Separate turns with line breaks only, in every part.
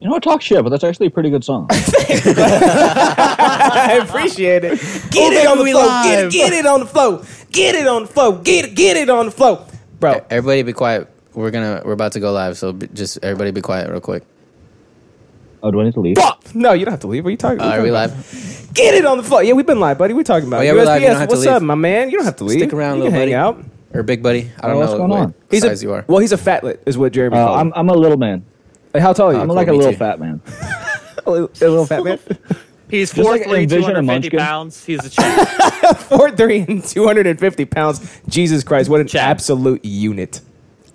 You know, I talk shit, but that's actually a pretty good song.
I appreciate it. Get it on the
we
flow.
live.
Get it, get it on the flow. Get it on the flow. Get it, get it on the flow. Bro,
E, Everybody be quiet. We're gonna we're about to go live, so be, just everybody be quiet real quick.
Oh, do I need to leave?
fuck. No, you don't have to leave. What are you talking
Uh,
what
are we
you talking
live?
about? Get it on the floor. Yeah, we've been live, buddy. We're talking about
Oh,
it.
yeah, we're live. You don't
USPS,
have to
What's
leave.
up, my man? You don't have to leave.
Stick around,
you
little
can
buddy.
hang out.
Or big buddy? I
Oh,
don't know
what's going
what
on?
He's
size
a,
you are.
Well, he's a fatlet, is what Jeremy
Uh,
called
I'm,
him.
I'm a little man.
Hey, How tall are you?
I'm
cool,
like a
me
little
too.
fat man.
a little, a little fat man.
He's
Just like
4'3", like
Envision a
250
Munchkin.
pounds. He's a champ.
Four three and two hundred and fifty pounds. Jesus Christ! What an
Chad.
absolute unit!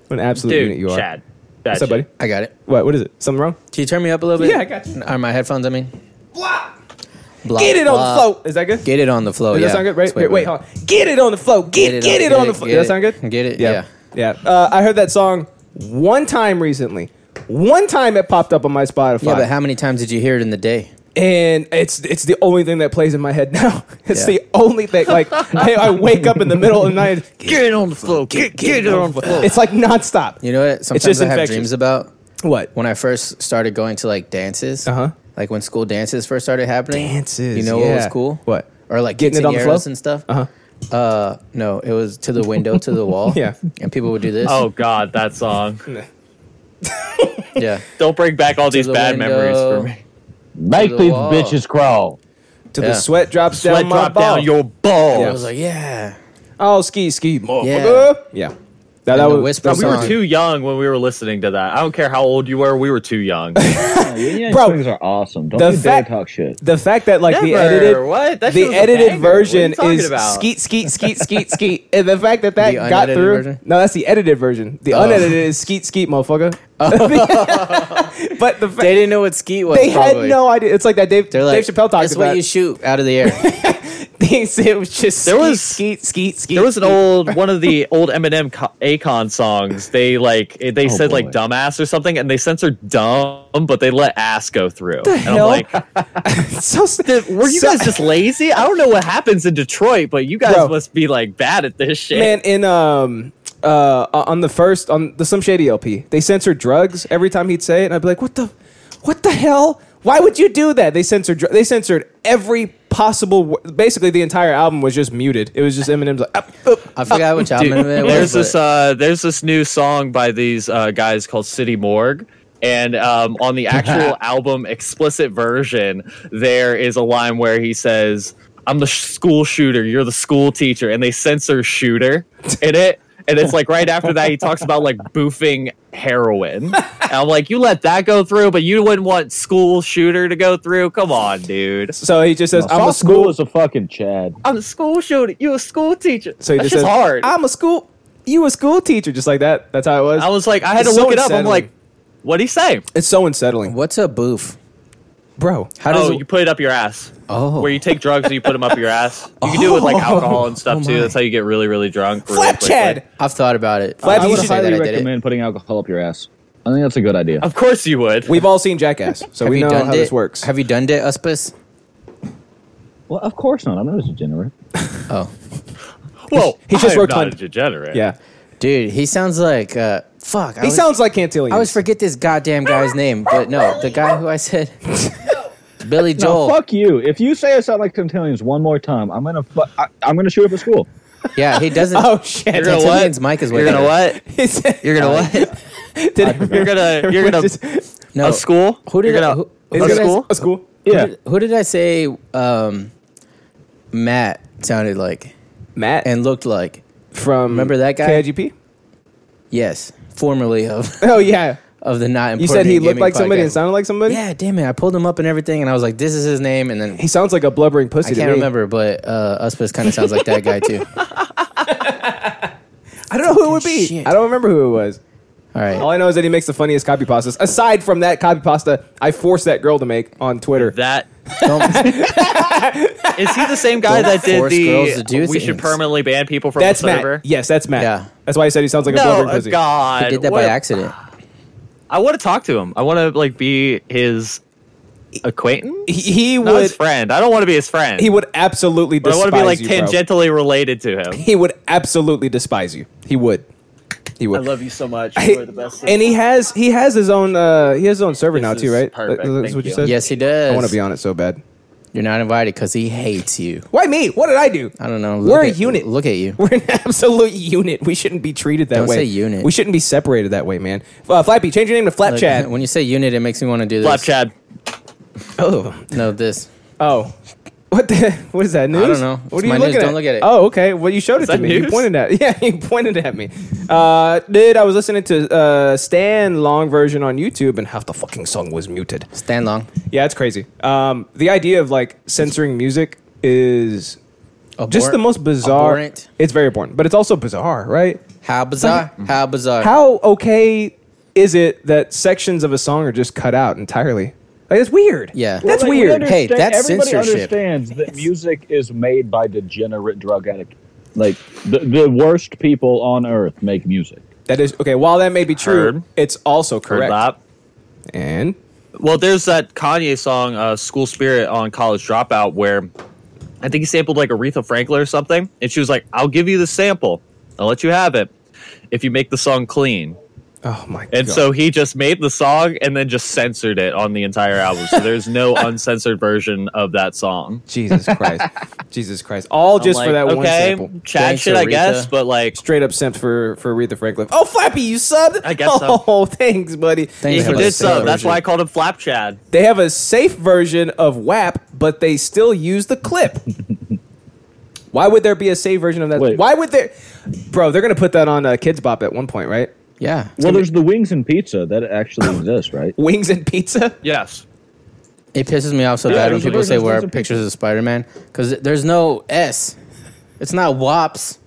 What an absolute unit
Dude,
you are.
Chad.
What's up, buddy?
I got it.
What? What is it? Something wrong?
Can you turn me up a little bit?
Yeah, I got you.
Are my headphones? I mean, blah,
Get it on
blah.
the flow. Is that good?
Get it on the flow.
Does
Oh, yeah.
that sound good? Right?
That's way
Here, wait,
better.
hold on. Get it on the flow. Get
Get it
get,
on-
it
get
on the
it,
flow.
get
Does
it,
that sound good?
get it,
Yeah. Uh, I heard that song one time recently. One time it popped up on my Spotify.
Yeah, but how many times did you hear it in the day?
and it's it's the only thing that plays in my head now. It's
Yeah.
the only thing. Like I, I wake up in the middle of the night.
Get it on the floor. Get, get it on the floor.
It's like nonstop.
You know what? Sometimes
just
I have
infectious.
dreams about
What?
when I first started going to like dances.
Uh-huh.
Like when school dances first started happening.
Dances,
You know what was
yeah.
cool?
What?
Or like
Getting it on the floor?
quinceañeras and stuff.
Uh-huh.
Uh no, it was to the window to the wall.
Yeah.
And people would do this.
Oh God, that song.
yeah.
Don't bring back all these
the
bad
window.
memories for me.
Make
the
these
wall.
bitches crawl.
Till
Yeah.
the sweat drops
Sweat
down my
drop
ball.
down your balls.
I was like, yeah.
oh, ski ski,
Yeah.
motherfucker. Yeah. That, that
the
was
whisper
that was-
we were
song.
too young when we were listening to that. I don't care how old you were. We were too young.
Yeah, union
Bro,
swings are awesome. Don't
the
you dare
fact-
talk shit.
The fact that like the
Never.
edited
What? That shit
the
was a
edited
banger. What are you
version
talking
is
about?
skeet skeet skeet skeet skeet, and the fact that that
The
got
unedited
through.
version? Oh.
No, that's the edited version. The unedited is skeet skeet, motherfucker. but the fact
They didn't know what skeet was.
they had
probably.
no idea. It's like that Dave,
They're like,
Dave Chappelle talks
"It's what
about.
you shoot out of the air.
it was just
There
skeet,
was-
skeet skeet skeet.
there was an
skeet.
old one of the old Eminem co- Akon songs. They like it-
Oh,
they said like
boy.
dumbass or something, and they censored dumb, but they let ass go through. and
hell?
I'm like,
so, st-
were you
so-
guys just lazy? I don't know what happens in Detroit, but you guys
Bro.
must be like bad at this
Eh.
shit.
man in um uh on the first on the Slim Shady LP. They censored drugs every time he'd say it, and I'd be like, what the what the hell? Why would you do that? They censored dr- they censored every possible wo- basically the entire album was just muted. It was just Eminem's like up, up.
I forgot which
Dude,
album it was.
there's this
but
uh, there's this new song by these uh, guys called City Morgue. And um, on the actual album explicit version, there is a line where he says, "I'm the sh- school shooter. You're the school teacher," and they censor "shooter" in it. And it's like right after that, he talks about like boofing heroin. And I'm like, you let that go through, but you wouldn't want school shooter to go through. Come on, dude.
So he just says, "I'm a
Soft
school."
school is a fucking Chad.
I'm a school shooter. You a school teacher.
so
So
he
That's
just
just
says,
hard.
"I'm a school." You a school teacher, just like that. That's how it was.
I was like, I had
It's
to
so
look it up. I'm
unsettling.
like, what'd he say?
it's so unsettling,
what's a boof?
bro.
How does
Oh,
it-
you put it up your ass.
Oh.
Where you take drugs and you put them up your ass. You can do it with like alcohol and stuff
Oh my.
too. That's how you get really, really drunk. Really
Flap
quickly.
Chad.
I've thought about it.
Flab,
I
you
would
should-
say that
highly
I did it.
recommend putting alcohol up your ass. I think that's a good idea.
Of course you would.
We've all seen Jackass, so
Have
we
you
know
done
how
it?
this works.
Have you done it, Uspis?
Well, of course not. I'm not a degenerate.
Oh,
Whoa,
he just
I am
worked
not
on-
a degenerate.
yeah,
dude, he sounds like uh, fuck.
he
I always-
sounds like Cantillion.
I always forget this goddamn guy's name, but no, the guy who I said, Billy
No,
Joel.
fuck you. If you say I sound like Tentalians one more time, I'm gonna fu- I, I'm gonna shoot up a school.
Yeah, he doesn't.
Oh shit!
You're gonna what?
Tentillion's mic is way
You're gonna
better. Uh,
what?
He said-
You're gonna what?
Did
You're gonna. You're gonna.
Just-
No.
A school?
Who did
You're
I-
gonna?
who-
a
who did I-
school?
a school?
Yeah,
Who did I say? Um, Matt sounded like
Matt
and looked like.
from
Remember that guy?
KIGP?
Yes, formerly of
Oh yeah,
of the not.
you said he
Important
looked
Gaming
like somebody
Podcast.
and sounded like somebody.
Yeah, damn it! I pulled him up and everything, and I was like, "This is his name," and then
he sounds like a blubbering pussy.
I
to
can't
me.
remember, but uh, Uspis kind of sounds like that guy too. All
I don't know who it would be.
Shit.
I don't remember who it was. All
right,
I know is that he makes the funniest copy pastas. Aside from that copy pasta, I forced that girl to make on Twitter.
That
Don't-
is he the same guy
Don't
that did
force girls
the?
to do
we should
things.
permanently ban people from
that's
the server.
Matt. Yes, that's Matt.
Yeah. uh,
That's why he said he sounds like a
No, uh,
blubbering pussy.
God.
I did that
what
by
a-
accident.
I want to talk to him. I want to like be his acquaintance.
He, he
Not
would.
his friend. I don't want to be his friend.
He would absolutely
But I
despise
want to be like
you, bro.
tangentially related to him.
He would absolutely despise you. He would. He
I
would.
love you so much. You are the best.
and he has he has his own uh he has his own server now
This
too,
is
right?
perfect.
That- That's
Thank
what you
you.
said.
Yes, he does.
I want to be on it so bad.
You're not invited because he hates you.
Why me? What did I do?
I don't know.
We're
Look
a
at-
unit.
Look at you.
We're an absolute unit. We shouldn't be treated that
Don't
way.
say unit.
We shouldn't be separated that way, man. Uh, Flappy, change your name to Flap
Look,
Chad.
When you say unit, it makes me want to do this.
Flap Chad.
Oh,
No, this.
oh. What the? What is that news?
don't know.
What
It's
are you
my
looking
news.
at?
Don't look at it.
Oh, okay. Well, you showed it to
that
me. You
news?
pointed at. Yeah, you pointed at me. Uh, dude, I was listening to uh, Stan long version on YouTube, and half the fucking song was muted.
Stand long.
Yeah, it's crazy. Um, the idea of like censoring music is just
Abhor-
the most bizarre.
abhorrent.
It's very important, but it's also bizarre, right?
How bizarre. How bizarre.
How okay is it that sections of a song are just cut out entirely? Like that's weird.
Yeah.
Well,
that's
like, we
weird.
understand-
Hey, that's
everybody
censorship.
understands that music is made by degenerate drug addicts. Like the, the worst people on earth make music.
That is okay. While that may be true,
Heard.
it's also
Heard
correct.
that.
And
Well, there's that Kanye song, uh, School Spirit, on College Dropout, where I think he sampled like Aretha Franklin or something. And she was like, I'll give you the sample. I'll let you have it if you make the song clean.
oh my god.
And so he just made the song and then just censored it on the entire album. So there's no uncensored version of that song.
Jesus Christ, Jesus Christ, all
I'm
just for
like,
that one
okay,
sample.
Chad
Thanks,
shit, I
Aretha.
guess, but like,
Straight up sent for for Aretha Franklin. Oh, Flappy, you subbed.
I guess so.
Oh, thanks, buddy.
Thanks
he
for
did
that
so. That's
version.
why I called him Flap Chad.
They have a safe version of WAP, but they still use the clip. Why would there be a safe version of that?
Wait.
Why would there, bro? They're gonna put that on uh, Kids Bop at one point, right?
Yeah.
Well, there's the wings and pizza that actually exists, right?
Wings and pizza.
Yes.
It pisses me off so
Yeah,
bad when
there's a
people say
version,
we're
there's a
pictures of Spider Man because there's no S. It's not WAPS.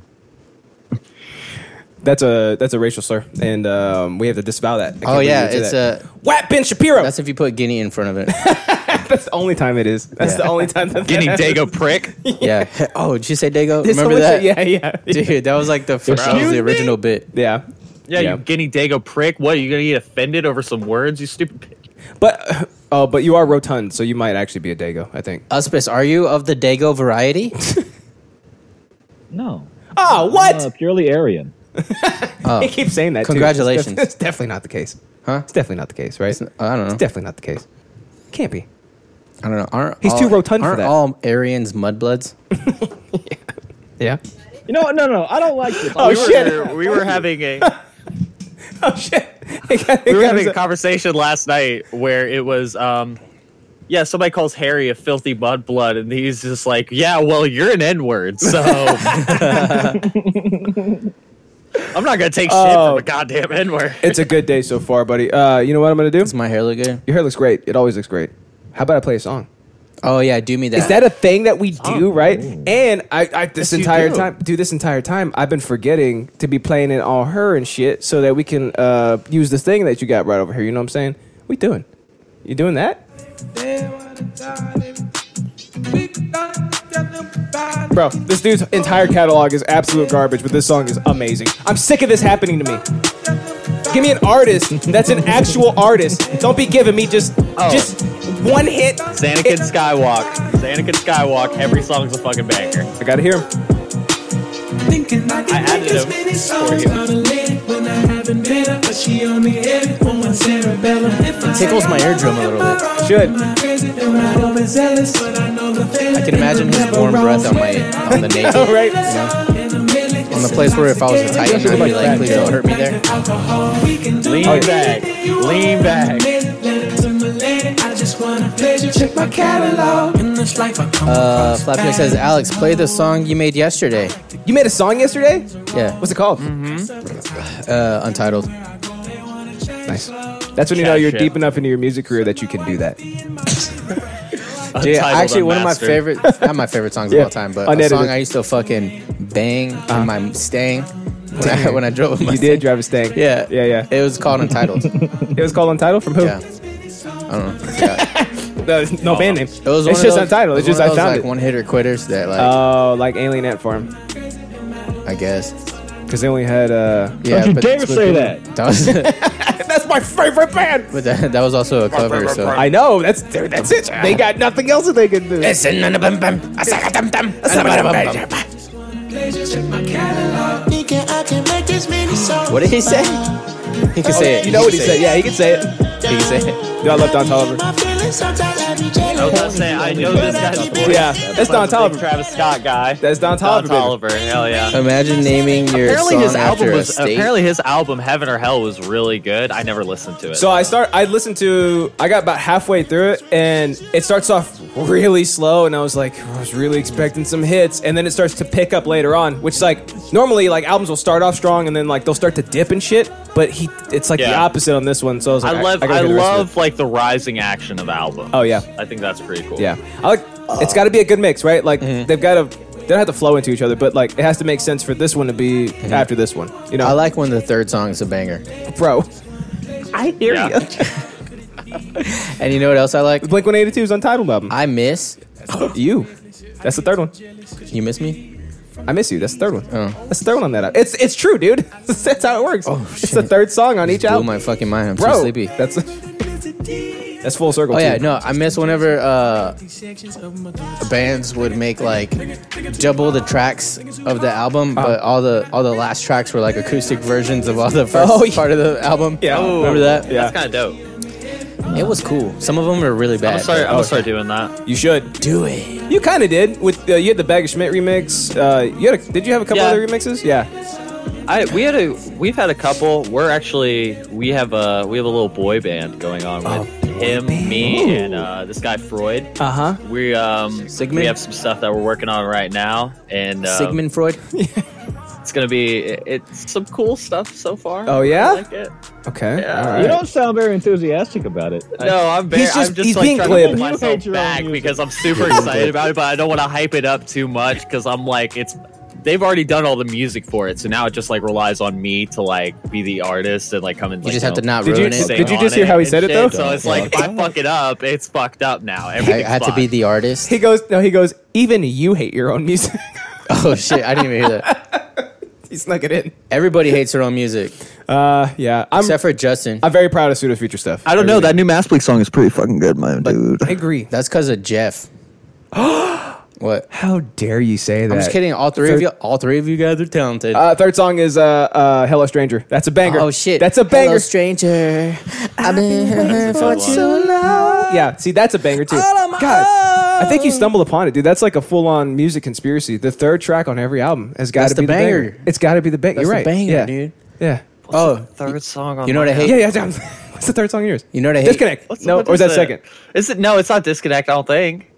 That's a that's a racial slur, and um, we have to disavow that. I can't
Oh,
believe
yeah.
we did
It's
that.
a.
WAP Ben Shapiro. That's,
That's if you put Guinea in front of it.
the only time it is. That's
Yeah.
the only time. That
Guinea
that
Dago prick.
Yeah. Oh, did you say Dago?
It's the
Remember
only
that?
time- Yeah, yeah,
Dude, that was like the first. That was
Excuse
the
me?
original bit.
yeah.
Yeah,
Yeah.
you guinea dago prick. What, you gonna get offended over some words, you stupid pig?
But oh, but you are rotund, so you might actually be a Dago. I think.
Uspis, are you of the Dago variety?
No.
Oh, what?
Uh, purely Aryan.
Oh.
he keeps saying that. too.
Congratulations.
It's def- It's definitely not the case.
Huh?
It's definitely not the case, right?
I don't know.
It's definitely not the case. Can't be.
I don't know. Aren't
He's
all,
too rotund for
aren't
that.
all Aryans mudbloods?
Yeah.
You know what? No, no, I don't like this.
Oh,
we
shit.
Were, we were having a
Oh shit.
we were having a conversation last night where it was um yeah, somebody calls Harry a filthy mudblood, and he's just like, "Yeah, well, you're an N-word, so I'm not gonna take shit
Oh.
from a goddamn N-word."
it's a good day so far, buddy. Uh, you know what I'm gonna do?
Does my hair look good?
Your hair looks great. It always looks great. How about I play a song?
Oh yeah, do me that.
Is that a thing that we do, right? And I, I this
you
entire
do.
time, dude, this entire time, I've been forgetting to be playing it on her and shit, so that we can uh, use this thing that you got right over here. You know what I'm saying? We doing? You doing that? Bro, this dude's entire catalog is absolute garbage, but this song is amazing. I'm sick of this happening to me. Give me an artist that's an actual artist. Don't be giving me just
Oh.
just one hit.
It's Anakin Skywalk. It's Anakin Skywalk. Every song's a fucking banger.
I gotta hear him.
Thinking I can
added
make as
him
many
for
songs
you.
out of Lady when I haven't been her, but she only hit it on my cerebellum. If I
tickles
say
my
I'm
eardrum a
wrong,
little
am I
bit.
wrong?
Should.
Am I crazy? Am I overzealous? But I know the feeling.
I can imagine his warm breath on my on the navel.
All right.
On
On the place where if I was a titan, I'd be like, please don't hurt me there.
Lean back. Lean back.
I just wanna pleasure. Check my catalog. In this life, I come
Uh,
across
Flapjack
bad.
says, Alex, play the song you made yesterday.
You made a song yesterday?
Yeah,
What's it called?
Mm-hmm. uh, untitled.
Nice. That's when you know
Chat
you're
shit.
deep enough into your music career that you can do that.
Dude,
Untitled
actually, one of my
Unmastered.
favorite, not my favorite songs
Yeah,
of all time, but
unedited. Uh-huh.
a song I used to fucking bang on my Mustang when I, when I drove a Mustang.
You did drive a Stang.
Yeah,
Yeah, yeah.
It was called Untitled.
It was called Untitled from who?
yeah, I don't know. Yeah.
No, no band name. it's
It was one of
just
those-
Untitled. It's
it was
just
one
I
of those,
found it.
like one hitter quitters that like
Oh, like Alien Ant Farm.
I guess.
Because they only had. uh
Yeah,
Don't you
but
dare
that's-
say that.
That was,
That's my favorite band!
but that, that was also a cover. So
I know. That's dude, that's it. They got nothing else that they can do.
Check my catalog. thinking I can make this many songs.
What did he say? He can say it.
Oh, You know what he said? Yeah, he can say it.
He can say it.
Dude, I love Don Tolliver.
My feelings sometimes I be
I was
jealous.
about to say, I know this guy's voice.
Yeah, that's Don
I'm a big
Tolliver.
Travis Scott guy.
That's Don
Don
Tolliver. baby.
Tolliver. Hell yeah.
Imagine naming your
apparently
song
his
after
album
a
was uh,
state.
apparently his album Heaven or Hell was really good. I never listened to it.
So I start. I listened to. I got about halfway through it, and it starts off really slow, and I was like, I was really expecting some hits, and then it starts to pick up later on, which like normally like albums will start off strong, and then like they'll start to dip and shit. But he, it's like the
Yeah.
opposite on this one. So I was like,
I love
I, gotta
I
hear the rest of it.
love like the rising action of albums.
Oh yeah,
I think that's pretty cool.
yeah. I like. It's got to be a good mix, right? Like they've got to. They don't have to flow into each other, but like it has to make sense for this one to be after this one. You know,
I like when the third song's a banger.
bro.
I hear you.
And you know what else I like?
Blink One Eighty Two's untitled album.
I miss
you. That's the third one.
you miss me.
I miss you. That's the third one.
Oh.
That's the third one on that. Album. It's it's true, dude. that's how it works.
Oh,
It's
shit.
the third song on each
Blew
album.
my fucking mind. I'm
Bro,
too sleepy.
that's that's full circle.
Oh
too.
yeah, no, I miss whenever uh, bands would make like double the tracks of the album,
Uh-huh.
but all the all the last tracks were like acoustic versions of all the first
Oh, yeah.
part of the album.
Yeah. Oh.
remember that?
Yeah.
That's kind of dope.
It was cool. Some of them were really bad.
I'm sorry. I'm
but-
Oh,
gonna start doing that.
you should.
Do it.
You kind of did with uh, you had the Bag of Schmidt remix. Uh, you had a, did you have a couple
Yeah.
other remixes? Yeah.
I we had a we've had a couple. We're actually we have a we have a little boy band going on
Oh,
with him, me, and uh, this guy Freud.
Uh
Uh-huh.
huh.
We um
Sigmund?
we have some stuff that we're working on right now, and um,
Sigmund Freud.
It's gonna be it- it's some cool stuff so far.
Oh, yeah?
I like it.
Okay.
Yeah.
All
You
right.
don't sound very enthusiastic about it.
No, I'm very,
He's just-
I'm just
he's
like
being
trying
glib.
to hold
You
hate
myself
your own
back
music.
because I'm super excited about it, but I don't want to hype it up too much because I'm like it's they've already done all the music for it, so now it just like relies on me to like be the artist and like come and
You
like,
just have to not
Did you-
ruin it.
sing
did you
on
just hear how he
and
said it,
shit.
though?
So it's like if I fuck it up, it's fucked up now.
I
Everything's
had to
fucked.
be the artist.
He goes. No, he goes. Even you hate your own music.
Oh shit! I didn't even hear that.
he snuck it in.
Everybody hates their own music
Uh, yeah. I'm
except for Justin.
I'm very proud of Pseudo Future stuff.
I don't know that new mask.
I agree.
That's because of Jeff. what?
How dare you say that?
I'm just kidding. All three of you, all three of you guys are talented.
Uh, third song is uh, uh, "Hello Stranger." That's a banger.
Oh shit!
That's a banger.
Hello, stranger. I've been here for too long.
Yeah, see, that's a banger too. God, I think you stumbled upon it, dude. That's like a full-on music conspiracy. The third track on every album has got
That's
to be
the
the banger.
banger.
It's got to be the banger.
That's
You're
the
right,
banger,
yeah.
dude.
Yeah,
Oh,
Third song. On
you know what I
my-
hate?
yeah, yeah. damn. What's the third song of yours?
You know what I hate?
Disconnect.
What's the-
no,
what
or is that second?
Is it no? It's not disconnect. I don't think.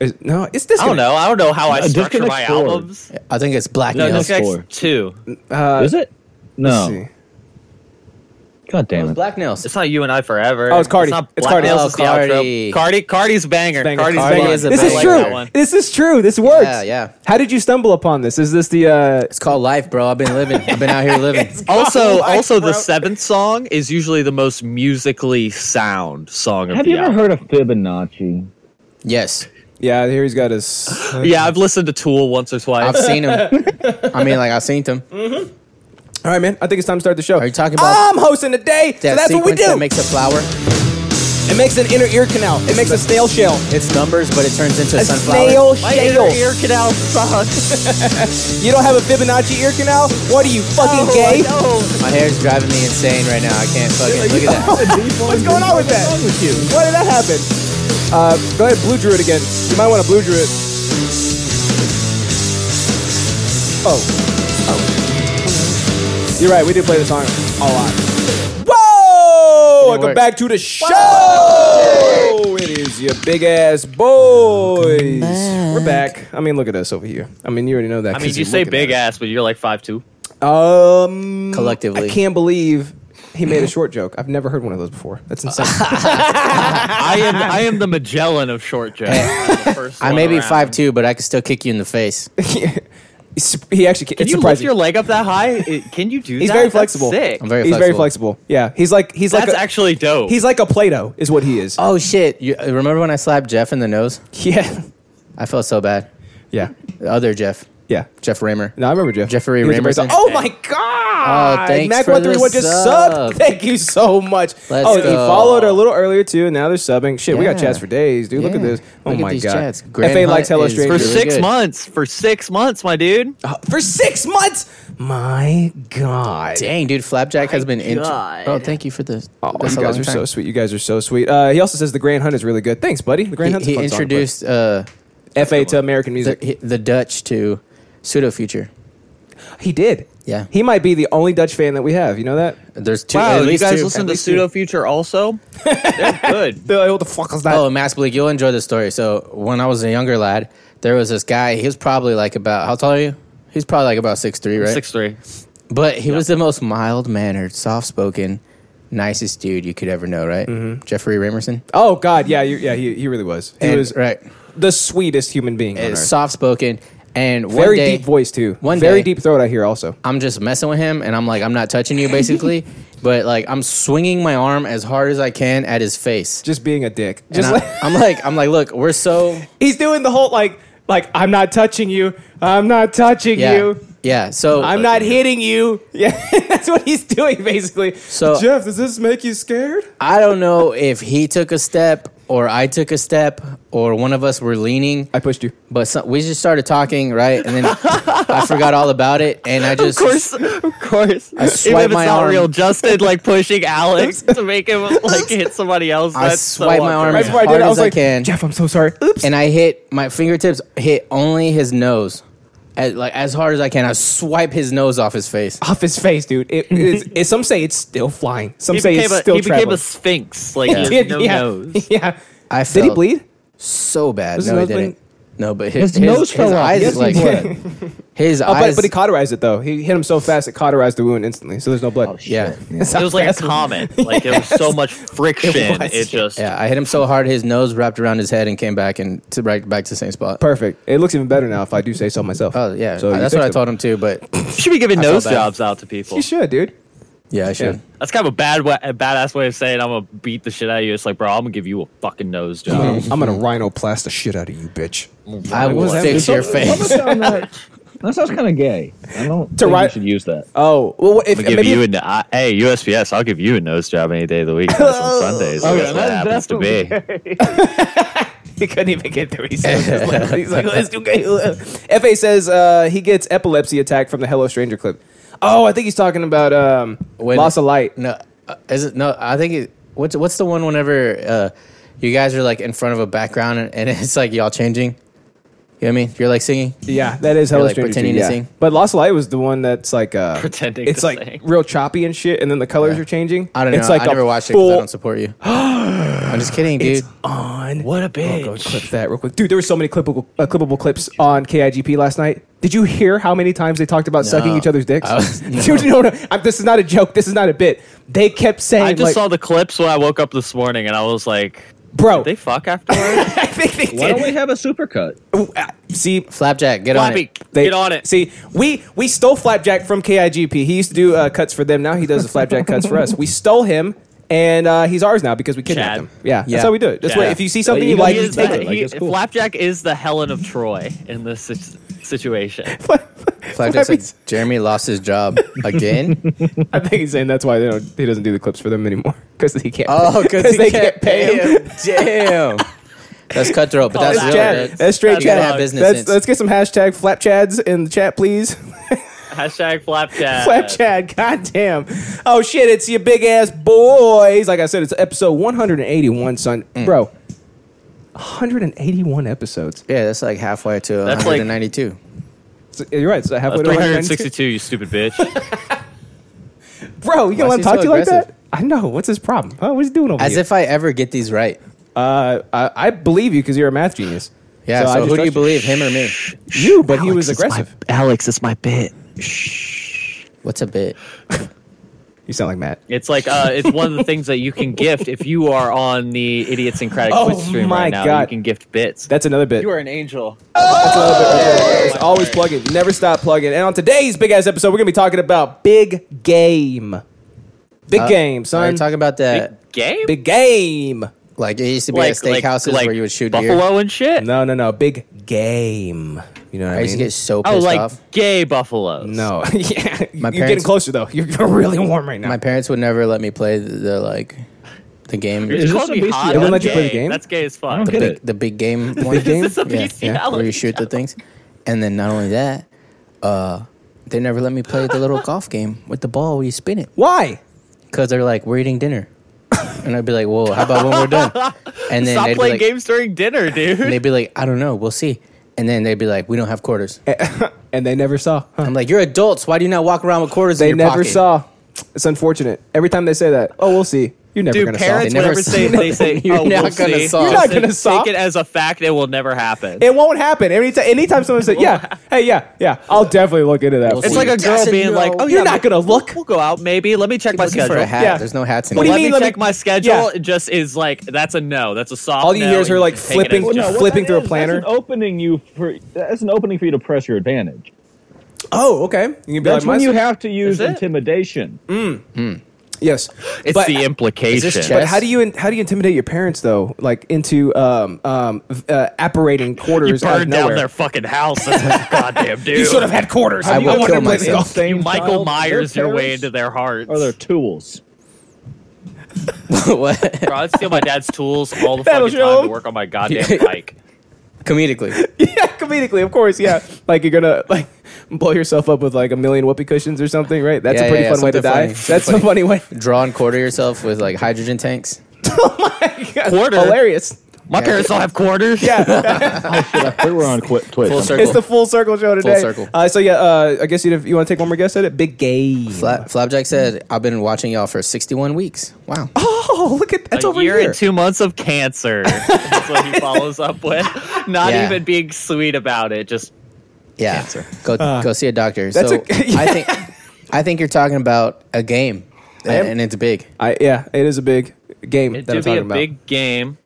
Is, no, it's
I don't
disconnect. Uh,
know. I don't know how I structure
Disconnect's
my
four.
albums.
I think it's Black
No,
Nails.
disconnect's
four.
two.
Uh,
Is it?
let's
No.
see.
God damn it.
Black Nails.
It's not you and I forever.
Oh, it's Cardi.
not
It's
Black
Cardi.
Nails, it's the
Oh,
outro.
Cardi.
Cardi. Cardi's banger.
Banger.
Cardi's
Cardi
banger.
is a
This is
banger.
I
true.
like that one.
This is true. This works.
Yeah, yeah.
How did you stumble upon this? Is this the? uh
It's called life, bro. I've been living. I've been out here living.
Also,
Like,
also
bro.
the seventh song is usually the most musically sound song of
Have
the
you ever
album.
heard of Fibonacci?
yes,
Yeah, here he's got his.
yeah, I've listened to Tool once or
I've
twice.
seen him. I mean, like I've seen him.
All right, man. I think it's time to start the show.
Are you talking about
I'm hosting today, so
That
that's what we
sequence
do.
That makes a flower.
it makes an inner ear canal. It makes a snail shell.
It's numbers, but it turns into
A snail
sunflower.
My inner
shell.
ear canal sucks.
You don't have a Fibonacci ear canal? What are you fucking
Oh,
gay?
no.
My hair's driving me insane right now. I can't fucking look at that.
What's going on with that? Why did that happen? Uh, go ahead, blue druid again. You might want to blue druid. Oh. oh. You're right. We did play the song a lot. Whoa! Welcome
work.
back to the show. It is your big ass boys. We're back. I mean, look at us over here. I mean, you already know that.
I mean, you say big ass, but you're like five two.
Um,
Collectively.
I can't believe he made a short joke. I've never heard one of those before. That's insane.
I am, I am the Magellan of short jokes. The first
I
one
may be
around.
five two, but I can still kick you in the face.
he actually
Can
it's
you lift
surprising.
your leg up that high? It- can you do
he's
that?
very
That's
flexible.
sick.
I'm very
he's very
flexible.
flexible. Yeah, he's like he's
That's
like a,
actually dope.
he's like a Play-Doh is what he is.
Oh shit! You, remember when I slapped Jeff in the nose?
yeah,
I felt so bad.
yeah.
The other Jeff.
Yeah.
Jeff Raymer.
No, I remember Jeff.
Jeffrey
He was a
Raymer.
breakdown- Oh my god!
Oh, thanks
Mac
for
one three one
the
just
sub.
subbed. Thank you so much.
Let's
oh, he
go.
followed a little earlier too, and now they're subbing. Shit, we got
Yeah.
chats for days, dude. Look at
Yeah.
this. Oh
Look at
my
these
god.
chats. Grand
FA
Hunt
likes Hello
is
Strange
For
really
six
good.
months. For six months, my dude.
for six months. My god.
Dang, dude, Flapjack has been in.
God.
Oh, thank you for this.
Oh,
That's
you
a
guys
long
are
time.
so sweet. You guys are so sweet. Uh, he also says the Grand Hunt is really good. Thanks, buddy. The Grand Hunt.
He, he introduced uh,
FA to American music.
the, the Dutch to pseudo future.
He did.
Yeah.
He might be the only Dutch fan that we have. You know that?
There's two.
Wow,
at
you
least
guys
two.
listen
At
to
least
Pseudo Future also? They're good.
They're like, what the fuck is that?
Oh, Mass Bleak, you'll enjoy the story. So when I was a younger lad, there was this guy. He was probably like about how tall are you? He's probably like about six three, right?
Six three.
But he was the most mild mannered, soft spoken, nicest dude you could ever know, right? Jeffrey Ramerson.
Oh, God, yeah, you, yeah, he, he really was. Mm-hmm. He
And-
was
right.
the sweetest human being. on earth.
Soft spoken and one
Very
day-
deep voice too.
One
very
day-
deep throat. I hear also.
I'm just messing with him and I'm like, I'm not touching you basically, but like I'm swinging my arm as hard as I can at his face.
Just being a dick.
And
Just
I-
like,
I'm like, I'm like, look, we're so
he's doing the whole like like I'm not touching you. I'm not touching
yeah,
you.
yeah. So
I'm not hitting you. Yeah, that's what he's doing basically.
So-
Jeff, does this make you scared?
I don't know if he took a step or I took a step or one of us were leaning,
I pushed you.
but some, we just started talking, right? And then I forgot all about it, and I just
Of course, of course. I
swipe
it's
my
not
arm.
real, Justin like pushing Alex to make him like hit somebody else.
I
That's so
swipe my
awkward.
arm
Right
as
before I
hard
did, it, I
as
was
I
like,
can,
Jeff, I'm so sorry. Oops.
and I hit my fingertips hit only his nose, as, like as hard as I can. I swipe his nose off his face.
off his face, dude. It, it is, it- some say it's still flying. Some
He
say
became,
it's
a,
still
he became a
traveling.
sphinx. Like he
Did-
has no
yeah,
nose.
yeah.
I
Did he
felt
bleed?
so bad?
Was
No, he
his nose
didn't. No, but
His
his, his,
nose
his
fell off.
eyes
Yes,
like
he
his
Oh,
eyes.
but, but he cauterized it though. He hit him so fast it cauterized the wound instantly, so there's no blood.
yeah.
Oh, It was like a comet. Like there was so much friction. It,
was.
just
Yeah, I hit him so hard his nose wrapped around his head and came back and to right back to the same spot.
Perfect. It looks even better now if I do say so myself.
Oh yeah,
So
that's what I told him too. But
You should be giving
felt
nose
bad.
jobs out to people.
You should, dude.
yeah, I should.
That's kind of a bad, wa- a badass way of saying I'm gonna beat the shit out of you. It's like, bro, I'm gonna give you a fucking nose
Um,
job.
Um, I'm gonna rhinoplast the shit out of you, bitch.
Mm-hmm. I will
What?
fix your
Something-
face.
something on that, that sounds kind of gay. I don't
To
think
ri-
you should use that.
Oh, well, what- if
I'll give
maybe
you
if-
an I, hey USPS. I'll give you a nose job any day of the week. That's on Sundays. I guess that happens to be.
he couldn't even get through. He's like, he's like, let's do gay. Fa says uh, he gets epilepsy attack from the Hello Stranger clip. Oh, I think he's talking about um,
When-
loss of light.
No, uh, is it? No, I think it, what's what's the one whenever uh, you guys are like in front of a background and, and it's like y'all changing. You know what I mean? You're like singing.
Yeah, that is Hello
like,
Stranger.
pretending
too,
to
yeah.
sing.
But Lost Light was the one that's like uh,
Pretending
It's
to
like
sing.
real choppy and shit, and then the colors
Yeah.
are changing.
I don't know.
It's like
I
a
never watched it
full
because I don't support you. I'm just kidding, dude.
It's on. What a bitch. go clip that real quick. Dude, there were so many clippable, uh, clippable clips on KIGP last night. Did you hear how many times they talked about sucking each other's dicks?
I was-
Dude, no, no. I'm, this is not a joke. This is not a bit. They kept saying,
I just
like,
saw the clips when I woke up this morning, and I was like,
bro,
did they fuck afterwards?
I think they
Why don't we
did.
have a supercut?
See,
Flapjack, get on
Flappy,
it.
They-
get on it.
See, we we stole Flapjack from KIGP. He used to do uh, cuts for them. Now he does the Flapjack cuts for us. We stole him, and uh, he's ours now because we kidnapped
Chad.
him. Yeah,
Yeah.
that's how we do it. That's
Chad.
why if you see something
you
you
gotta
like,
He
use
you
is
take
the,
that.
it.
Like,
he-
it's cool.
Flapjack is the Helen of Troy in this si- situation.
Flapjack's like, Jeremy lost his job again.
I think he's saying that's why they don't, he doesn't do the clips for them anymore because he can't.
Oh, because
they can't, pay him.
Damn. That's cutthroat, but that's
Oh, That's
that-
real.
Chad.
dude.
That's straight
that's
You gotta
Chad.
have
wrong.
business
That's-
sense.
let's get some hashtag Flapchads in the chat, please.
Hashtag Flapjack.
Flapchad, goddamn. Oh shit, it's your big ass boys. Like I said, it's episode 181, son.
Mm.
Bro, 181 episodes.
yeah, that's like halfway to
That's like-
192.
So- you're right. It's
Uh,
like halfway to 162.
362, you stupid bitch.
Bro, you gonna let
Why is
him
he
talk
so
to you like that?
aggressive?
I know. What's his problem? Huh? What's he doing over
As
here?
if I ever get these right.
uh, I, I believe you because you're a math genius.
Yeah.
I
So,
just
who do you
trust
believe, him or me?
You, but he was aggressive.
Alex, it's my bit.
What's a bit?
You sound like Matt.
It's like uh, it's one of the things that you can gift if you are on the idiosyncratic
Oh
Twitch stream
my
right now.
God.
You can gift bits.
That's another bit.
you are an angel. Oh.
It's always plugging. Never stop plugging. And on today's big ass episode, we're gonna be talking about big game. Big game,
Uh, Are you
son.
talking about that?
Big game.
big game.
Like it used to be at steakhouses where you would shoot
buffalo
deer.
and shit.
No, no, no. Big game. You know what I,
I used to
mean?
get so pissed
Oh, like
off.
gay buffaloes.
no, yeah, you're getting
parents-
closer though. You're, you're really warm right now.
My parents would never let me play the, the like the game,
You're
Is
just
this
calling
a
me hot.
bestiality?
They won't let
That's
you play the
gay.
game?
That's gay as fuck.
don't
the
get
big,
it.
the big game one game.
this a bestiality
where you shoot the things, and then not only that, uh, they never let me play the little golf game with the ball where you spin it
Why?
because they're like we're eating dinner, and I'd be like, well, how about when we're done? And then
Stop
they'd be
playing
like,
games during dinner,
and
dude.
they'd be like, I don't know, we'll see. And then they'd be like, we don't have quarters.
Eh.
And they never saw. Huh.
I'm like, you're adults. Why do you not walk around with quarters?
They
in your
never
pocket?
saw. It's unfortunate. Every time they say that, oh, we'll see. You're never
Dude,
gonna
parents
solve
never
whenever say
solve it.
they say,
You're
"Oh,
not
we'll
gonna
see,"
solve
You're not
just
gonna solve.
Take it as a fact. It will never happen.
it. It won't happen. Anytime, anytime someone says, "Yeah, hey, yeah, yeah," I'll definitely look into that.
We'll
it's
see.
like a girl
Doesn't
being like,
know.
"Oh,
You're
yeah,
not
we'll-
gonna look."
We'll go out, maybe. Let me check my
Looking
schedule.
for a hat.
Yeah.
There's no hats in
What do
here.
you mean,
Let me
let me-
check my schedule.
Yeah.
It just is like that's a no. That's a soft.
All you
no,
hear is her,
and
like,
you take it as
flipping-
just-
no,
what
flipping
that
through a
is,
planner.
That's an opening you for. That's an opening for you to press your advantage.
Oh, okay. You can be
That's
like,
when
"My
you
son-"
have to use
it?
intimidation.
yes,
It's
But-
the implication.
chess?
But how do you in, how do you intimidate your parents though? Like into um um v- uh, apparating
You
quarters out of
burned down
nowhere.
their fucking house. That's what you goddamn dude.
you should have had quarters.
I will
wanna
kill
play the
myself.
golf.
Same
Michael
child,
Myers
their
your way
parents
into their hearts.
Are their tools?
what?
Bro, I'd steal my dad's tools all the
That'll
fucking
show
time
him.
to work on my goddamn bike.
Comedically.
yeah, comedically, of course. Yeah, like you're gonna like blow yourself up with like a million whoopee cushions or something, right? That's a
Yeah,
pretty
yeah,
fun way to
something
die.
funny.
That's a funny way.
Draw and quarter yourself with like hydrogen tanks.
Quarter?
hilarious.
My parents don't have quarters.
Yeah,
We were on Qu- Twitch.
Full
I'm
circle.
it's the full circle show today.
circle.
Uh, so yeah, uh, I guess you you want to take one more guess at it? Big game.
Fla- Flapjack said, "I've been watching y'all for 61 weeks. Wow,
Oh, look at that's
a
over
year
here.
and two months of cancer. That's what he follows up with. Not
Yeah.
even being sweet about it. Just
yeah, go go see a doctor."
Uh, that's
so
a- yeah.
I think I think you're talking about a game,
am-
and, and it's big.
I, yeah, it is a big game
it
that I'm
do be
talking
a
about.
big game.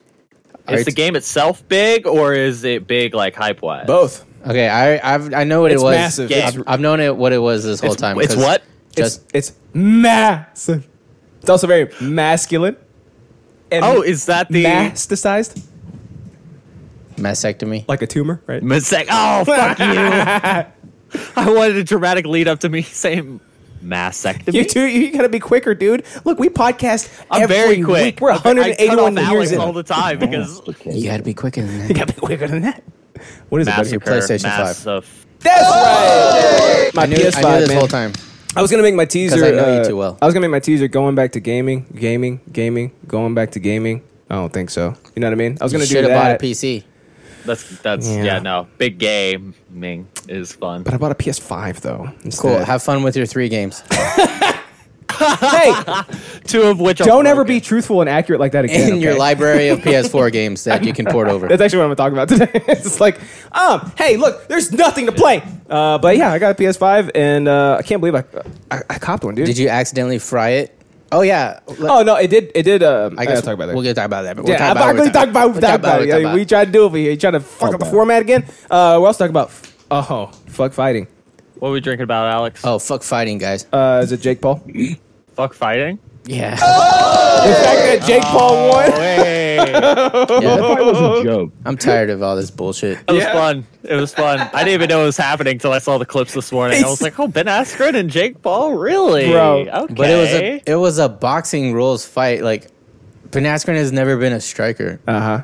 Are you
Is the
t-
game itself big, or is it big like hype wise?
Both.
Okay, I I've, I know what
It's
it was.
massive.
Game.
I've, I've known it what it was this whole time.
it's
'cause
what?
Just
It's it's massive. It's also very masculine. And
Oh, is that the
masticized
mastectomy.
like a tumor, right?
mistake? Oh fuck you! I wanted a dramatic lead up to me saying mastectomy.
You too. You gotta be quicker, dude. Look, we podcast
I'm
every
very quick.
week. We're
I cut
181
off
years
Alex all
in.
the time because
You got to be quicker than
You
that.
gotta be quicker than that. What is it? buddy?
massacre,
PlayStation five.
massif-
That's right. My
I knew,
PS5,
I knew this
man.
whole time.
I was gonna make my teaser.
I know you
uh,
too well.
I was gonna make my teaser going back to gaming, gaming, gaming, going back to gaming. I don't think so. You know what I mean? I was gonna
You
do
should have
that.
bought a PC.
That's that's
Yeah.
yeah. no big gaming is fun.
But I bought a PS5 though.
Cool.
instead.
Have fun with your three games.
hey,
Two of which are
don't ever
broken.
be truthful and accurate like that again.
In your
okay?
library of PS4 games that you can port over.
That's actually what I'm talking about today. it's just like, um, hey, look, there's nothing to play. Uh, but yeah, I got a PS5, and uh, I can't believe I, I I copped one, dude.
Did you accidentally fry it? Oh yeah. Let-
Oh no, it did. It did. Um, I
I guess
gotta talk about that.
We'll get to talk about that. But we'll
yeah,
talk
I'm
about
not
it
gonna
over
talk
time.
about
We'll
talk about it.
over
Yeah,
time.
We tried to do it over here. You trying to fuck up the
bad.
format again? Uh, we're also talking about oh fuck fighting.
What are we drinking about, Alex?
Oh fuck fighting guys.
Uh, is it Jake Paul? the
Fuck fighting.
yeah.
fact that Jake Paul won.
Oh, Hey,
Yeah.
That was a joke.
I'm tired of all this bullshit.
it was
Yeah.
fun. It was fun. I didn't even know it was happening until I saw the clips this morning. I was like, "Oh, Ben Askren and Jake Paul, really?
Bro.
okay."
But it was a it was a boxing rules fight. Like Ben Askren has never been a striker.
Uh huh.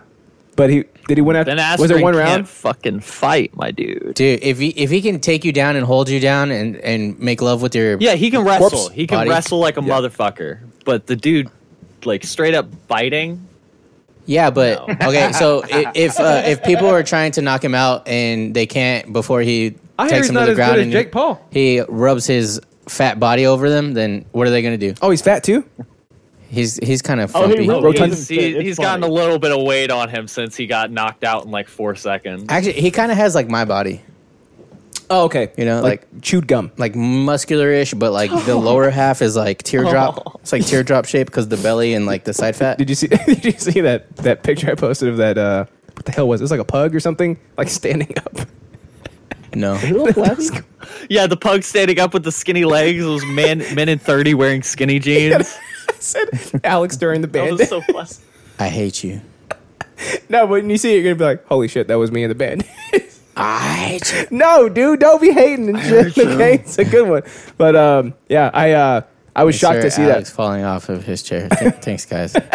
But he did he win after?
ben Askren
Was it one
can't
round?
Fucking fight, my dude.
Dude, if he if he can take you down and hold you down and and make love with your
Yeah, he can wrestle.
Corpse
he can
body.
wrestle like a motherfucker. But the dude, like straight up biting.
Yeah, but okay. So i- if uh, if people are trying to knock him out and they can't before he
I hear he's
takes him
not
to the
as
ground
good as
and
Jake Paul.
he rubs his fat body over them, then what are they gonna do?
Oh, he's fat too.
He's he's kind of
Oh, he
funky.
rubbed-
Rotund-
He's, he,
It's
has
funny.
gotten a little bit of weight on him since he got knocked out in like four seconds.
Actually, he kind of has like my body,
Oh, okay.
You know,
chewed gum.
like muscular-ish, but like the lower half is like teardrop. It's like teardrop shape because the belly and like the side fat.
Oh. Did you see? Did you see that that picture I posted of that? Uh, what the hell was it? It was like a pug or something, like standing up.
No,
Yeah, the pug standing up with the skinny legs. Those men men in thirty wearing skinny jeans.
I said Alex during the
That
band.
was so fun.
I hate you.
no, but when you see it, you're gonna be like, "Holy shit, that was me in the band."
I
No, dude, don't be hating and shit. Okay, it's a good one. But um, yeah, I uh, I was shocked to see
Alex
that.
falling off of his chair. Th- Thanks, guys. Uh,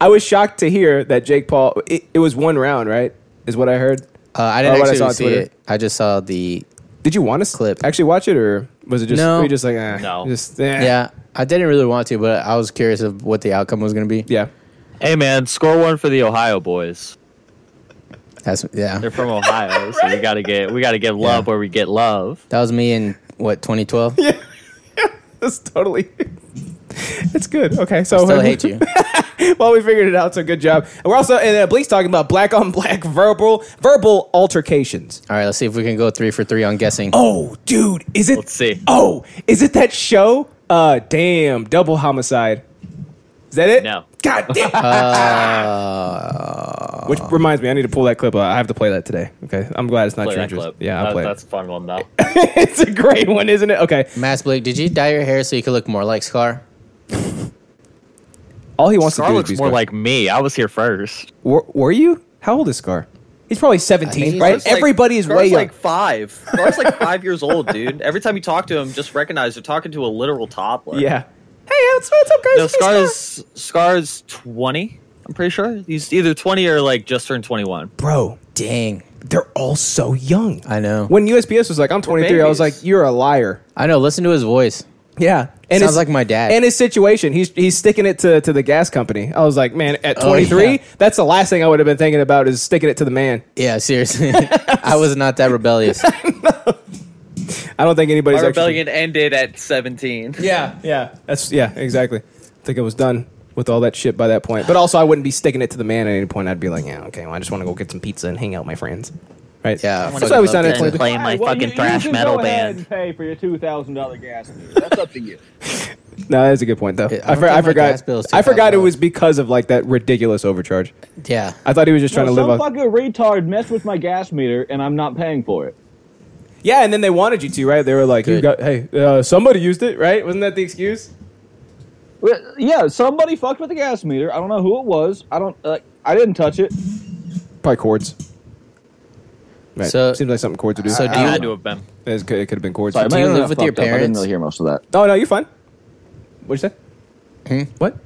I was shocked to hear that Jake Paul. It, it was one round, right? Is what I heard.
Uh, I
Oh,
didn't
what I
actually
saw on
see
Twitter.
it. I just saw the.
Did you want to
Clip.
Actually, watch it, or was it just
No.
were you just like eh,
No.
just eh.
Yeah, I didn't really want to, but I was curious of what the outcome was going to be.
yeah.
Hey man, score one for the Ohio boys.
That's yeah.
They're from Ohio, so we gotta get we gotta give love
Yeah.
where we get love.
That was me in what 2012.
That's totally. It's good. Okay, so
Still hate you.
well, we figured it out. So good job. And we're also and uh, Bleak's talking about black on black verbal verbal altercations.
All right, let's see if we can go three for three on guessing.
Oh, dude, is it?
Let's see.
Oh, is it that show? Uh, damn, double homicide. Is that it?
No.
God damn.
Uh,
Which reminds me, I need to pull that clip. Out. I have to play that today. Okay, I'm glad it's not
Play
your
that
interest.
clip.
Yeah, I'll
That-
play
that's
it.
a fun one though.
it's a great one, isn't it? Okay.
Mass Blake, did you dye your hair so you could look more like Scar?
All he wants
Scar
to do is
looks
be
more
Scar.
like me. I was here first.
Were, were you? How old is Scar? He's probably 17,
I think
right?
he's
Everybody is way young.
like five. Scar's like five years old, dude. Every time you talk to him, just recognize you're talking to a literal toddler.
yeah. Hey, what's, what's up, guys?
No,
It's me, Scar.
Scar's Scar's twenty. I'm pretty sure he's either twenty or like just turned twenty-one.
Bro,
Dang,
they're all so young.
I know.
When USPS was like, I'm 23, I was like,
babies.
you're a liar.
I know. Listen to his voice.
Yeah. And
Sounds
his-
like my dad.
And his situation, he's he's sticking it to, to the gas company. I was like, man, at
Oh,
23,
yeah.
that's the last thing I would have been thinking about is sticking it to the man.
Yeah, seriously, I was not that rebellious.
I don't think anybody's
My
actually-
rebellion ended at 17.
Yeah, yeah, that's yeah, exactly. I think I was done with all that shit by that point. But also, I wouldn't be sticking it to the man at any point. I'd be like, yeah, okay, well, I just want to go get some pizza and hing out with my friends, right?
Yeah,
that's why we signed at
fucking
twenty.
playing my fucking thrash metal band.
pay for your two thousand dollar gas. That's up to you.
No, that's a good point though.
Yeah, I
I,
don't
for, I
think my gas bill
forgot. I
is
forgot it
$2,000.
was because of like that ridiculous overcharge.
Yeah,
I thought he was just trying to
some
live off.
fucking retard messed with my gas meter, and I'm not paying for it.
Yeah, and then they wanted you to, right? They were like, you
Good.
got, hey, uh, somebody used it, right? Wasn't that the excuse?
Well, Yeah, somebody fucked with the gas meter. I don't know who it was. I don't. Uh, I didn't touch it.
Probably cords. Right.
So-
seems like something cords would do.
so
I
do you-
had to have been.
It's- it could have been cords.
Sorry,
Do
my
you
internet
live with your
fucked up. I didn't
parents?
really hear most of that.
Oh no, you're fine. What'd you say?
Hmm?
What?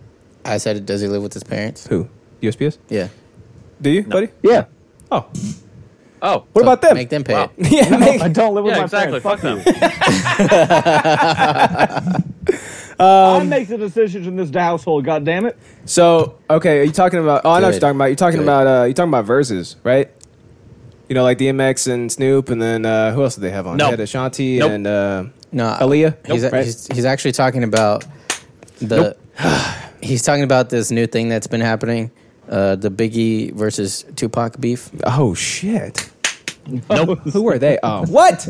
I said, does he live with his parents?
Who? USPS?
Yeah.
Do you, buddy?
Yeah.
Oh,
Oh,
what about them?
Make them pay.
Wow.
it.
yeah, make-
I don't live with
yeah,
my
exactly. Fuck
parents.
them.
I
Um,
make the decisions in this household. God damn it!
so okay. Are you talking about? Oh, I know what you're
Good.
talking about. You're talking
Good.
about. Uh, you're talking about verses, right? You know, like DMX and Snoop, and then uh, who else did they have on?
No.
They had Ashanti
Nope.
and uh,
No,
Aaliyah.
He's,
Nope, right?
he's, he's actually talking about the. he's talking about this new thing that's been happening, uh, the Biggie versus Tupac beef.
Oh shit. Nope. Who are they? Oh, what?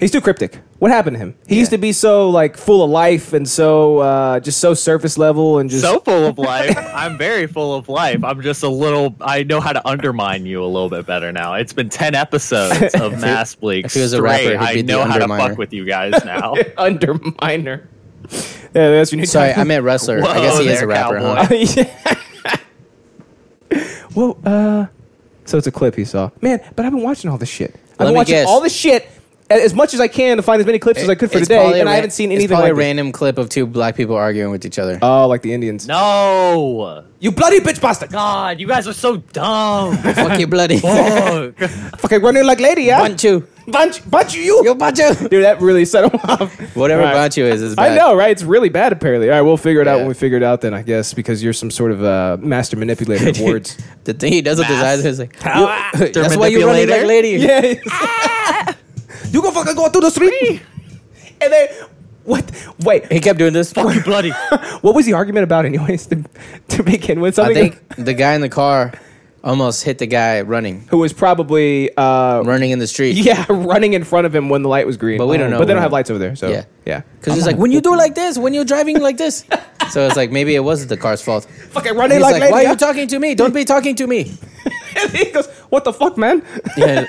He's too cryptic. What happened to him? He used to be so like full of life and so uh, just so surface level and just
so full of life. I'm very full of life. I'm just a little. I know how to undermine you a little bit better now. It's been ten episodes of Mass Bleak.
if he was a
straight.
rapper, he'd
I
be the
know how to
underminer.
fuck with you guys now.
underminer. yeah, that's what you need.
Sorry,
to-
I meant wrestler. I guess
Whoa
he is
there,
a rapper, huh?
cowboy.
well, uh, so it's a clip he saw. Man, but I've been watching all this shit. I've
Let
been
me
watching
guess.
all this shit a- as much as I can to find as many clips as I could for
It's
today,
probably a
and I
ran-
haven't seen
It's
anything
probably
like
a
this.
random clip of two black people arguing with each other.
Oh, like the Indians.
no,
You bloody bitch bastard!
God, you guys are so dumb.
Fuck you, bloody.
Fuck.
Fucking running like lady, yeah?
Bunch you.
Bunch, bunch you!
Yo, bunch you.
Dude, that really set him off.
Whatever
All right.
about you is, is bad.
I know, right? It's really bad, apparently. All right, we'll figure it out
Yeah.
when we figure it out, then, I guess, because you're some sort of uh, master manipulator of words.
The thing he does with his
Mass.
eyes is like, you- that's why you running
manipulator.
like lady.
Yeah. you gonna fucking go through the street? and then, what? Wait,
He kept doing this.
Fuck you, bloody.
what was the argument about, anyways, to, to begin with?
I
Something
think the guy in the car almost hit the guy running,
who was probably, uh,
running in the street.
yeah, running in front of him when the light was green. Oh.
But we don't know.
But they
We
don't have
don't-
lights over there, so
Yeah.
yeah.
Because he's like, when you do like this, when you're driving like this. so it's like, maybe it was the car's fault.
Fucking
He's
running
like,
like, lady.
why are
huh?
you talking to me? Don't be talking to me.
And he goes, "What the fuck, man?"
Yeah.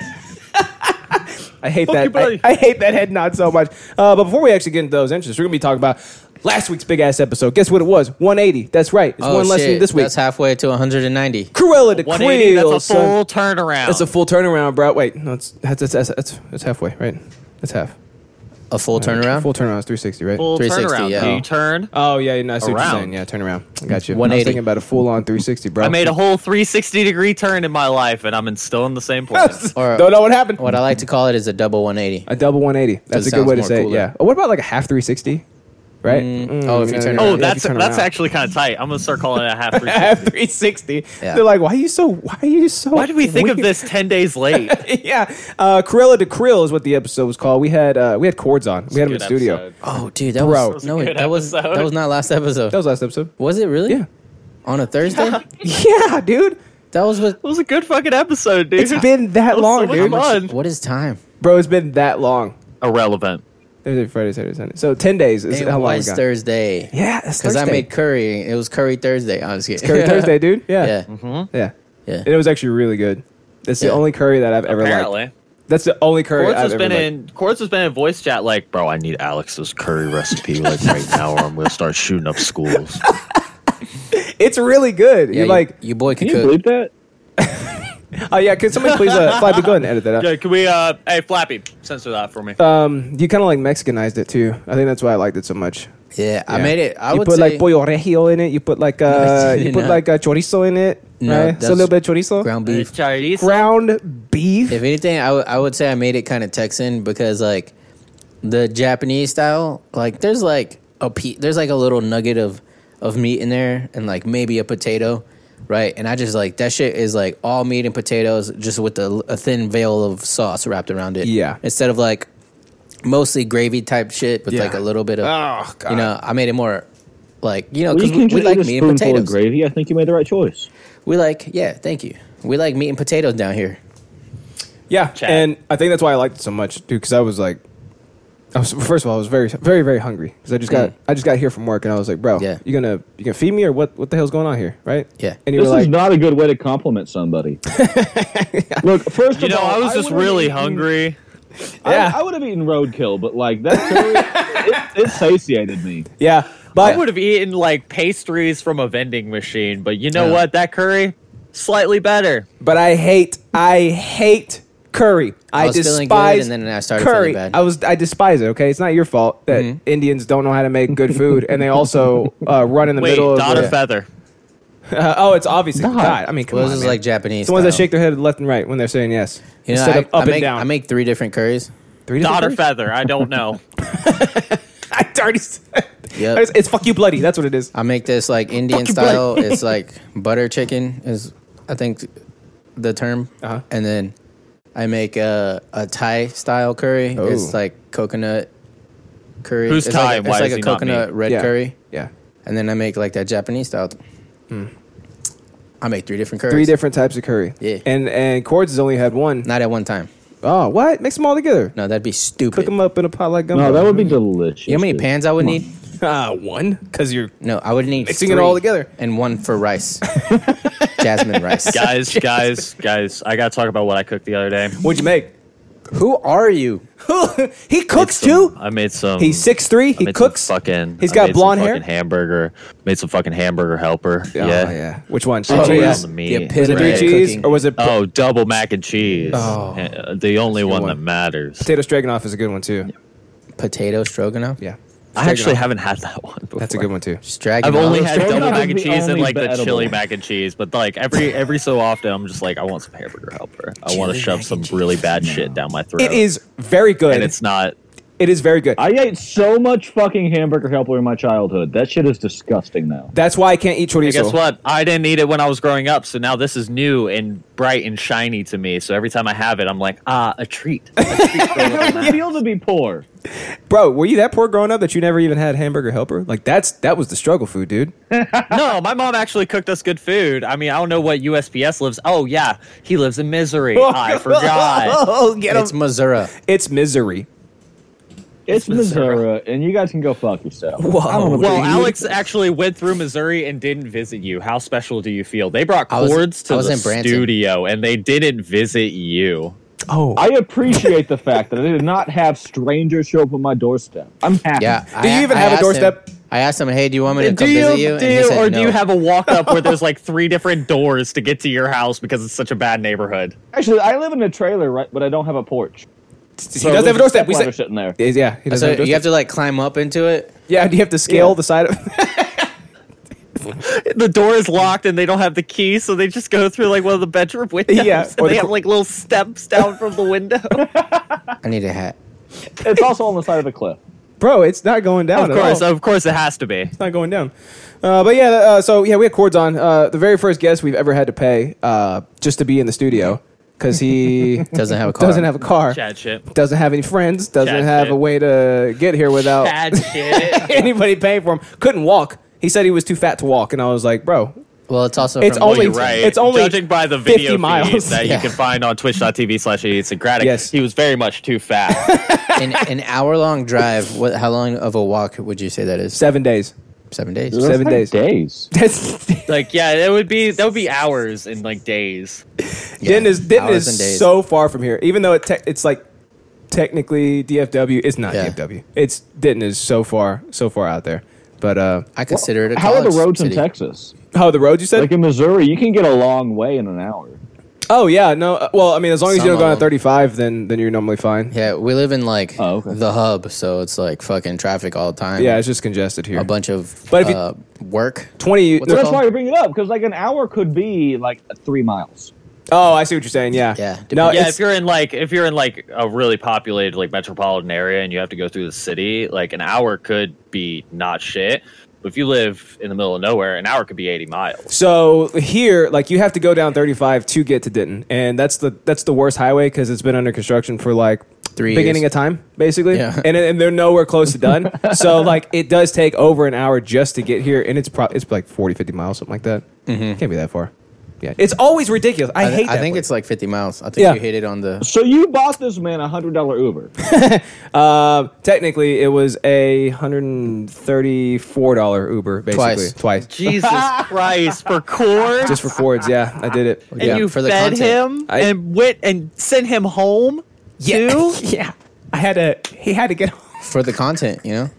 I hate
Fuck you,
that.
buddy.
I, I hate that head nod so much. Uh, but before we actually get into those interests, we're gonna be talking about last week's big ass episode. Guess what it was? 180. That's right. It's one
Oh,
less than
shit.
this week.
That's halfway to 190.
Cruella de
180.
Quil.
That's a
son.
full turnaround.
That's a full turnaround, bro. Wait, no, it's that's that's that's, that's, that's halfway, right? That's half.
A full turnaround.
Full turnaround is 360, right?
full
360,
turnaround.
yeah.
You turn.
Oh yeah, no, I see what you're
Around.
saying. Yeah, turn around. I got you. I was
180.
thinking about a full on 360, bro.
I made a whole 360 degree turn in my life, and I'm in- still in the same place.
Or-
Don't know what happened.
What I like to call it is a double 180.
A double 180. That's
it
a good way to
sounds
say
more
it.
cooler.
Yeah. Oh, what about like a half 360? Right.
oh, if you
yeah,
turn
yeah, yeah,
around.
oh,
if
that's
you turn
that's
around.
actually kind of tight. I'm gonna start calling it a half
half
360.
360.
Yeah.
They're like, why are you so? Why are you so?
Why did we think of
weird?"
this 10 days late?
yeah, uh, Cruella de Krill is what the episode was called. We had uh, we had cords on. We had him in
Good
the studio.
episode.
Oh, dude, that
Bro.
was
That was
no,
good
that was
episode.
that was not last episode.
That was last episode.
was it really?
Yeah.
On a Thursday?
Yeah, dude.
that was what.
It was a good fucking episode, dude.
It's been that
That was
long,
so much
dude.
fun.
What is time?
Bro, it's been that long.
Irrelevant.
Thursday, Friday, Saturday, Sunday. So ten days is
It
how long we
was
got.
Thursday.
Yeah, it's
Because I
Thursday.
made curry. It was curry Thursday. I was kidding.
curry Thursday, Mm-hmm. dude. Yeah,
yeah.
Mm-hmm.
yeah.
Yeah.
And it was actually really good. That's
Yeah.
the only curry that I've ever
Apparently.
liked. That's the only curry
Quartz
I've
has
ever
been
liked.
in Quartz has been in voice chat like, bro, I need Alex's curry recipe like right now, or I'm gonna start shooting up schools.
It's really good.
Yeah,
You're
you-
like,
your boy can
Can you believe
cook.
that?
oh yeah, could somebody please uh, Flappy go ahead and edit that out?
yeah, can we? Uh, hey, Flappy, censor that for me.
Um, you kind of like Mexicanized it too. I think that's why I liked it so much.
Yeah, I
Yeah.
made it. I
you
would
put
say
like pollo regio in it. You put like uh, you
did
put
not.
like uh, chorizo in it.
No,
right? So a
that's
little bit of chorizo,
ground
Uh,
beef.
Charlize.
Ground beef.
If anything, I would- I would say I made it kind of Texan because like the Japanese style, like there's like a pe- there's like a little nugget of of meat in there and like maybe a potato, right? And I just like that shit is like all meat and potatoes just with a, a thin veil of sauce wrapped around it.
Yeah.
Instead of like mostly gravy type shit with
Yeah.
like a little bit of
Oh, God.
you know, I made it more like, you know,
Well, you
cuz
can
we, we
just
like
eat a
meat and
spoonful of
potatoes.
gravy. I think you made the right choice.
We like, yeah, thank you. We like meat and potatoes down here.
Yeah, and I think that's why I liked it so much, dude. Because I was like, I was first of all, I was very, very, very hungry because I just got,
Mm.
I just got here from work, and I was like, bro,
Yeah.
you gonna, you gonna feed me or what? What the hell's going on here, right?
Yeah.
And you
This
were like,
is not a good way to compliment somebody. Look, first
You
of
know,
all,
I was just
would've
really
eaten-
hungry.
Yeah.
I, I would have eaten roadkill, but like that, curry, it, it satiated me.
yeah,
I
but
would have eaten like pastries from a vending machine, but you know what? That curry, slightly better.
but I hate, I hate curry. I,
was feeling good,
despise
and then I started feeling
curry.
bad.
I was, I despise it. Okay, it's not your fault that Indians don't know how to make good food, and they also uh, run in the
Wait,
middle of.
dot
the-
or feather?
Uh, oh, it's obviously
Dot.
God. I mean, come
Well,
on,
this is
man.
like Japanese.
it's the ones that
style.
shake their head left and right when they're saying yes,
You know,
instead
I,
of up
I
and
make,
down.
I make three different curries.
Three different
Dot or
curries?
feather? I don't know.
I already said.
Yep.
It's, it's fuck you bloody. That's what it is.
I make this like Indian
Fuck you,
style. it's like butter chicken is I think the term.
Uh-huh.
And then I make uh, a Thai style curry.
Oh.
It's like coconut curry.
Who's
it's
Thai
Like,
and
it's
why
like
is
a
he not me?
coconut red
yeah.
curry.
Yeah.
And then I make like that Japanese style. I make three different curries.
Hmm. Three different types of curry.
Yeah.
And and Cords has only had one.
Not at one time.
Oh, what? Mix them all together.
No, that'd be stupid.
Cook them up in a pot like gumbo.
No, Oh, that would be delicious.
you know how many
dude.
pans I would need?
uh, one because you're
No, I would need
Mixing it all
three
together.
and one for rice, jasmine rice.
guys, guys, guys, I gotta talk about what I cooked the other day.
What'd you make?
Who are you?
he cooks
some-
too.
I made some.
He's six three.
I
He
made some
cooks.
Fucking.
He's
I
got
made some
blonde hair.
Fucking hamburger. Made some fucking hamburger helper.
Oh,
yeah.
yeah. Which one?
Oh,
Three
yeah.
cheese?
On the
The
meat.
Was it
epitome
three
of
cheese
cooking.
or was it?
Oh, double mac and cheese.
Oh.
Uh, the only one,
one.
that matters.
Potato stroganoff is a good one too.
potato stroganoff?
Yeah.
I actually
Stroganoff.
haven't had that one. Before.
That's a good one too.
Stroganoff.
I've only
No,
had
stroganoff is
double mac and
the
cheese and
only
like the
edible.
chili mac and cheese, but like every every so often, I'm just like, I want some hamburger helper. I want
Chili
to shove
mac
some
and
really
cheese.
bad shit down my throat.
It is very good.
and it's not.
it is very good.
I ate so much fucking hamburger helper in my childhood. That shit is disgusting now.
That's why I can't eat chorizo.
And guess what? I didn't eat it when I was growing up, so now this is new and bright and shiny to me. So every time I have it, I'm like, ah, a treat.
I feel to be poor.
Bro, were you that poor growing up that you never even had hamburger helper? Like that's that was the struggle food, dude.
no, my mom actually cooked us good food. I mean, I don't know what USPS lives. Oh yeah, he lives in misery. I forgot.
oh, get
It's Missouri.
It's misery.
It's Missouri, and you guys can go fuck yourself.
Whoa.
I don't
Oh, Well,
agree.
Alex actually went through Missouri and didn't visit you. How special do you feel? They brought
I was-
cords
I
to
was
the
in Branson.
studio and they didn't visit you.
Oh,
I appreciate the fact that I did not have strangers show up on my doorstep. I'm happy.
Yeah.
do you even have
a
a doorstep?
Him, I asked him, "Hey, do you want me to
do
come visit you?"
you,
And
do
he
you
said,
or do
"No."
you have a walk up where there's like three different doors to get to your house because it's such a bad neighborhood?
Actually, I live in a trailer, right? But I don't have a porch.
he does have a doorstep. We said,
sitting there.
yeah, he does
So
have a
you
doorstep.
have to like climb up into it.
Yeah, do you have to scale
Yeah.
the side of?
The door is locked and they don't have the key, so they just go through like one of the bedroom windows.
Yeah,
and
or
they
the
have
cl-
like little steps down from the window.
I need a hat.
It's also on the side of the cliff.
Bro, it's not going down.
of
at all.
course, of course, it has to be.
it's not going down. Uh, but yeah, uh, so yeah, we had cords on. Uh, the very first guest we've ever had to pay uh, just to be in the studio because he
Doesn't have a car.
doesn't have a car,
Chad shit.
doesn't have any friends, doesn't
Chad
have
shit.
a way to get here
Oh.
without
Chad shit.
anybody paying for him. Couldn't walk. He said he was too fat to walk, and I was like, bro,
Well, it's also
It's
from
only-
William.
right.
It's only
judging by the
50
video feed
miles.
that
Yeah.
you can find on twitch.tv slash idiosyncratic.
Yes.
He was very much too fat.
an, an hour long drive. What? How long of a walk would you say that is?
seven days.
Seven days.
Seven days.
Days.
That's
like, yeah, that would be that would be hours and like days.
Denton is Denton
hours and days.
is so far from here. Even though it te- it's like technically DFW, it's not
Yeah.
DFW. It's Denton is so far, so far out there. But uh,
I consider it. A
How are the
college
roads in
city.
Texas?
oh, the roads you said?
Like in Missouri, you can get a long way in an hour.
oh yeah, no. uh, well, I mean, as long as
Some
you don't go
of
on
them.
35, then then you're normally fine. Yeah,
Yeah, we live in like
Oh, okay.
the hub, so it's like fucking traffic all the time.
it's just congested here.
a bunch of
But if you-
uh, work.
Twenty.
What's it
That's
called?
why I bring it up because like an hour could be like three miles.
Oh, I see what you're saying. Yeah.
Yeah.
No.
yeah,
it's,
if you're in like if you're in like a really populated like metropolitan area and you have to go through the city, like an hour could be not shit. But if you live in the middle of nowhere, an hour could be eighty miles.
So here, like you have to go down 35 to get to Denton, and that's the that's the worst highway because it's been under construction for like
Three
beginning
years.
of time, basically,
Yeah.
and and they're nowhere close to done. so like it does take over an hour just to get here, and it's pro- it's like 40, 50 miles, something like that. Can't be that far. Yeah, it's always ridiculous. I,
Mm-hmm. I,
hate. That
I think
place.
it's like 50 miles. I think
Yeah.
you hit it on the.
So you bought this man a hundred dollar Uber.
Uh, technically it was a hundred and thirty four dollar Uber, basically
Twice.
twice.
Jesus Christ, for cords
Just for Fords, yeah, I did it.
and
yeah.
you
for the
fed
content.
him
I-
and went and sent him home.
yeah,
too?
yeah. I had to. He had to get.
For the content, you know?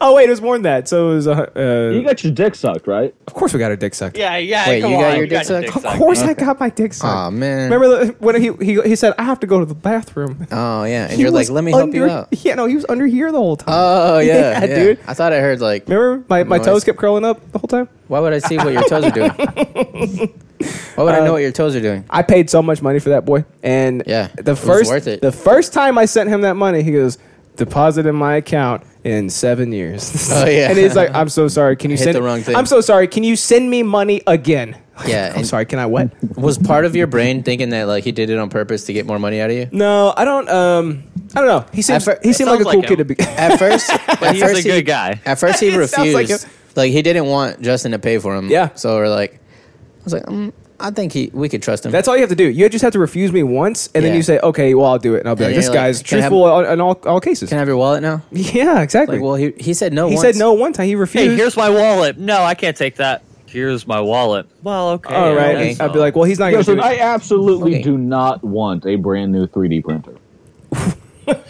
Oh wait, it was more than that. So it was. Uh, uh,
You got your dick sucked, right?
of course, we got our dick sucked.
Yeah, yeah.
Wait,
come
you got
on,
your dick sucked?
Of course, I
Okay.
got my dick sucked.
Aw, man.
Remember the, when he, he he said I have to go to the bathroom.
Oh, yeah. And
He
you're like,
was
let me help you
under-
out.
Yeah, no, he was under here the whole time.
Oh, yeah.
Yeah,
yeah,
dude.
I thought I heard, like,
Remember, my, my
Uh, Nice.
toes kept curling up the whole time.
why would I see what your toes are doing? Why would
Uh,
I know what your toes are doing?
I paid so much money for that boy, and
Yeah, it
the
was
first
worth it.
the first time I sent him that money, he goes deposit in my account in seven years.
Oh, yeah.
and he's like, I'm so sorry. Can you
Hit
send
the wrong thing.
I'm so sorry. Can you send me money again?
Yeah,
I'm
and-
sorry. Can I what?
Was part of your brain thinking that, like, he did it on purpose to get more money out of you?
No, I don't. Um, I don't know. He seems
fir-
he seemed like a
sounds
cool
like
kid to be.
him.
At first, at
He's
first he,
a good guy.
At first, he
It sounds
refused.
like
Like,
him.
he didn't want Justin to pay for him.
Yeah.
So we're like, I was like, mm, I think he we could trust him.
That's all you have to do. You just have to refuse me once, and then
Yeah.
you say, "Okay, well, I'll do it." And I'll be
And
like,
you're
"This
like,
guy's
"Can I have-
truthful on on all, all cases."
Can I have your wallet now?
yeah, exactly.
Like, well, he he said no.
he
once.
said no one time. He refused.
Hey, here's my wallet. No, I can't take that. Here's my wallet. Well, okay.
all right.
okay.
I'd be like, "Well, he's not going to."
Listen,
do
I
it.
absolutely
Okay.
do not want a brand new 3D printer.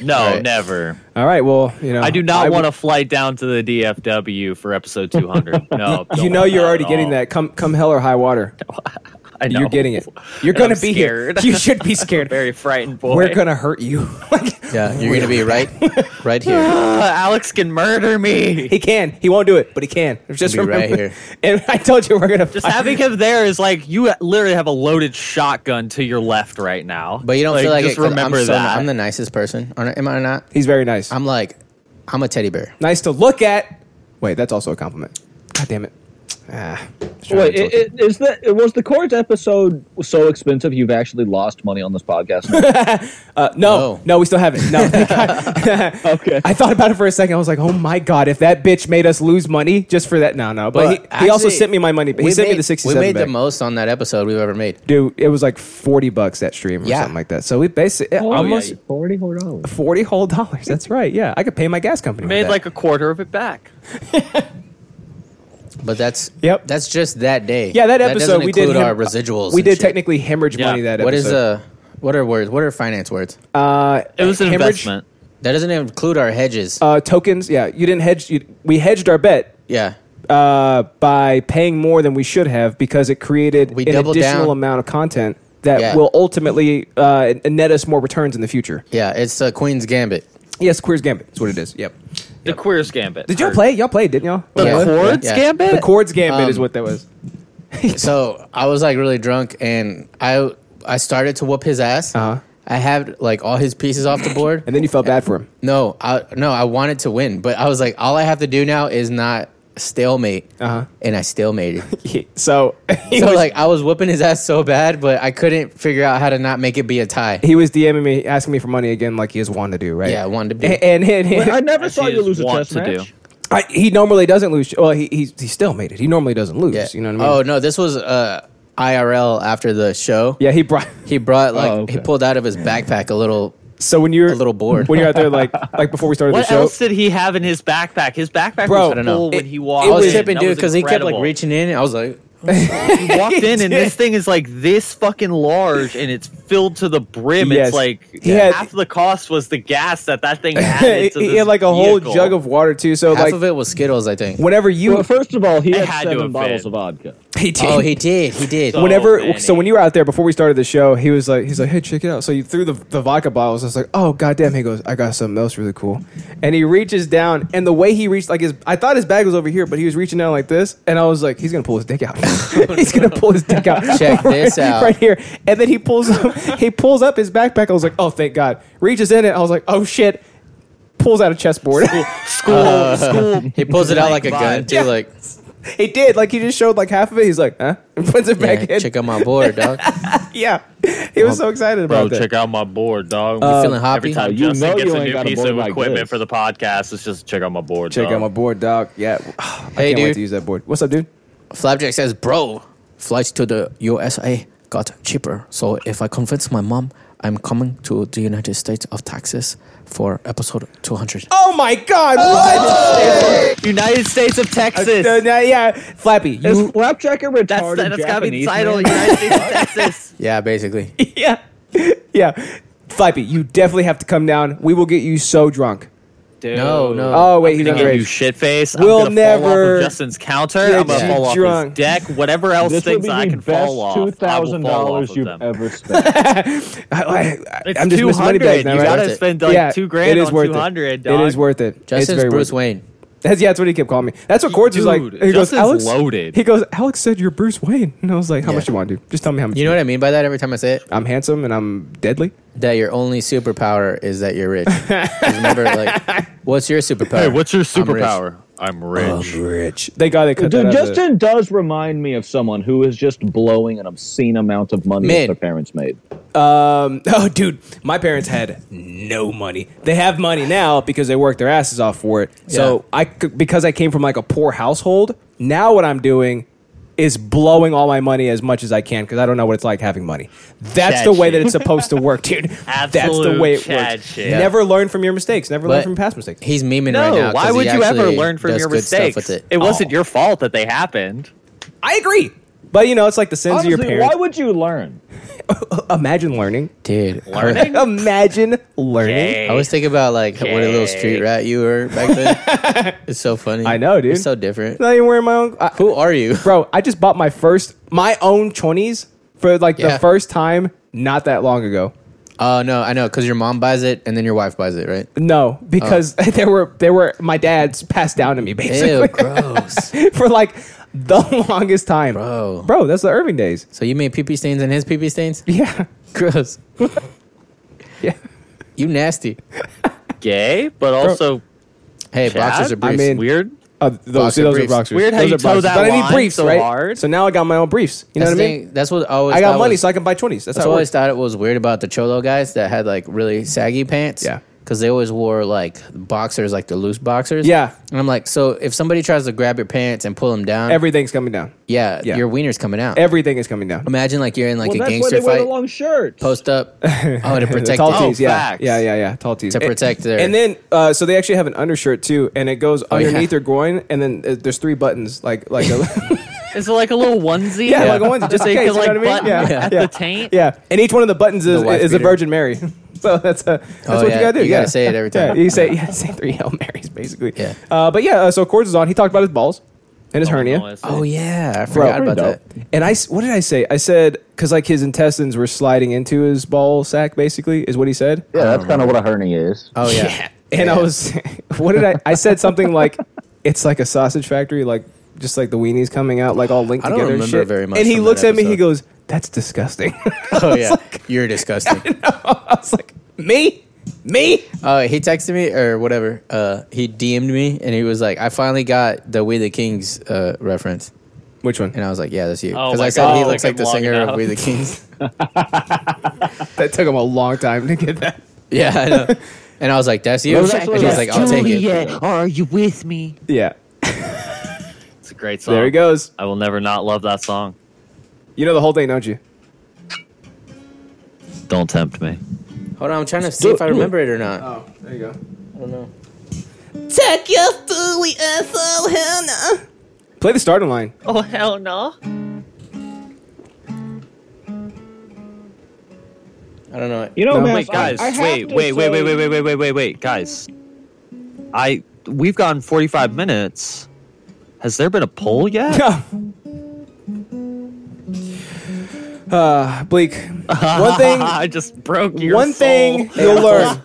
no,
Right.
never.
All right. Well, you know,
I do not
Uh, I
want
w-
a flight down to the DFW for episode 200. No, don't
You know,
want
you're
that
already
at
getting
all.
that. Come, come hell or high water,
I know.
you're getting it. You're going to
I'm
be
scared.
here. You should be scared.
Very frightened boy.
We're going to hurt you. Like,
Yeah, you're gonna be right, right here.
Uh, Alex can murder me.
he can. He won't do it, but he can. Just
be right
remember.
here.
And I told you we're going to.
Just having him there is like you literally have a loaded shotgun to your left right now.
But you don't feel like
just
it, 'cause
remember
I'm so-
that.
I'm the nicest person. Aren't I- Am I not?
He's very nice.
I'm like, I'm a teddy bear.
nice to look at. Wait, that's also a compliment. God damn it. Ah, I was trying
Wait,
to
it,
insult you.
it, is that was the Cords episode so expensive you've actually lost money on this podcast?
Uh, no,
No.
no, we still haven't. No, thank God.
okay.
I thought about it for a second. I was like, oh my god, if that bitch made us lose money just for that. No, no. But, he, he also
actually,
sent me my money. He
we
sent me
made-
the sixty-seven.
We made the
back.
most on that episode we've ever made.
Dude, it was like forty bucks that stream or
Yeah.
something like that. So we basically almost
Oh,
forty four dollars.
forty whole dollars. That's right. Yeah, I could pay my gas company. with
made
that.
like a quarter of it back.
But that's
Yep.
That's just that day.
yeah that
doesn't
episode we did
include our
hem-
residuals.
We
and
did
shit.
technically hemorrhage
Yeah.
money that
What is
episode.
uh? What are words? What are finance words?
uh
It was an
hemorrhage-
investment.
That doesn't include our hedges.
Uh, tokens, yeah, you didn't hedge. You, we hedged our bet
yeah.
uh, by paying more than we should have because it created
We
an
doubled
additional
down.
amount of content that
Yeah.
will ultimately uh, net us more returns in the future.
Yeah, it's the Queen's Gambit.
Yes, Queer's Gambit is what it is. Yep.
The Queer's Gambit.
Did y'all play? Y'all played, didn't y'all?
The
yeah.
Chords Gambit?
The Chords Gambit is
Um,
what that was.
So I was like really drunk, and I I started to whoop his ass.
Uh-huh.
I had like all his pieces off the board,
And then you felt bad for him.
No, I no, I wanted to win, but I was like, all I have to do now is not stalemate,
Uh-huh.
and I stalemated.
so he
so
was,
like, I was whooping his ass so bad, but I couldn't figure out how to not make it be a tie.
he was DMing me, asking me for money again, like he is wanting to do, right?
Yeah, I wanted to be.
And, and, and-
I never
As
saw
he
you
is
lose a
wont
chess
to do.
match.
I, he normally doesn't lose. Well, he he he still made it. He normally doesn't lose.
Yeah.
You know what I mean?
Oh no, this was uh, IRL after the show.
yeah. He brought.
He brought like
Oh, okay.
he pulled out of his backpack a little.
So when you're
A little bored.
when you're out there, like like before we started
What
the show,
else did he have in his backpack? His backpack
Bro,
was
I don't
know.
full
It-
when he walked.
it
I was
was-
in.
tripping,
That
dude,
was
because he kept like
incredible.
reaching in. and I was like,
He walked in, and this thing is like this fucking large, and it's filled to the brim.
Yes.
It's like
He had-
half the cost was the gas that that thing
he
added to
he
this
had like a whole
vehicle.
jug of water too. So
half
like
of it was Skittles, I think.
whenever you
Well, first of all, he
I
had,
had to
seven
have
bottles
been.
of vodka.
he did.
Oh, he did. He did.
So-
Whenever
many.
so when you were out there before we started the show, he was like he's like, Hey, check it out. So you threw the, the vodka bottles, I was like, Oh goddamn, he goes, I got something else really cool. And he reaches down and the way he reached like his I thought his bag was over here, but he was reaching down like this, and I was like, He's gonna pull his dick out. he's gonna pull his dick out.
Check this
Right-
out.
Right here. And then he pulls up he pulls up his backpack. I was like, Oh thank God. Reaches in it, I was like, Oh shit. Pulls out a chessboard.
school school.
he pulls it out like a
Like
gun
vibe.
too. Like,
he did. Like he just showed like half of it. He's like, huh? And puts it back
yeah,
in.
check out my board, dog.
Yeah. He was so excited about
Bro,
that.
check out my board, dog.
You feeling hoppy?
Every time
You
Justin
know
gets
you
a
ain't
new
got a
piece
board
of
like
equipment
this.
for the podcast, it's just check out my board,
Check
dog.
out my board, dog. Yeah. I can't wait
dude.
to use that board. What's up, dude?
Flapjack says, "Bro, flights to the USA got cheaper. So if I convince my mom, I'm coming to the United States of Texas for episode 200."
Oh my God! What?
United States of Texas.
Uh, nah, yeah, Flappy.
Is
You,
Flapjack a retarded
that's that's got to be the
Japanese
title.
man?
United States of Texas.
Yeah, basically.
yeah, yeah. Flappy, you definitely have to come down. We will get you so drunk.
Dude.
No, no.
Oh wait, he's
He's gonna get you
underage.
shit face.
We'll
I'm gonna fall off
never
of Justin's counter.
get
I'm gonna
you
fall off
drunk.
his deck. Whatever else
This would
thinks
be
I
the
can fall
best
off,
two thousand dollars you've
you've ever.
ever spent.
I, I,
It's
I'm just
two
missing money
hundred.
bags
You
now, right?
gotta
It's
spend like
yeah,
two grand
it is
on
worth
two hundred.
It. it is worth it. it's
Justin's
very
Bruce
worth
Wayne.
it. That's, yeah, that's what he kept calling me. That's what Cords was like.
Dude,
He goes,
Justin's
Alex.
loaded.
He goes, Alex said you're Bruce Wayne, and I was like, How
Yeah.
much you want, dude? Just tell me how much.
You know what I mean by that every time I say it?
I'm handsome and I'm deadly.
That your only superpower is that you're rich. 'Cause remember, like, what's your superpower?
Hey, what's your
I'm rich.
superpower? I'm rich.
Rich. They got Um, it.
Dude, Justin does remind me of someone who is just blowing an obscene amount of money
Mid.
that their parents made.
Um, oh, dude, my parents had no money. They have money now because they worked their asses off for it.
Yeah.
So I, c- because I came from like a poor household, now what I'm doing is blowing all my money as much as I can because I don't know what it's like having money. That's
That
the way
shit.
that it's supposed to work, dude. That's the
Absolute
way it
Chad
works.
shit.
Never learn from your mistakes. Never learn
But
from past mistakes.
He's memeing
No,
right now. 'cause
why
he
would you ever
actually
learn from
does
your
good stuff
mistakes?
with
It.
it.
Oh.
wasn't your fault that they happened.
I agree. But you know, it's like the sins of your
Honestly, why
parents.
would you learn?
Imagine learning.
Dude, I,
Learning?
Imagine learning.
I always think about like what a little street
Jake.
rat you were back then. it's so funny.
I know, dude.
You're so different.
Not even wearing my own. I-
Who are you?
bro i just bought my first my own chonies for like the
Yeah.
first time not that long ago
Oh no, I know because your mom buys it and then your wife buys it, right?
no because
Oh.
they were they were my dad's passed down to me
Ew,
basically
gross.
for like the longest time
Bro.
bro that's the irving days
So you made pee pee stains and his pee pee stains?
yeah
Gross.
yeah
You nasty.
Gay, but also
Hey,
Chad?
boxers are
I
briefs.
mean-
weird.
uh, those, see, those are
briefs.
boxers.
Weird how
those
you
are
toe
boxers.
that
but I need
line
briefs,
so
right?
hard.
So now I got my own briefs. You know
that's,
what
the
I mean?
thing- that's what I always
I
thought
got money,
was-
so I can buy twenties. That's,
that's
how it
what I always
works.
thought it was weird about the cholo guys that had like really saggy pants.
Yeah.
Because they always wore like boxers, like the loose boxers.
Yeah.
And I'm like, so if somebody tries to grab your pants and pull them down,
Everything's coming down.
yeah,
yeah.
your wiener's coming out.
Everything is coming down.
Imagine like you're in like
Well,
a
that's why they
gangster
wear the
fight,
long shirts.
post up, oh to protect
tall
it.
tees, yeah,
facts.
yeah, yeah, yeah, tall tees
To
And-
protect their- Oh,
And then, uh, so they actually have an undershirt too, and it goes
yeah.
underneath their groin, and then uh, there's three buttons, like like a,
Is it like a little onesie?
yeah, like a onesie, just
so
in
you
case,
can
you
like
know what I mean?
button
Yeah,
at
yeah.
the taint.
yeah, and each one of the buttons is
The wife
is a
beater.
Virgin Mary. so that's a that's
Oh,
what
yeah.
you gotta do.
You
yeah,
gotta say it every time.
Yeah, you say yeah, say three hail marys basically.
Yeah.
Uh, but yeah, uh, so Cords is on. He talked about his balls and his hernia.
Oh yeah, I
Bro,
forgot about that.
And I, s- what did I say? I said because like his intestines were sliding into his ball sack, basically, is what he said.
Yeah, that's kind of what a hernia is.
Oh yeah.
And I was, what did I? I said something like, "It's like a sausage factory, like just like the weenies coming out, like all linked
I don't
together." and
remember
shit."
very much
And he
from
looks
that
at me. He
episode.
goes, "That's disgusting."
Oh yeah. You're disgusting.
I was like, "Me, me."
Oh, he texted me or whatever. Uh, he DM'd me and he was like, "I finally got the We the Kings uh, reference,"
Which one?
and I was like, "Yeah, that's you."
Oh
Because
my
I said he
God,
looks
look
like the
him long
singer of
enough.
We the Kings.
That took him a long time to get that.
yeah, I know. And I was like, "That's you."
That
And
was
he's
actually
like, "I'll take it."
Are you with me?
Yeah.
It's a great song.
There he goes.
I will never not love that song.
You know the whole thing, don't you?
Don't tempt me.
Hold on, I'm trying to see if I remember it or not.
Uh,
Oh, there you go.
Take your food, we are so hell no.
Play the starting line.
Oh, hell no.
I don't know.
You know, man,
wait, guys, wait, wait, wait, wait, wait, wait, wait, wait, wait, wait, guys. I we've gone 45 minutes. Has there been a poll yet?
uh, Bleak. One thing.
I just broke your
one thing
soul.
you'll learn.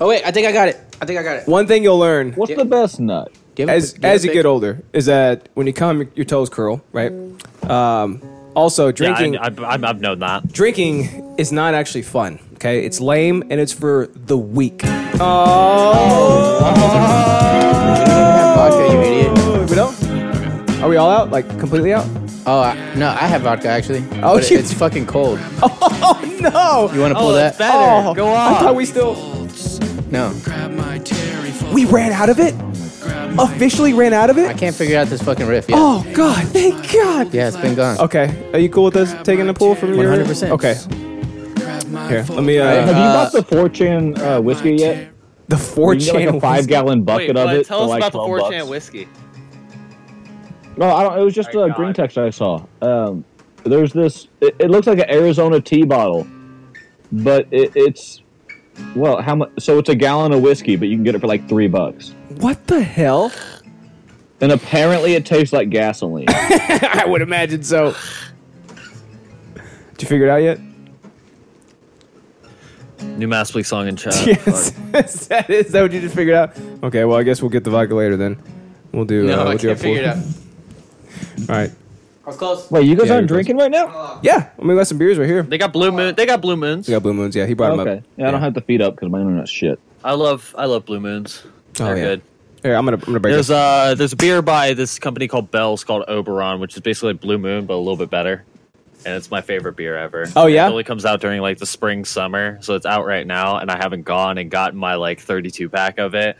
Oh wait, I think I got it. I think I got it.
One thing you'll learn
what's the best nut?
Give
as
it- give
as
it
you
a
get
pic.
older is that when you come, your- your toes curl, right? Um, also,
Yeah,
drinking
I, I, I'm- I've known that.
drinking is not actually fun. Okay, it's lame and it's for the weak. Oh.
vodka, you idiot.
Oh. We don't. Are we all out? Like completely out?
Oh I, no, I have vodka actually.
Oh,
but
you-
it's fucking cold.
Oh no!
You want to pull
Oh,
that? Oh.
that's better.
Oh,
Go
I
on.
thought we still
No,
we ran out of it. Officially ran out of
I
it.
can't figure out this fucking riff yet.
Oh God! Thank God.
Yeah, it's been gone.
Okay, are you cool with us taking a pull from your?
100%.
Okay. Here, let me.
Have
Uh,
you bought the 4chan uh, whiskey yet?
the four
You can get
channel.
like a five gallon bucket of it.
tell
for
us
like
about the
12
4chan
bucks.
whiskey.
No, I don't. It was just
My
a green
God.
text I saw. Um, there's this. It, it looks like an Arizona tea bottle, but it, it's well, how much? So it's a gallon of whiskey, but you can get it for like three bucks.
What the hell?
And apparently, it tastes like gasoline.
I would imagine so. Did you figure it out yet?
New Mass Bleak song in chat.
Yes. is, that, is that what you just figured out? Okay, well, I guess we'll get the vodka later then. We'll do. uh,
No,
we'll
I
do
can't figure it out.
All right.
I was close.
Wait, you guys
Yeah,
aren't
you're
drinking right now?
Yeah, I mean, we got some beers right here.
They got blue moon. They got blue moons.
We got Blue Moons. Yeah, he brought them
okay.
up.
Yeah, I don't have to feed up because my internet's shit.
I love I love blue moons. They're
yeah.
good.
Here, I'm gonna, I'm gonna break
There's
this.
uh there's a beer by this company called Bell's called Oberon, which is basically like Blue Moon but a little bit better. And it's my favorite beer ever.
Oh, yeah?
It only comes out during like the spring summer, so it's out right now and I haven't gone and gotten my like 32 pack of it,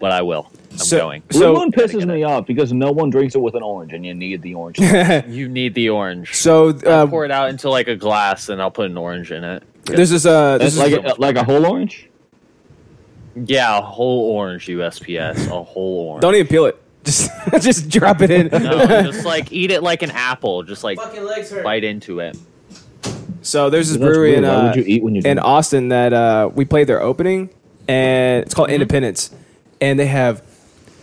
but I will. I'm
So-
going.
So-
Blue Moon pisses
Gotta get
me off because no one drinks it with an orange, and you need the orange. I
You need the orange.
So
I'll
uh,
pour it out into like a glass and I'll put an orange in it.
there's this. Uh, this
like
is,
a, like a whole orange.
Yeah, a whole orange USPS, a whole orange.
don't even peel it. Just just drop it in.
no, just like eat it like an apple, just like
legs hurt.
bite into it.
So there's this
That's
brewery
weird.
in
Why
uh,
would you eat when you
in
drink?
Austin that uh, we played their opening, and it's called Independence, and they have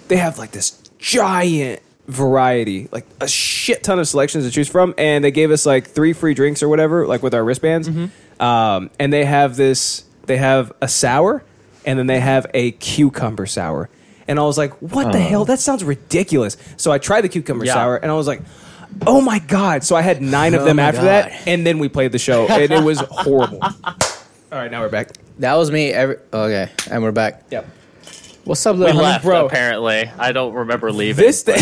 they have like this giant variety, like a shit ton of selections to choose from, and they gave us like three free drinks or whatever, like with our wristbands, um, and they have this they have a sour, and then they have a cucumber sour. And I was like, what the hell? That sounds ridiculous. So I tried the cucumber
Yeah.
sour and I was like, oh my God. So I had nine of
Oh
them
my
after
God.
that. And then we played the show and it was horrible. All right, now we're back.
That was me. Every okay, and we're back.
Yep.
What's up,
We
little
left
homie?
bro.
apparently. I don't remember leaving.
This thing,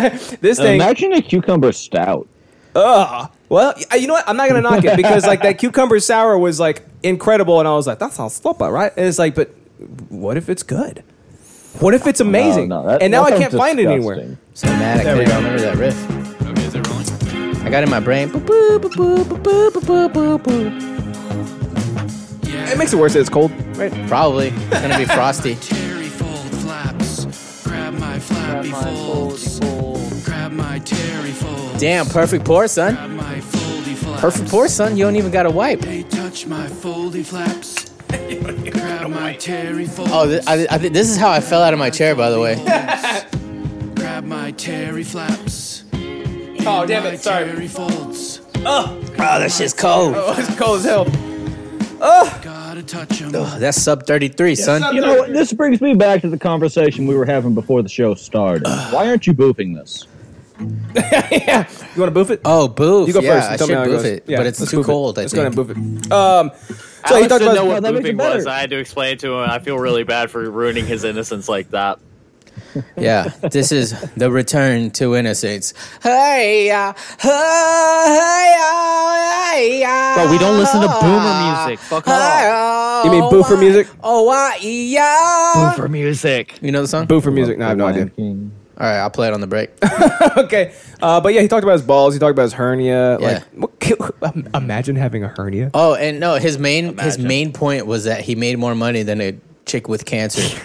this thing.
Imagine a cucumber stout.
Well, y- you know what? I'm not gonna knock it because like that cucumber sour was like incredible, and I was like, that sounds sloppa, right? And it's like, but what if it's good? What if it's amazing?
No, no, that-
and now
that
I
sounds
can't find it anywhere.
disgusting.
So mad I
There we
couldn't remember that riff. Okay, is it rolling? I got it in my brain. Boop, boop, boop, boop, boop, boop, boop, boop,
It makes it worse that it's cold.
boop. Probably it's gonna be frosty.
Terry fold flaps. Grab my flappy folds. Grab my terry folds.
Damn, perfect pour, son.
Grab my foldy flaps.
Perfect pour, son. You don't even got to wipe.
They touch my foldy flaps. Grab my Terry folds.
Oh, th- I, I think this is how I fell out of my chair, by the way.
Grab my Terry flaps.
Oh damn it! Sorry.
Terry folds.
Oh, that shit's cold.
Oh, it's cold as hell.
Gotta touch 'em.
Ugh, that's sub 33, son.
You know, what? this brings me back to the conversation we were having before the show started. Why aren't you boofing this?
yeah. You want to boof it?
Oh, boof.
You go
yeah,
first.
I
and Tell me
should
how
boof
goes.
it,
Yeah,
but it's
let's
too
boof it.
cold, I
let's
think.
go ahead and boof it. Um, so
Alex
you talked
didn't
about
know what
No, that makes it
boofing was.
better.
I had to explain it to him. I feel really bad for ruining his innocence like that.
Yeah, this is the return to innocence. Hey, uh, hey, hey,
Bro, we don't listen to
Ah.
boomer music. Fuck off.
You mean boofer music?
Oh, I, yeah.
Boomer music.
You know the song?
boofer music. No, I have no
Lion
idea.
King.
All right, I'll play it on the break.
okay, uh, but yeah, he talked about his balls. He talked about his hernia.
Yeah.
Like, what, ki- um, imagine having a hernia.
Oh, and no, his main his
Imagine.
main point was that he made more money than a chick with cancer.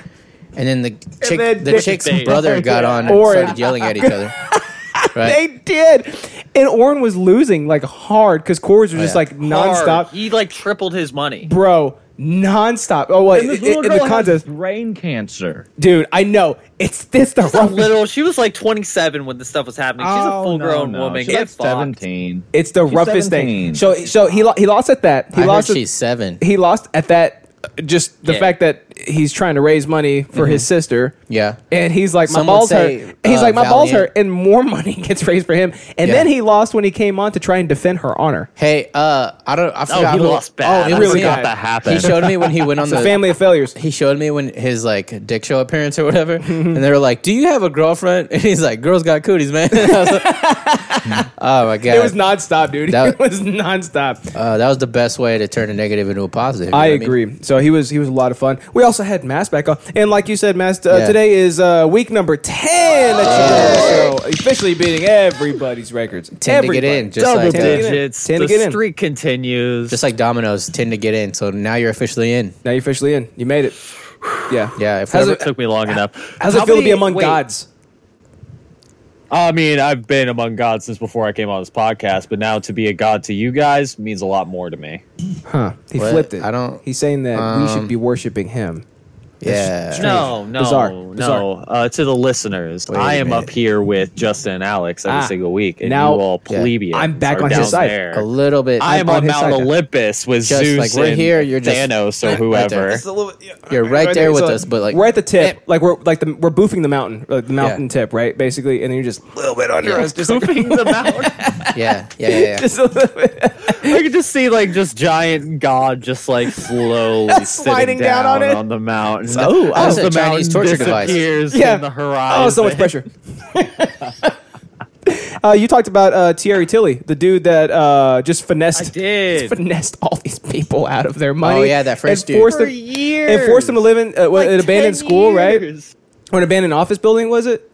And then the chick,
then
the
they-
chick's
they-
brother got on and
Or-
started yelling at each other.
They
Right?
did, and Oren was losing like hard because chords were just
Oh, yeah.
like nonstop,
Hard. He like tripled his money.
bro, nonstop. Oh, well,
And this
i- i-
little
in
girl
the
has
contest,
brain cancer.
dude, I know it's this the
a
rough.
little. She was like 27 when this stuff was happening. She's
Oh,
a full grown
no, no.
woman.
She's
Get
like
fucked.
seventeen.
It's the
She's
roughest
17.
thing. So, so he lo- he lost at that. He
I heard
lost. at-
she's seven.
he lost at that. uh, Just the
Yeah. Mm-hmm.
fact that he's trying to raise money for his sister.
Yeah.
And he's like, my
Some would
balls
say,
hurt. He's
uh,
like, my balls
Valiant.
hurt, and more money gets raised for him. And
Yeah.
then he lost when he came on to try and defend her honor.
Hey, uh, I don't. I
Oh,
forgot
he
who-
lost bad.
it
I
really
forgot
bad.
that happened.
He showed me when he went on
It's
the
a family of failures.
He showed me when his like dick show appearance or whatever, and they were like, "Do you have a girlfriend?" And he's like, "Girls got cooties, man." I was like, oh my god,
It was nonstop, dude.
That-
it was nonstop.
uh, that was the best way to turn a negative into a positive. you
I
know what mean?
agree. So he was he was a lot of fun. We also had Mass back on, and like you said, Mass, uh,
Yeah.
today is uh, week number ten. That you're doing the show officially beating everybody's records.
Ten to get in, just
Double
like
ten to
that.
get in.
digits.
Ten to
The
get in.
streak continues.
Just like dominoes tend to get in, so now you're officially in.
Now you're officially in. You made it. Yeah.
Yeah, if
How's
whoever-
it,
took me long enough.
how's it
How
feel to
many-
be among
wait,
gods?
I mean, I've been among gods since before I came on this podcast, but now to be a god to you guys means a lot more to me.
Huh? He
What?
flipped it.
I don't-
He's saying that we should
Um,
be worshiping him.
Yeah,
No, no,
Bizarre.
no. Uh, to the listeners,
Wait a
I am
minute.
up here with Justin and Alex every
Ah,
single week, and
now-
you all
Yeah.
plebeians.
I'm back
are
on his
down
side.
there.
a little bit.
I am
on
on
his
Mount
side now.
Olympus with
Just
Zeus
like we're
and
here, you're just-
Thanos or
right
whoever.
there. You're right, there with us, but like eh.
we're at the tip, like we're like the we're boofing the mountain, like the mountain
Yeah.
tip, right? Basically, and then you're just a little bit under us, just like,
Pooping the mountain.
yeah, yeah, yeah. yeah.
just a little bit
I could just see like just giant God just like slowly
Sliding
sliding
down
down,
on it.
on the mountain.
Oh, oh,
as
it's a
the
Chinese torture
mountain
device.
disappears
Yeah.
in the horizon.
Oh, so much pressure. uh, you talked about uh, Thierry Tilly, the dude that uh, just finessed,
I did.
just finessed all these people out of their money.
Oh, yeah, that French
and
dude.
forced
For
them,
years.
and forced them to live in uh, what, an abandoned school, right? Or an abandoned office building, was it?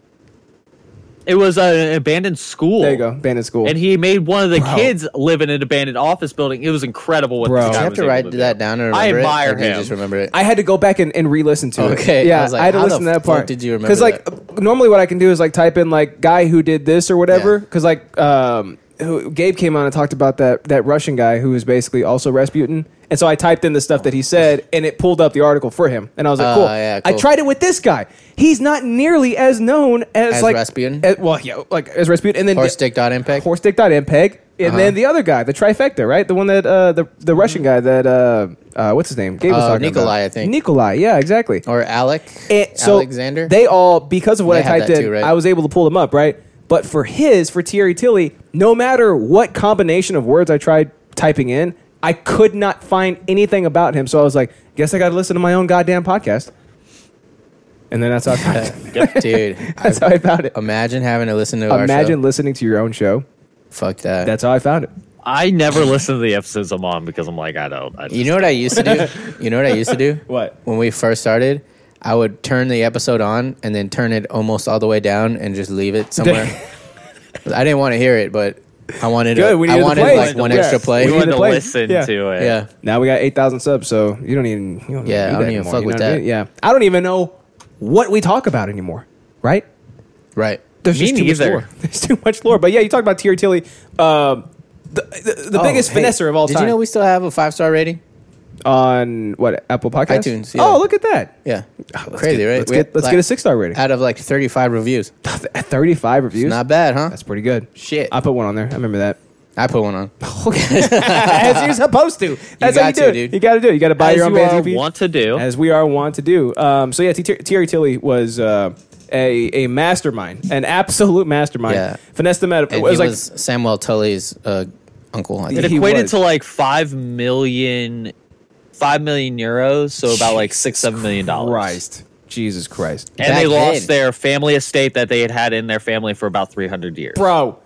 It was uh, an abandoned school.
There you go, abandoned school.
And he made one of the kids live in an abandoned office building. It was incredible what
Bro.
this
Did
guy
you have
was
to
able
write
do.
that down and
I
remember
admire
it, or did you
him.
just remember it.
I had to go back and, and re-listen to it.
Okay, I
yeah, I,
was like,
had to
how the
listen to that
fuck
part.
did you remember
Because like normally, what I can do is like type in like guy who did this or whatever.
Yeah.
Because like um, who, Gabe came on and talked about that that Russian guy who was basically also Rasputin, and so I typed in the stuff that he said, and it pulled up the article for him, and I was like,
Oh,
cool.
yeah,
I
cool.
tried it with this guy. He's not nearly as known as,
As
like
Rasputin?
as- well, yeah, like as Rasputin, and then
Horse dick dot impact.
horse dick dot MPEG. And
Uh-huh.
then the other guy, the trifecta, right? The one that uh, the the Russian guy that uh, uh, what's his name? Gabe was
Oh,
talking
Mm-hmm. Nikolai,
about.
I think.
Nikolai, yeah, exactly.
or Alec
And Eh, so
Alexander.
They all because of what
They
I
have
typed
that
in,
too, right?
I was able to pull them up, right? But for his, for Thierry Tilly, no matter what combination of words I tried typing in, I could not find anything about him. So I was like, guess I got to listen to my own goddamn podcast. And then that's how I found it.
dude.
That's how I found it.
Imagine having to listen to our show.
Imagine listening to your own show.
Fuck that.
That's how I found it.
I never listen to the episodes I'm on because I'm like, I don't. I
you know what I used to do? you know what I used to do?
What?
When we first started, I would turn the episode on and then turn it almost all the way down and just leave it somewhere. I didn't want to hear it, but I wanted
Good,
to,
we
I
needed the
wanted
plays.
like one
Yeah.
extra play.
We need
you want
to
to
play.
listen
Yeah.
to it.
yeah.
Now we got 8,000 subs, so you don't even. You don't need
Yeah, I don't
that
even
anymore,
fuck
you know
with
what I
that.
mean? Yeah. I don't even know what we talk about anymore, right?
Right.
There's
Me
just too
neither.
much lore. There's too much lore. But yeah, you talk about Tier Tilly, um, the, the, the
Oh,
biggest
hey,
finesser of all
did
time.
you know we still have a five star rating?
on what Apple Podcasts,
iTunes, yeah.
Oh, look at that!
Yeah,
Ah, Let's
crazy,
get-
right?
Let's
We-
get let's
like,
get a six star rating.
out of like thirty-five reviews.
At thirty five reviews,
Not bad, huh?
that's pretty good.
Shit.
I put one on there. I remember that.
I put one on.
As you're supposed to. That's how you
got
do
to,
it.
dude.
You got to do it. You got to buy
As
your own
you are
bands. EP.
want to
Oh.
do.
as we are wont to do. Um, so yeah, T- Thierry Tilly was uh, a a mastermind, an absolute mastermind.
Yeah.
Finesse them out. of- It
And
was
he
like
was Samuel Tully's uh, uncle. I
He-
think.
It
he
equated
was.
to like five million, five million euros, so about like six, seven million dollars.
Christ, Jesus Christ,
And they
Back then.
lost their family estate that they had had in their family for about 300 years.
bro.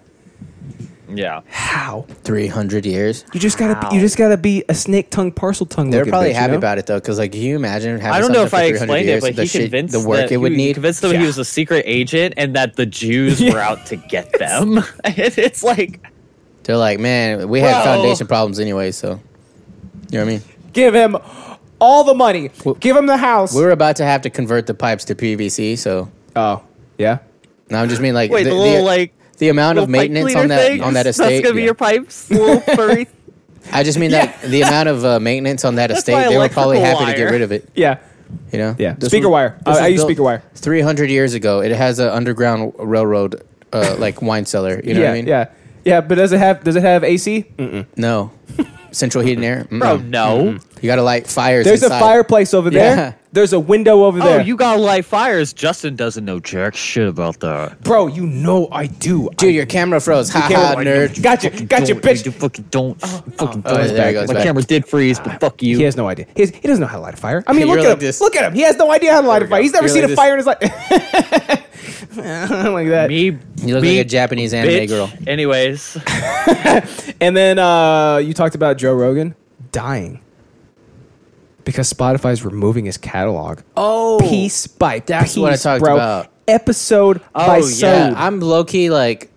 Yeah.
How
Three hundred years.
you just gotta be, you just gotta be a snake tongue parcel tongue.
They were
looking
probably
bitch,
happy
you know?
about it though, because like, can you imagine having?
I don't know
something
if
for 300
I explained
years,
it, but
the
he
shit-
convinced
the work
that-
it would
he
need.
convinced them he was a secret agent and that the Jews were out to get them. and it's like,
They're like, man, we
Bro.
had foundation problems anyway, so you know what I mean.
Give him all the money. Give him the house.
We were about to have to convert the pipes to PVC, so
oh yeah.
no, I'm just mean like
wait, the, little like
the amount of
little pipe
maintenance
cleaner
on that
thing?
on that
That's
estate.
gonna be
yeah.
your pipes, little furry.
I just mean that the amount of uh, maintenance on that
my
estate, they were probably happy
electrical
to get
wire.
rid of it.
Yeah.
You know,
Yeah. Speaker wire. I- I use speaker wire.
Three hundred years ago, it has an underground railroad, uh, like wine cellar. You know
yeah.
what I mean? Mm.
Yeah. Yeah. But does it have does it have AC?
No, central heat and air. Mm-mm.
Bro, no.
you got to light fires.
There's
inside.
a fireplace over there.
Yeah.
There's a window over
Oh,
there.
you got light fires. Justin doesn't know jack shit about that.
bro, you know I do. I
Dude, your camera froze. Ha ha, nerd.
Gotcha, gotcha,
Don't-
bitch.
You fucking don't. fucking
oh,
don't.
there it goes
My
back.
camera did freeze, but fuck you.
He has no idea. He, has, he doesn't know how to light a fire. I mean,
You're
look at
like
him.
this.
Look at him. He has no idea how to light a fire. He's never
You're
seen a
like this.
fire in his life. like that.
Me,
You look
me,
like a Japanese anime
bitch.
girl.
Anyways,
And then uh, you talked about Joe Rogan dying because Spotify's removing his catalog.
Oh,
piece by
that's
piece,
what I talked
bro.
about.
Episode
Oh,
by
yeah.
episode,
Yeah, I'm low key like,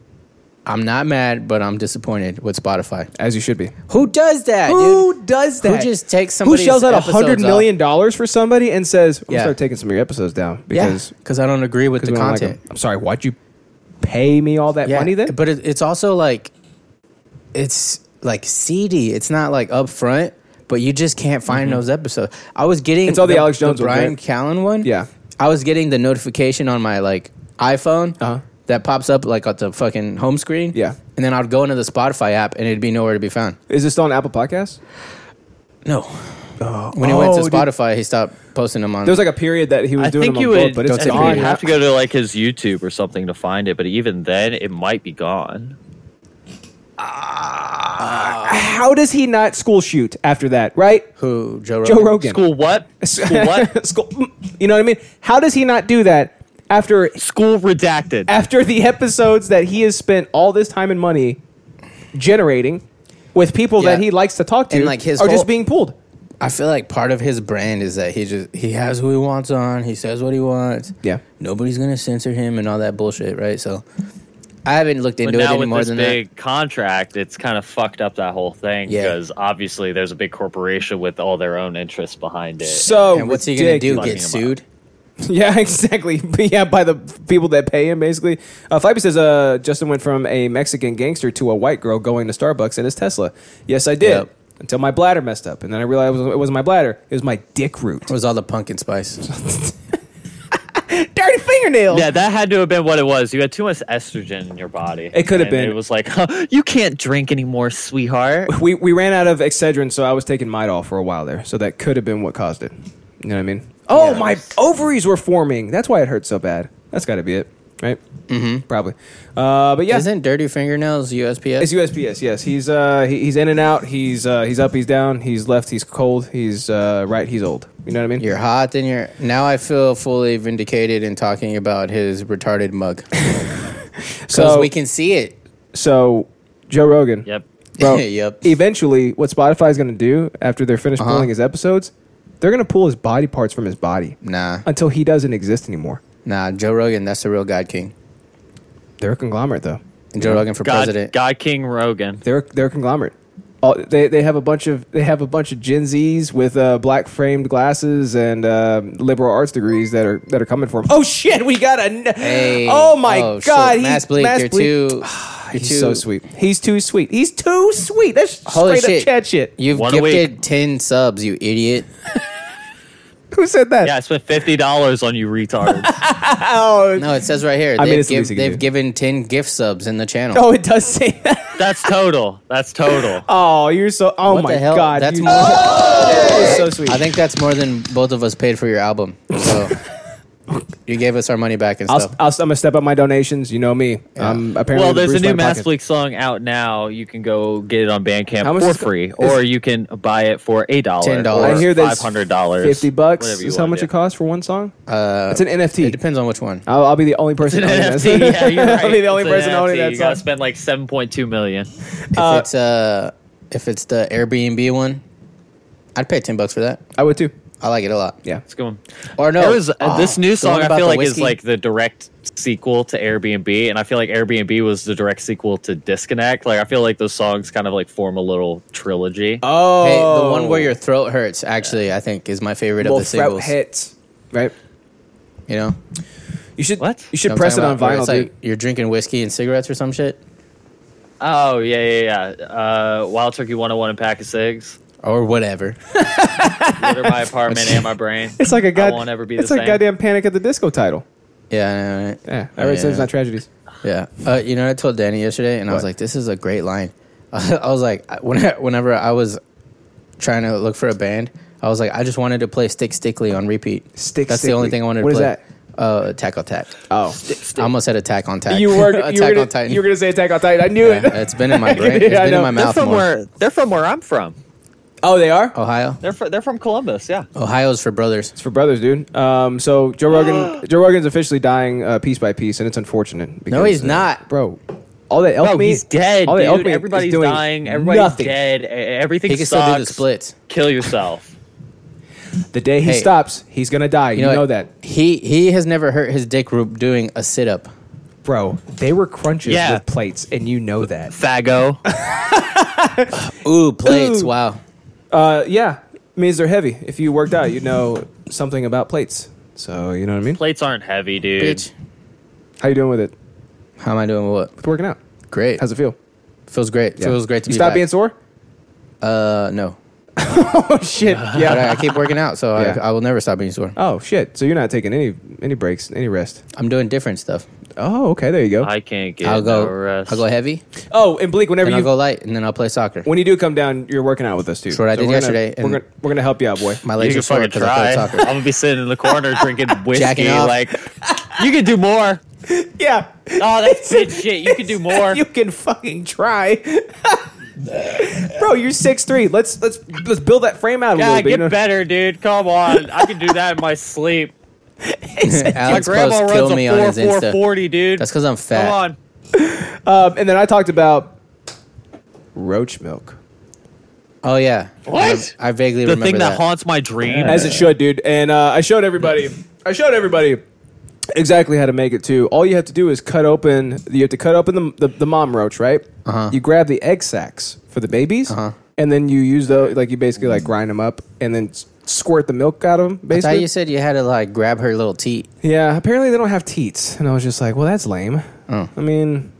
I'm not mad, but I'm disappointed with Spotify.
as you should be.
Who does that,
Who
dude?
does
Who
that?
just takes
Who
somebody's
shells out a
episodes
hundred million dollars for somebody and says, "I'm
Yeah.
gonna start taking some of your episodes down because
Because because I don't agree with the
we don't like
content.
'em." I'm sorry, why'd you pay me all that
yeah,
money then?
but it, it's also like, it's like seedy. It's not like upfront, but you just can't find those episodes. I was getting
Mm-hmm. It's all the Alex Jones one,
Brian
right?
Callen one.
Yeah.
I was getting the notification on my like iPhone
Uh-huh.
that pops up like at the fucking home screen.
Yeah.
and then I'd go into the Spotify app and it'd be nowhere to be found.
Is this still on Apple Podcasts?
No. when he went
Oh,
to
dude.
Spotify, he stopped posting them on.
There was like a period that he was
I
doing
think
them
you
on both,
would.
but it's
I think
gone.
you'd have to go to like his YouTube or something to find it. But even then, it might be gone.
How does he not school shoot after that? Right,
who Joe Rogan.
Joe Rogan.
School what? School what?
School- You know what I mean? How does he not do that after
School redacted.
after the episodes that he has spent all this time and money generating with people that
Yeah.
he likes to talk to
And, like, his
are
whole-
just being pulled?
I feel like part of his brand is that he just he has who he wants on. He says what he wants.
Yeah.
Nobody's gonna censor him and all that bullshit, right? So I haven't looked
But
into it
now
any
with
more
this
than
big contract, it's kind of fucked up that whole thing
Yeah.
because obviously there's a big corporation with all their own interests behind it.
that.
So
And what's he gonna do?
ridiculous.
Get sued?
Yeah, exactly. But yeah, by the people that pay him, basically. Uh, Flappy says, uh, Justin went from a Mexican gangster to a white girl going to Starbucks in his Tesla. Yes, I did.
Yep.
Until my bladder messed up. And then I realized it, was, it wasn't my bladder, it was my dick root.
It was all the pumpkin spice.
Dirty fingernails!
Yeah, that had to have been what it was. You had too much estrogen in your body.
It could have
And
been.
It was like, you can't drink anymore, sweetheart.
We, we ran out of Excedrin, so I was taking Midol for a while there. So that could have been what caused it. You know what I mean? Oh, my ovaries were forming. That's why it hurt so bad. That's got to be it, right? Mm-hmm. Probably. Uh, but yeah.
Isn't Dirty Fingernails USPS?
It's USPS. Yes, he's uh he, he's in and out. He's uh he's up. He's down. He's left. He's cold. He's uh right. He's old. You know what I mean?
you're hot, then you're. Now I feel fully vindicated in talking about his retarded mug because
So
we can see it.
so Joe Rogan.
Yep.
Bro,
Yep. Uh-huh.
Eventually, what Spotify's going to do after they're finished pulling his episodes, they're going to pull his body parts from his body
Nah,
until he doesn't exist anymore.
nah. Joe Rogan, that's the real God King.
They're a conglomerate, though.
And Joe Rogan for
God,
president.
God King Rogan.
They're they're a conglomerate. All, they, they have a bunch of they have a bunch of Gen Zs with uh, black framed glasses and uh, liberal arts degrees that are that are coming for him. Oh shit, we got a. n-
Hey,
oh my
oh, shit,
god, he's
Mass Bleak, you're too
He's
too-
so sweet. He's too sweet. He's too sweet. That's
Holy
straight
shit.
up chat shit.
You've
One a
gifted 10 subs, you idiot.
Who said that?
Yeah, I spent fifty dollars on you retards.
Oh,
No, it says right here.
I mean,
They've,
it's the
give-
least you can
they've
do.
given 10 gift subs in the channel.
oh, it does say that.
That's total. That's total.
Oh, you're so. Oh
What
my
the hell?
god,
That's
you-
more.
you're so sweet.
I think that's more than both of us paid for your album. So you gave us our money back and
I'll,
stuff.
I'll, I'm gonna step up my donations. You know me. I'm apparently
Well,
the
there's a
Bruce
new
Wayne
Mass
pocket.
Bleak song out now. You can go get it on
How
Bandcamp
much
for
is it-
free,
is-
or you can buy it for eight dollars,
$10.
I hear that's
five hundred dollars,
Fifty bucks
whatever you
is how
wanna
much
do.
it costs for one song.
Uh,
It's an NFT.
it depends on which one.
I'll, I'll be the only person. owning
It's
this.
an NFT. Yeah, you're right.
I'll be the only
It's an
person owning
NFT.
that
You gotta
song.
spend like seven point two million.
If it's uh, if it's the Airbnb one, I'd pay 10 bucks for that.
I would too.
I like it a lot.
Yeah.
It's going.
Or no.
There was, uh, this new
the one
song I
about
feel
the
like is
whiskey?
like the direct sequel to Airbnb, and I feel like Airbnb was the direct sequel to Disconnect. Like I feel like those songs kind of like form a little trilogy.
Oh,
Hey, the one where your throat hurts, actually, I think is my favorite of
Well,
the
throat
singles.
hits. Right.
You know,
You should.
What?
You should
I'm
press it
talking
on
about where
vinyl,
it's
dude.
like you're drinking whiskey and cigarettes or some shit,
Oh yeah, yeah, yeah. Uh, Wild Turkey 101 and Pack of Cigs.
or whatever.
Glitter my apartment and my brain.
It's like a
I
god.
won't ever be
it's
the
like
same.
goddamn Panic at the Disco title.
yeah, I know, right?
Yeah, I already said it's
Yeah.
not tragedies.
Yeah. Uh, you know, what I told Danny yesterday, and I was
What?
like, "This is a great line." I was like, I- when I, whenever I was trying to look for a band, I was like, I just wanted to play Stick Stickly on repeat.
Stick
That's the only
Stickly.
thing I wanted
What
to
is
play.
that?
Uh, attack on Tack.
Oh,
I almost said Attack on Tack.
you were
attack
you were
on
gonna,
Titan.
you were gonna say Attack on Titan. I knew
yeah,
it.
it's been in my brain. It's
Yeah, I
been
know.
in my
They're
They're
mouth
from
more.
where they're from where I'm from.
Oh, they are.
Ohio.
They're fr- they're from Columbus, yeah.
Ohio's for brothers.
It's for brothers, dude. Um, so Joe Rogan, Joe Rogan's officially dying uh, piece by piece, and it's unfortunate. Because,
No, he's
uh,
not.
bro. All that elk
No,
meat,
Oh, he's dead,
all
Oh,
that elk
dude.
meat is
Everybody's
doing
dying. Everybody's
nothing.
dead. e- Everything
He can
sucks.
still do the splits.
Kill yourself.
The day he
Hey.
stops, he's gonna die. You, know,
what?
that,
He he has never hurt his dick root doing a sit up.
bro. They were crunches
Yeah.
with plates, and you know that.
Fago.
Ooh, plates.
Ooh.
Wow.
Uh, yeah, means they're heavy. If you worked out, you know something about plates. So you know what I mean.
Plates aren't heavy, dude.
Bitch.
How you doing with it?
How am I doing with what?
It's working out.
Great.
How's it feel?
Feels great. Feels great to
you
be
stop
back.
being sore.
Uh, no.
Oh shit.
But
Yeah.
I, I keep working out, so
Yeah.
I, I will never stop being sore.
Oh shit. So you're not taking any any breaks, any rest.
I'm doing different stuff.
Oh, okay. There you go.
I can't get
I'll go.
no rest.
I'll go heavy,
oh, and Bleak, whenever
then
you
I'll go light, and then I'll play soccer.
when you do come down, you're working out with us too.
That's what I did
we're gonna-
yesterday, and-
we're, gonna, we're gonna help you out, boy.
My
You
legs
can
are sore
fucking
because I
try.
played
I'm
soccer.
gonna be sitting in the corner drinking whiskey.
Jacking off.
Like you can do more.
yeah.
Oh, that's good shit. You can do more.
You can fucking try. Bro, you're six three. Let's let's let's build that frame out a
Yeah,
little bit.
get
you know?
better, dude. Come on. I can do that in my sleep. My
Alex
grandma
Post
runs
killed me on
a
his
4
Insta.
40 dude.
That's because I'm
Come
fat.
on.
Um, and then I talked about roach milk,
Oh yeah.
What?
I, I vaguely
The
remember
thing that,
that.
haunts my dream.
as it should, dude. And uh, I showed everybody. I showed everybody exactly how to make it too. All you have to do is cut open. You have to cut open the the, the mom roach, right?
Uh-huh.
You grab the egg sacs for the babies,
Uh-huh.
and then you use those. Like you basically like grind them up and then s- squirt the milk out of them.
I thought
Basically,
you said you had to like grab her little teat.
yeah. Apparently, they don't have teats, and I was just like, well, that's lame.
Oh.
I mean,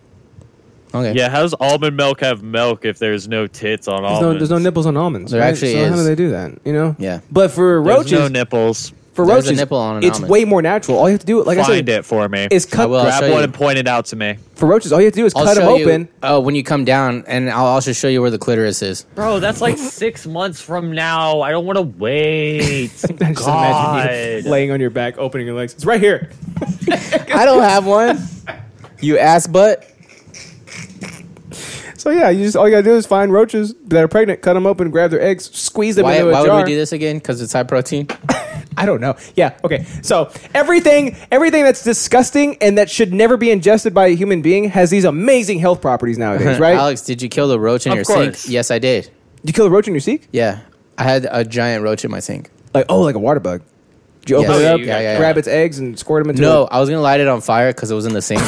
Okay.
Yeah, how does almond milk have milk if there's no tits on
there's no,
almonds?
there's no nipples on almonds.
There
right?
actually
so how do
is.
they do that? You know?
Yeah.
But for
There's
roaches,
no nipples.
for
There's a
roaches,
nipple on an
it's
almond.
way more natural. All you have to do, like I
Find
said,
it for me.
is cut.
I will. I'll
Grab
show
one
you.
and point it out to me.
For roaches, all you have to do is
I'll
cut them
show you,
open.
uh, when you come down, and I'll also show you where the clitoris is.
Bro, that's like six months from now. I don't want to wait.
I just imagine you laying on your back, opening your legs. It's right here.
I don't have one. You ass butt.
So yeah, you just all you gotta do is find roaches that are pregnant, cut them open, grab their eggs, squeeze them
Why,
into a
why
jar.
would we do this again? Because it's high protein.
I don't know. Yeah. Okay. So everything, everything that's disgusting and that should never be ingested by a human being has these amazing health properties nowadays, right?
Alex, did you kill the roach in
Of
your
course.
sink? Yes, I did.
you kill a roach in your seek?
Yeah, I had a giant roach in my sink.
Like oh, like a water bug. Did you open
Yes.
it
Yeah,
up,
you got
yeah,
grab
yeah.
its eggs, and squirt them into
No, I was gonna light it on fire because it was in the sink.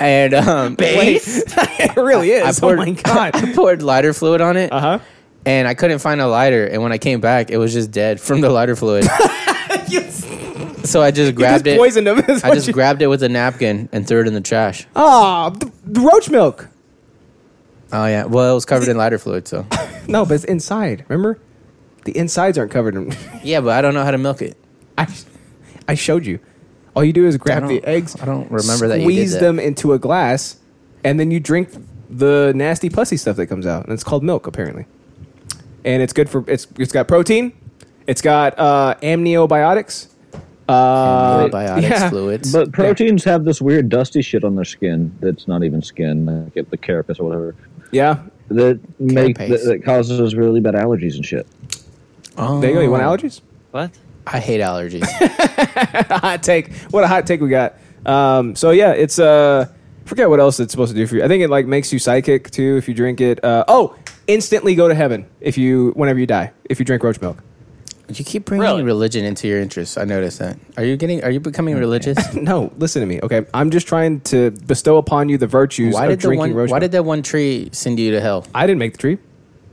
and um,
Base?
it really is.
I poured, Uh-huh.
oh my god.
I poured lighter fluid on it.
Uh huh.
And I couldn't find a lighter. And when I came back, it was just dead from the lighter fluid. so I just
You just
grabbed it.
poisoned him. is
I
what
just
you-
grabbed it with a napkin and threw it in the trash.
Ah, the, the roach milk.
Oh yeah, well it was covered in lighter fluid, so
No, but it's inside. Remember, the insides aren't covered in.
yeah. But I don't know how to milk it.
I, I showed you. All you do is grab the
don't-
eggs.
I don't remember that you did
Squeeze
that.
them into a glass, and then you drink the nasty pussy stuff that comes out, and it's called milk apparently. And it's good for it's it's got protein, it's got uh, amniotics. Uh,
Probiotics,
yeah.
fluids.
But proteins have this weird dusty shit on their skin that's not even skin, like it- the carapace or whatever,
Yeah,
that make that,
Carapace.
that causes really bad allergies and shit.
oh,
there you go. You want allergies?
What?
I hate allergies.
hot take. What a hot take we got. Um, so yeah, it's uh forget what else it's supposed to do for you. I think it like makes you psychic too if you drink it. Uh, oh, instantly go to heaven if you whenever you die if you drink roach milk.
you keep bringing
Really?
religion into your interests. I noticed that. Are you getting? Are you becoming
Mm-hmm.
religious?
No, listen to me. Okay, I'm just trying to bestow upon you the virtues
Why
of
did the
drinking
one?
roach
Why
milk.
did that one tree send you to hell?
I didn't make the tree.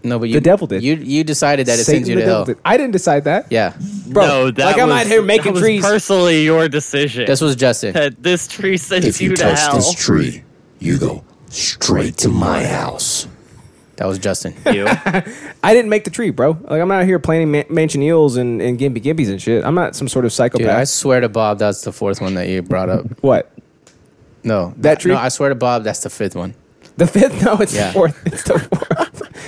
No, but you,
The devil did.
You you decided that it
Satan
sends you
the
to
devil
hell.
did. I didn't decide that.
Yeah,
Bro,
no, that
like
was,
I'm out here making
that was
trees.
personally your decision.
this was Justin.
that this tree sends
If
you,
you
to
touch
hell.
this tree, you go straight to my house.
That was Justin.
you.
I didn't make the tree, bro. Like I'm out here planting man- mansion eels and and gimpy gimpies and shit. I'm not some sort of
Dude, I
psychopath.
swear to Bob, that's the fourth one that you brought up.
what?
No,
That tree?
No, I swear to Bob, that's the fifth one.
The fifth? No, it's
Yeah. Uh,
the fourth. It's the fourth.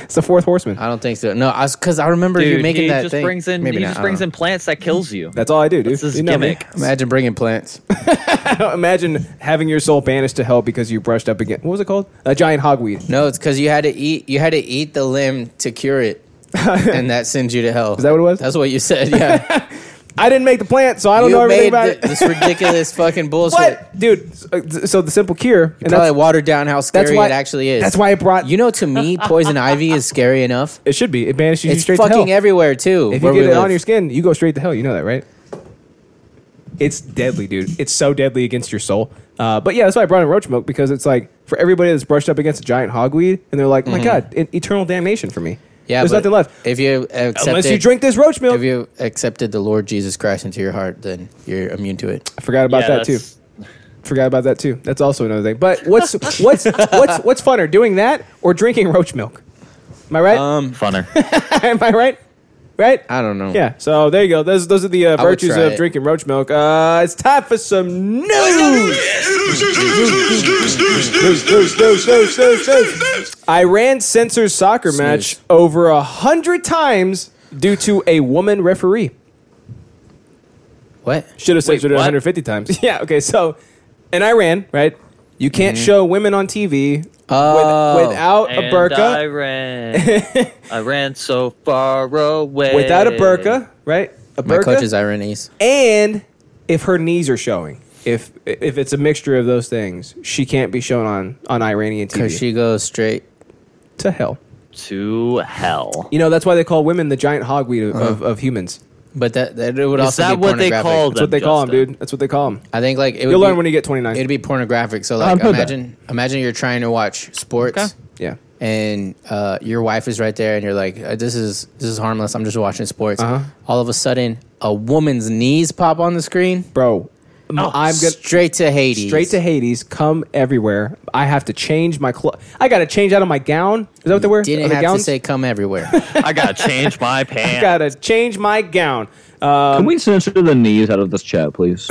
it's the fourth horseman.
I don't think so. No, I because I remember you
Dude,
making
he
that
just
thing.
brings in
Maybe
he
not,
just
I
brings
don't
in plants that kills you.
That's all I do, dude.
That's his
you know me.
gimmick.
know. Imagine bringing plants.
Imagine having your soul banished to hell because you brushed up against what was it called? A giant hogweed.
No, it's because you had to eat. You had to eat the limb to cure it, and that sends you to hell. Is
that what it was?
That's what you said. Yeah,
I didn't make the plant, so I don't
you
know everything
made
about it.
thi- this ridiculous fucking bullshit.
what, dude? So, so the simple cure, and
Probably
that's,
watered down how scary
that's why
it actually is.
That's why it brought
You know, to me, poison ivy is scary enough.
It should be. It banishes you
It's
straight to
fucking
hell.
everywhere too.
if
where
you get
we
it
live.
on your skin, you go straight to hell. You know that, right? It's deadly, dude. It's so deadly against your soul. Uh, but yeah, that's why I brought in roach milk because it's like for everybody that's brushed up against a giant hogweed, and they're like, "Oh my god, e- eternal damnation for me."
Mm-hmm. yeah,
there's
but
nothing left
If you accepted,
unless you drink this roach milk.
If you accepted the Lord Jesus Christ into your heart, then you're immune to it.
I forgot about
Yeah,
that too.
that's-
Forgot about that too. That's also another thing. But what's what's what's what's funner, doing that or drinking roach milk? Am I right?
Funner.
Am I right? Right?
I don't know.
Yeah. So there you go. Those those are the uh,
I would
virtues
try
of
it.
drinking roach milk. Uh, it's time for some news. Iran censors soccer match
Snooze.
over a hundred times due to a woman referee.
What?
Should have censored it
what?
150 times. Yeah. Okay. So in Iran, right? You can't show women on TV with-
Mm-hmm. Oh.
without a
And I
burqa.
ran. I ran so far away.
Without a burqa, right? A
My
burqa.
coach is Iranese.
and if her knees are showing if if it's a mixture of those things she can't be shown on on iranian tv
Because she goes straight.
to hell
to hell.
you know that's why they call women the giant hogweed of,
Uh-huh.
of, of humans
But that, that it would
Is
also
that
be
what they
pornographic.
call
that's
them?
what they call 'em,
Justin?
dude that's what they call them
I think like it would
you'll
be,
learn when you get 29
it'd be pornographic. So
I'd
like
put that.
imagine imagine you're trying to watch sports
yeah
and uh, your wife is right there and you're like uh, this is this is harmless. I'm just watching sports.
Uh-huh.
All of a sudden a woman's knees pop on the screen.
bro i'm gonna
straight to Hades.
straight to hades come everywhere i have to change my clothes i gotta change out of my gown is that what they wear
Didn't
Other
have
gowns?
to say come everywhere.
I gotta change my pants.
gotta change my gown Um,
Can we censor the knees out of this chat, please?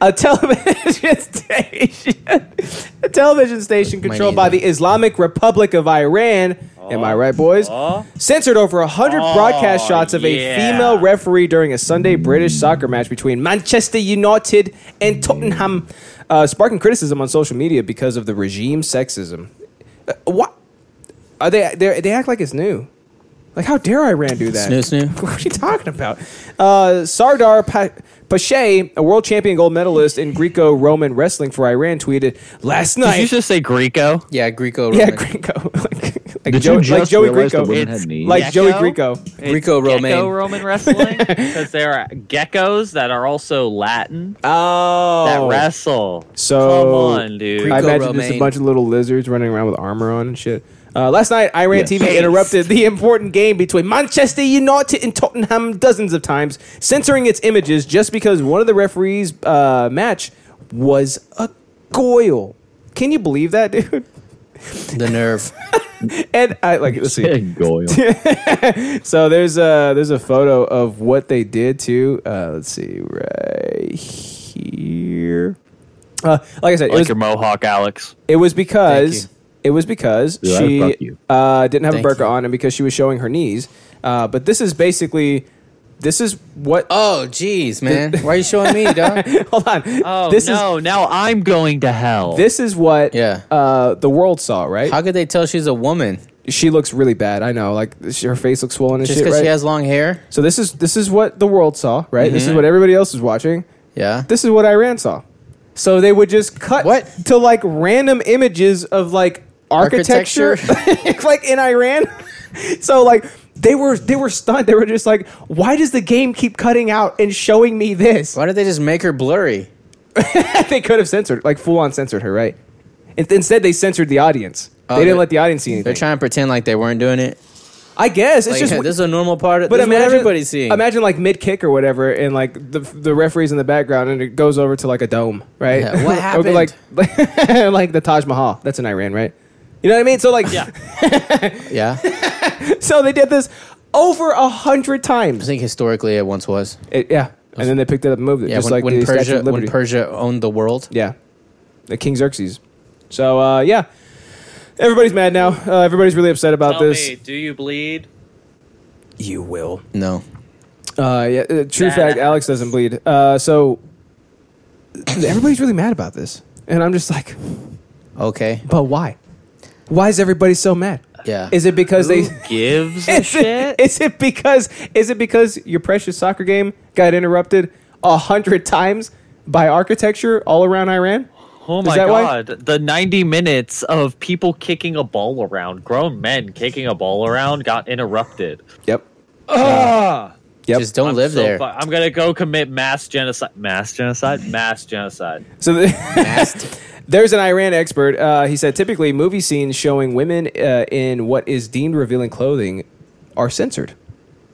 a television station, a television station controlled by the Islamic Republic of Iran. Am I right, boys? Censored over 100 broadcast shots of a
yeah.
female referee during a Sunday British soccer match between Manchester United and Tottenham, uh, sparking criticism on social media because of the regime sexism. Uh, what? Are they, they? They act like it's new. Like, how dare Iran do that?
Snoo snoo.
What are you talking about? Uh, Sardar pa- Pache, a world champion gold medalist in Greco-Roman wrestling for Iran, tweeted last
Did you
night.
just say Greco?
yeah, Greco Roman.
yeah, Greco, like, like,
Did
Joey,
you
like
just
Joey
realize the
Greco,
women
It's
had knees?
like
Gecko?
Joey Greco.
Greco
Gecko
Roman.
Roman wrestling because there are geckos that are also Latin
Oh,
that wrestle.
So
come on, dude.
I imagine
Greco-Romaine.
just a bunch of little lizards running around with armor on and shit. Uh, last night, Iran
Yes.
TV interrupted the important game between Manchester United and Tottenham dozens of times, censoring its images just because one of the referees' uh, match was a goyle. Can you believe that, dude?
The nerve.
And I like let's see.
Goyle.
So there's a there's a photo of what they did to. Uh, let's see right here. Uh, like I said, it
Like
was,
your mohawk, Alex.
it was because
Thank
it was because
Yeah, fuck
she
you.
uh, didn't have
Thank
a burqa
you.
on and because she was showing her knees. Uh, but this is basically this is what.
Oh, jeez, man. Why are you showing me, dog?
hold on.
Oh
this
no!
is
now I'm going to hell.
this is what
Yeah.
uh, the world saw. Right?
How could they tell she's a woman
she looks really bad. I know. Like she, her face looks swollen and
just
shit.
because
Right?
she has Mm-hmm. long hair?
so this is this is what the world saw. Right? This is what everybody else is watching.
Yeah.
this is what Iran saw. So they would just cut
What?
to like random images of like architecture, like in Iran. so like they were they were stunned. They were just like, why does the game keep cutting out and showing me this?
Why did they just make her blurry?
they could have censored, like full on censored her, right? In- Instead, they censored the audience.
Oh,
they didn't
they're-
let the audience see
They're
anything.
trying to pretend like they weren't doing it.
I guess it's
Like,
just
hey, this is a normal part of
But
this is what
imagine
everybody's seeing.
Imagine like mid kick or whatever, and like the the referee's in the background, and it goes over to like a dome, right?
Yeah, what
Or
happened?
like like the Taj Mahal. That's in Iran, right? You know what I mean? So like, yeah.
yeah. I
So they did this over a hundred times.
think historically it once was.
It- yeah, and then they picked it up and moved it,
Yeah,
just
when,
like
when
the Statue
Persia
of
when
Liberty.
Persia owned the world.
yeah, the King Xerxes. So uh, yeah, everybody's mad now. Uh, everybody's really upset about
Tell
this.
me, do you bleed?
You will.
No.
Uh, yeah, uh, true fact. Alex doesn't bleed. Uh, so everybody's really mad about this, and I'm just like,
Okay.
but why? Why is everybody so mad?
Yeah.
Is it because they?
Gives a
Is
shit.
it, is it because? Is it because your precious soccer game got interrupted a hundred times by architecture all around Iran?
Oh
Is
my
that why?
god, the 90 minutes of people kicking a ball around, grown men kicking a ball around, got interrupted.
Yep. Yep.
Just don't
I'm
live
so
there.
fu- I'm gonna go commit mass genocide. Mass genocide? Mass genocide.
So the, there's an Iran expert. Uh, he said typically movie scenes showing women uh, in what is deemed revealing clothing are censored.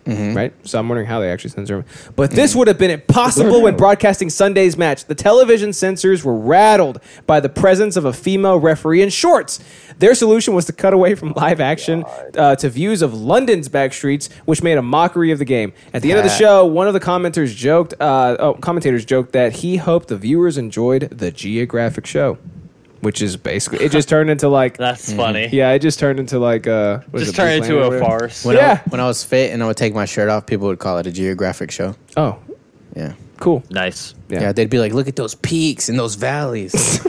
Mm-hmm.
Right, so I'm wondering how they actually censor them. But this would have been impossible when broadcasting Sunday's match. The television censors were rattled by the presence of a female referee in shorts. Their solution was to cut away from live action uh, to views of London's back streets, which made a mockery of the game. At the end of the
Pat.
show show, one of the commenters joked, uh, oh, commentators joked that he hoped the viewers enjoyed the geographic show, which is basically it just turned into like
That's funny.
yeah, it just turned into like uh, what is
Just
it, Blue
turn into
Planet or
a
whatever?
farce.
when
yeah.
I, when I was fit and I would take my shirt off, people would call it a geographic show.
Oh,
Yeah.
cool.
Nice.
Yeah.
Yeah.
yeah,
they'd be like, look at those peaks and those valleys.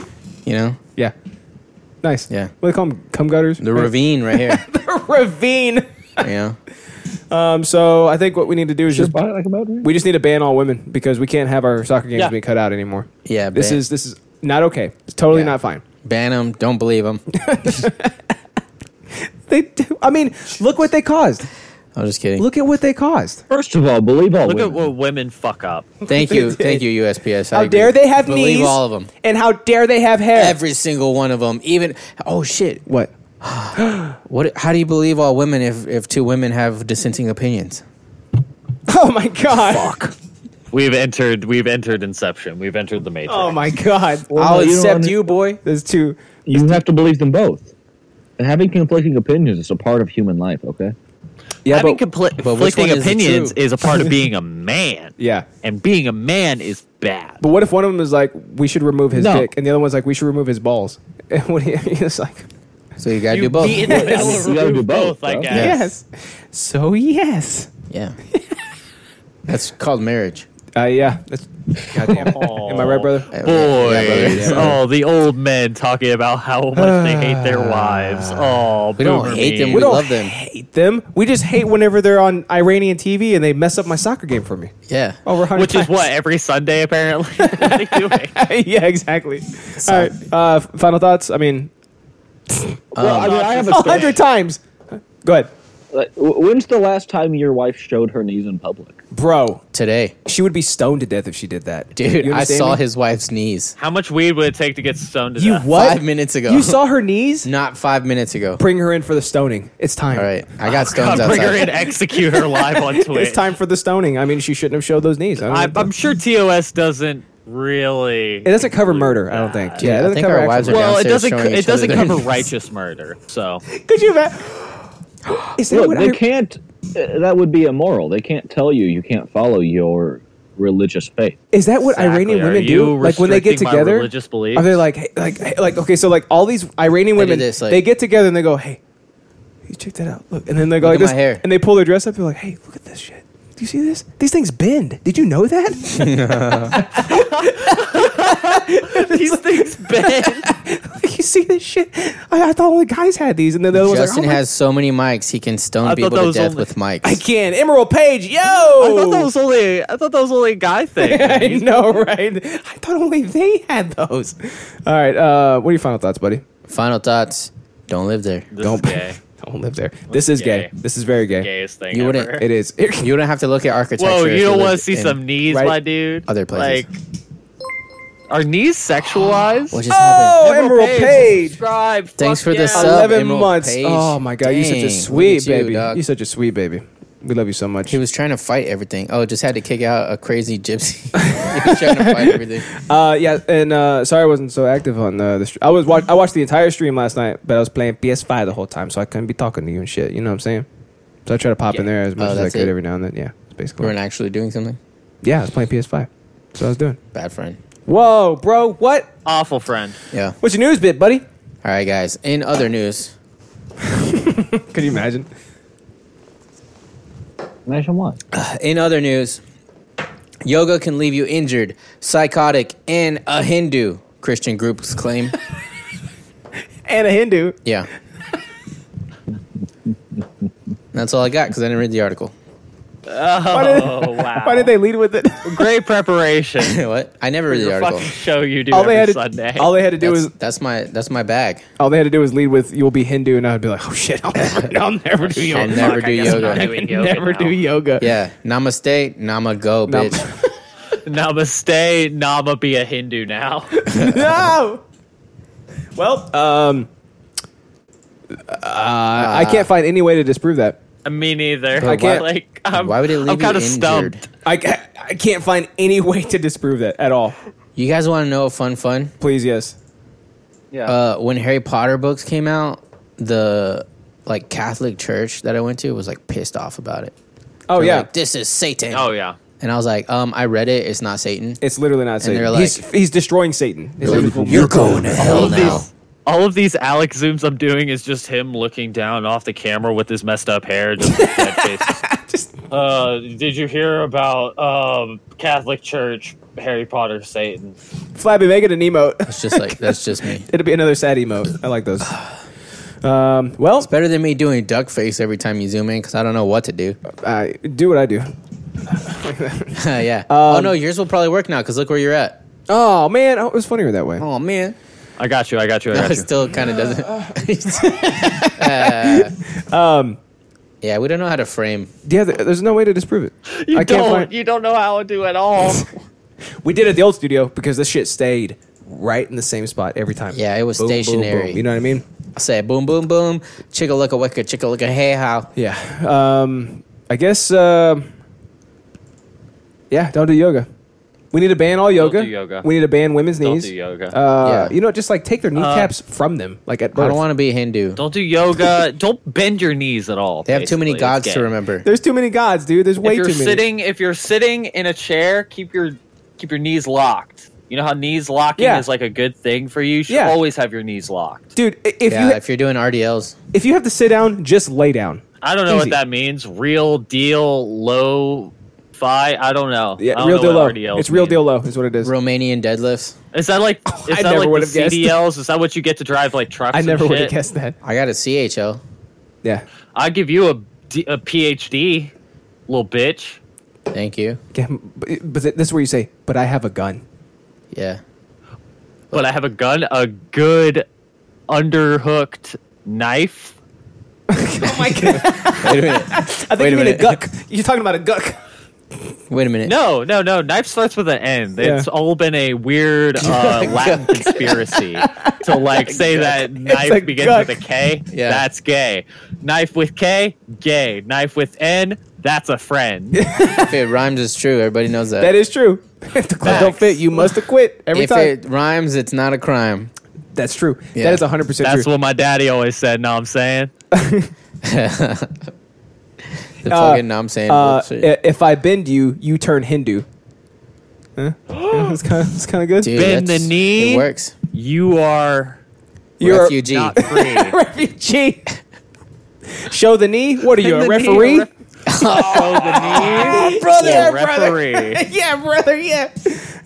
you know?
nice.
Yeah.
what do they call them? Cum gutters.
The ravine right here.
the ravine.
you know?
Um, so I think what we need to do is just
Buy it like a motorway.
we just need to ban all women because we can't have our soccer games
Yeah.
being cut out anymore.
Yeah,
this
ban-
is this is not okay. It's totally
Yeah.
not fine.
Ban them. Don't believe them.
They, do, I mean, look what they caused.
I'm just kidding.
Look at what they caused.
First of all, believe all
Look at
women.
what women fuck up.
Thank you. Thank you, USPS. I
How
agree.
dare they have
believe
knees?
all of them.
And how dare they have hair?
Every single one of them. Even, oh shit.
what?
What? How do you believe all women if, if two women have dissenting opinions?
Oh my god!
We've entered. We've entered Inception. We've entered the Matrix.
Oh my god!
I'll
you don't
accept
under-
you, boy.
There's two.
You have to believe them both. And having conflicting opinions is a part of human life, okay?
Yeah,
Having
but
compli-
but which
conflicting
one is the
opinions
true?
is a part of being a man.
yeah.
And being a man is bad.
But what if one of them is like, we should remove his
No.
dick, and the other one's like, we should remove his balls? And what do you It's like,
So you gotta do both.
beat the middle
You
of
gotta do
roof
both,
I
bro.
guess.
yes. So yes.
Yeah. That's called marriage. Uh,
Uh, yeah. That's, goddamn. Am I right, brother?
Boys,
Yeah, brother.
oh, the old men talking about how much they hate their wives. Oh,
We don't
boomer
hate them.
memes.
We,
don't
love them.
Hate them. We just hate whenever they're on Iranian TV and they mess up my soccer game for me.
Yeah.
Over a hundred
Which is
times.
what every Sunday apparently. What are they doing?
yeah, exactly. All right. Uh, f- final thoughts. I mean,
well, I mean, I have a
a hundred times. Go ahead.
Like, w- when's the last time your wife showed her knees in public?
bro.
today,
She would be stoned to death if she did that,
dude.
You
I
understand
saw
me?
his wife's knees
How much weed would it take to get stoned to
You
death?
what?
five minutes ago.
You saw her knees.
not five minutes ago.
Bring her in for the stoning. It's time.
All right, I got
God,
stones
bring her in,
outside.
execute her live on Twitch.
It's time for the stoning. I mean, she shouldn't have showed those knees. I don't
I,
know.
I'm sure TOS doesn't really.
it doesn't cover murder. I don't think.
Dude,
yeah, it
I
doesn't
think
cover
our wives
actual-
are
well, it
downstairs
doesn't.
showing
co-
each
It
other
doesn't
their
cover
knees.
righteous murder. So
Could you imagine? Is that
Look,
what
they
I-
can't. uh, That would be immoral. They can't tell you you can't follow your religious faith.
Is that what
Exactly.
Iranian
Are
women do?
you
Like when they get
restricting my
together,
religious beliefs?
are they like, hey, like, hey, like? Okay, so like all these Iranian
They do
women,
this, like-
they get together and they go, "Hey, you check that out, look," and then they go
Look
like
at
this,
my hair.
and they pull their dress up. They're like, "Hey, look at this shit. Do you see this? These things bend. Did you know that?
these things bend.
you see this shit? I, I thought only guys had these." And then the other one's like,
Justin
"Oh my-
has so many mics, he can
I
stone
thought
people
that
to
was
death
only-
with mics.
I can Emerald Page, yo!"
I thought that was only. I thought that was only a guy thing.
I know, right? I thought only they had those. All right, uh, what are your final thoughts, buddy?
Final thoughts: Don't live there.
This
Don't-
is gay.
Don't live there. This is gay.
gay.
This is very gay.
Gayest thing.
You wouldn't-
ever.
It is.
You don't have to look at architecture.
Whoa,
if
you don't want
lived
to see
in-
some knees,
right?
my dude.
Other places.
Like, are knees sexualized?
Oh!
What just happened?
Emerald Page.
Subscribe.
Thanks
Fuck
for the
yeah.
sub.
Eleven
Emerald
months.
Page.
Oh my god, you're such
Dang,
a
look
sweet
at you,
baby.
dog.
You're such a sweet baby. We love you so much.
He was trying to fight everything. Oh, just had to kick out a crazy gypsy. he was trying to fight everything.
uh, yeah, and uh, sorry I wasn't so active on uh, the. Str- I was watch- I watched the entire stream last night, but I was playing PS5 the whole time, so I couldn't be talking to you and shit. You know what I'm saying? So I try to pop in there as much
Oh,
as I
that's
could
it?
every now and then. Yeah, that's
We
basically.
weren't actually doing something.
yeah, I was playing PS5. So I was doing.
Bad friend.
Whoa, bro, what?
Awful friend.
Yeah.
What's your news bit, buddy?
All right, guys. In other news,
Could you imagine?
Imagine what?
in other news, yoga can leave you injured, psychotic, and a Hindu. Christian groups claim.
And a Hindu.
Yeah. That's all I got because I didn't read the article.
Oh wow.
Why did they lead with it?
Great preparation.
what? I never read the
Your
article.
fucking show you do
all
every
they had to
Sunday.
all they had to do
That's,
was
that's my that's my bag.
all they had to do was lead with "You'll be Hindu," and I'd be like, "Oh shit, I'll never, I'll never do
I'll
yoga.
never do
I'm not
yoga.
doing yoga
never
now.
do yoga."
Yeah. Namaste. Nama go,
Nam-
bitch.
Namaste, Nama be a Hindu now.
no. Well, um, uh,
Ah.
I can't find any way to disprove that.
Me neither.
I
can't-
Like, I'm,
Why would it leave
I'm
you
kind
injured?
of stumped.
I, ca- I can't find any way to disprove that at all.
You guys want to know a fun fun?
Please, yes.
Uh, when Harry Potter books came out, the like Catholic church that I went to was like pissed off about it.
Oh
They're
yeah,
like, this is Satan.
Oh yeah.
And I was like, um, I read it. It's not Satan.
it's literally not Satan.
they're like-
he's, he's destroying Satan. It's literally-
You're going to hell now.
All of these Alex zooms I'm doing is just him looking down off the camera with his messed up hair. Just, with dead faces.
Just-
uh, did you hear about um, Catholic Church, Harry Potter, Satan?
Flabby Megan and emote.
It's just like that's just me.
It'll be another sad emote. I like those. Um, well,
Better than me doing duck face every time you zoom in because I don't know what to do.
I do what I do.
yeah. oh no, yours will probably work now because look where you're at.
Oh man, oh, it was funnier that way.
Oh man,
I got you. I got you. I
no,
got
it
you.
still kind of doesn't. um. Yeah, we don't know how to frame.
Yeah, th- there's no way to disprove it.
You
I can't
don't.
find-
You don't know how to do at all.
We did it at the old studio because this shit stayed right in the same spot every time.
Yeah, it was
Boom, boom, boom.
stationary.
You know what I mean?
I say boom, boom, boom, chicka licka wicka, chicka licka hey how.
Yeah. Um, I guess. um yeah, don't do yoga. We need to ban all yoga.
do yoga.
We need to ban women's
Don't
knees.
do yoga.
Uh,
Yeah.
You know, just like take their kneecaps from them, like at birth.
I don't want to be Hindu.
Don't do yoga. don't bend your knees at all.
They have too many
basically. It's
gods to
gay.
remember.
There's too many gods, dude. There's way
if you're
too many.
sitting, if you're sitting in a chair, keep your keep your knees locked. You know how knees locking
Yeah.
is like a good thing for you. You should
Yeah.
always have your knees locked.
dude, i- if
yeah,
you
if you're doing RDLs,
if you have to sit down, just lay down.
I don't know
Easy.
what that means. Real deal, low fi. I don't know. I
Yeah,
don't
real
know
deal low.
what RDLs
It's real
mean.
deal low. Is what it is.
Romanian deadlifts.
Is that like is
I
that
never
like
would've
the
guessed.
CDLs? Is that what you get to drive like trucks?
I
and
never would have
shit?
guessed that.
I got a CHL.
Yeah.
I give you a, D- a PhD, little bitch.
Thank you.
Yeah, but, but th- this is where you say, but I have a gun.
Yeah.
But I have a gun, a good underhooked knife,
Oh my god!
Wait a minute.
I think
Wait
you
a
mean a
minute.
guck. You're talking about a guck.
Wait a minute.
No, no, no. Knife starts with an N.
Yeah.
It's all been a weird uh, Latin conspiracy to like say that knife
like
begins
guck.
with a K.
Yeah.
That's gay. Knife with K, gay. Knife with N, that's a friend.
If it rhymes, it's true. Everybody knows that.
That is true. if the club don't fit, you must have quit every
if
time.
it rhymes, it's not a crime.
That's true.
Yeah.
That is 100 percent
That's
true.
what my daddy always said. Know what I'm saying?
The fucking no, I'm saying
Uh,
bullshit.
i- if I bend you, you turn Hindu. Huh? Yeah, it's kind of it's kind of good.
Dude,
bend the
that's-
knee.
It works.
You are
You're a
Refugee.
not free.
refugee. Show the knee. What are you, a
Bend the knee,
referee?
ref- Show the knee.
Oh, brother,
or referee.
yeah, brother, yeah.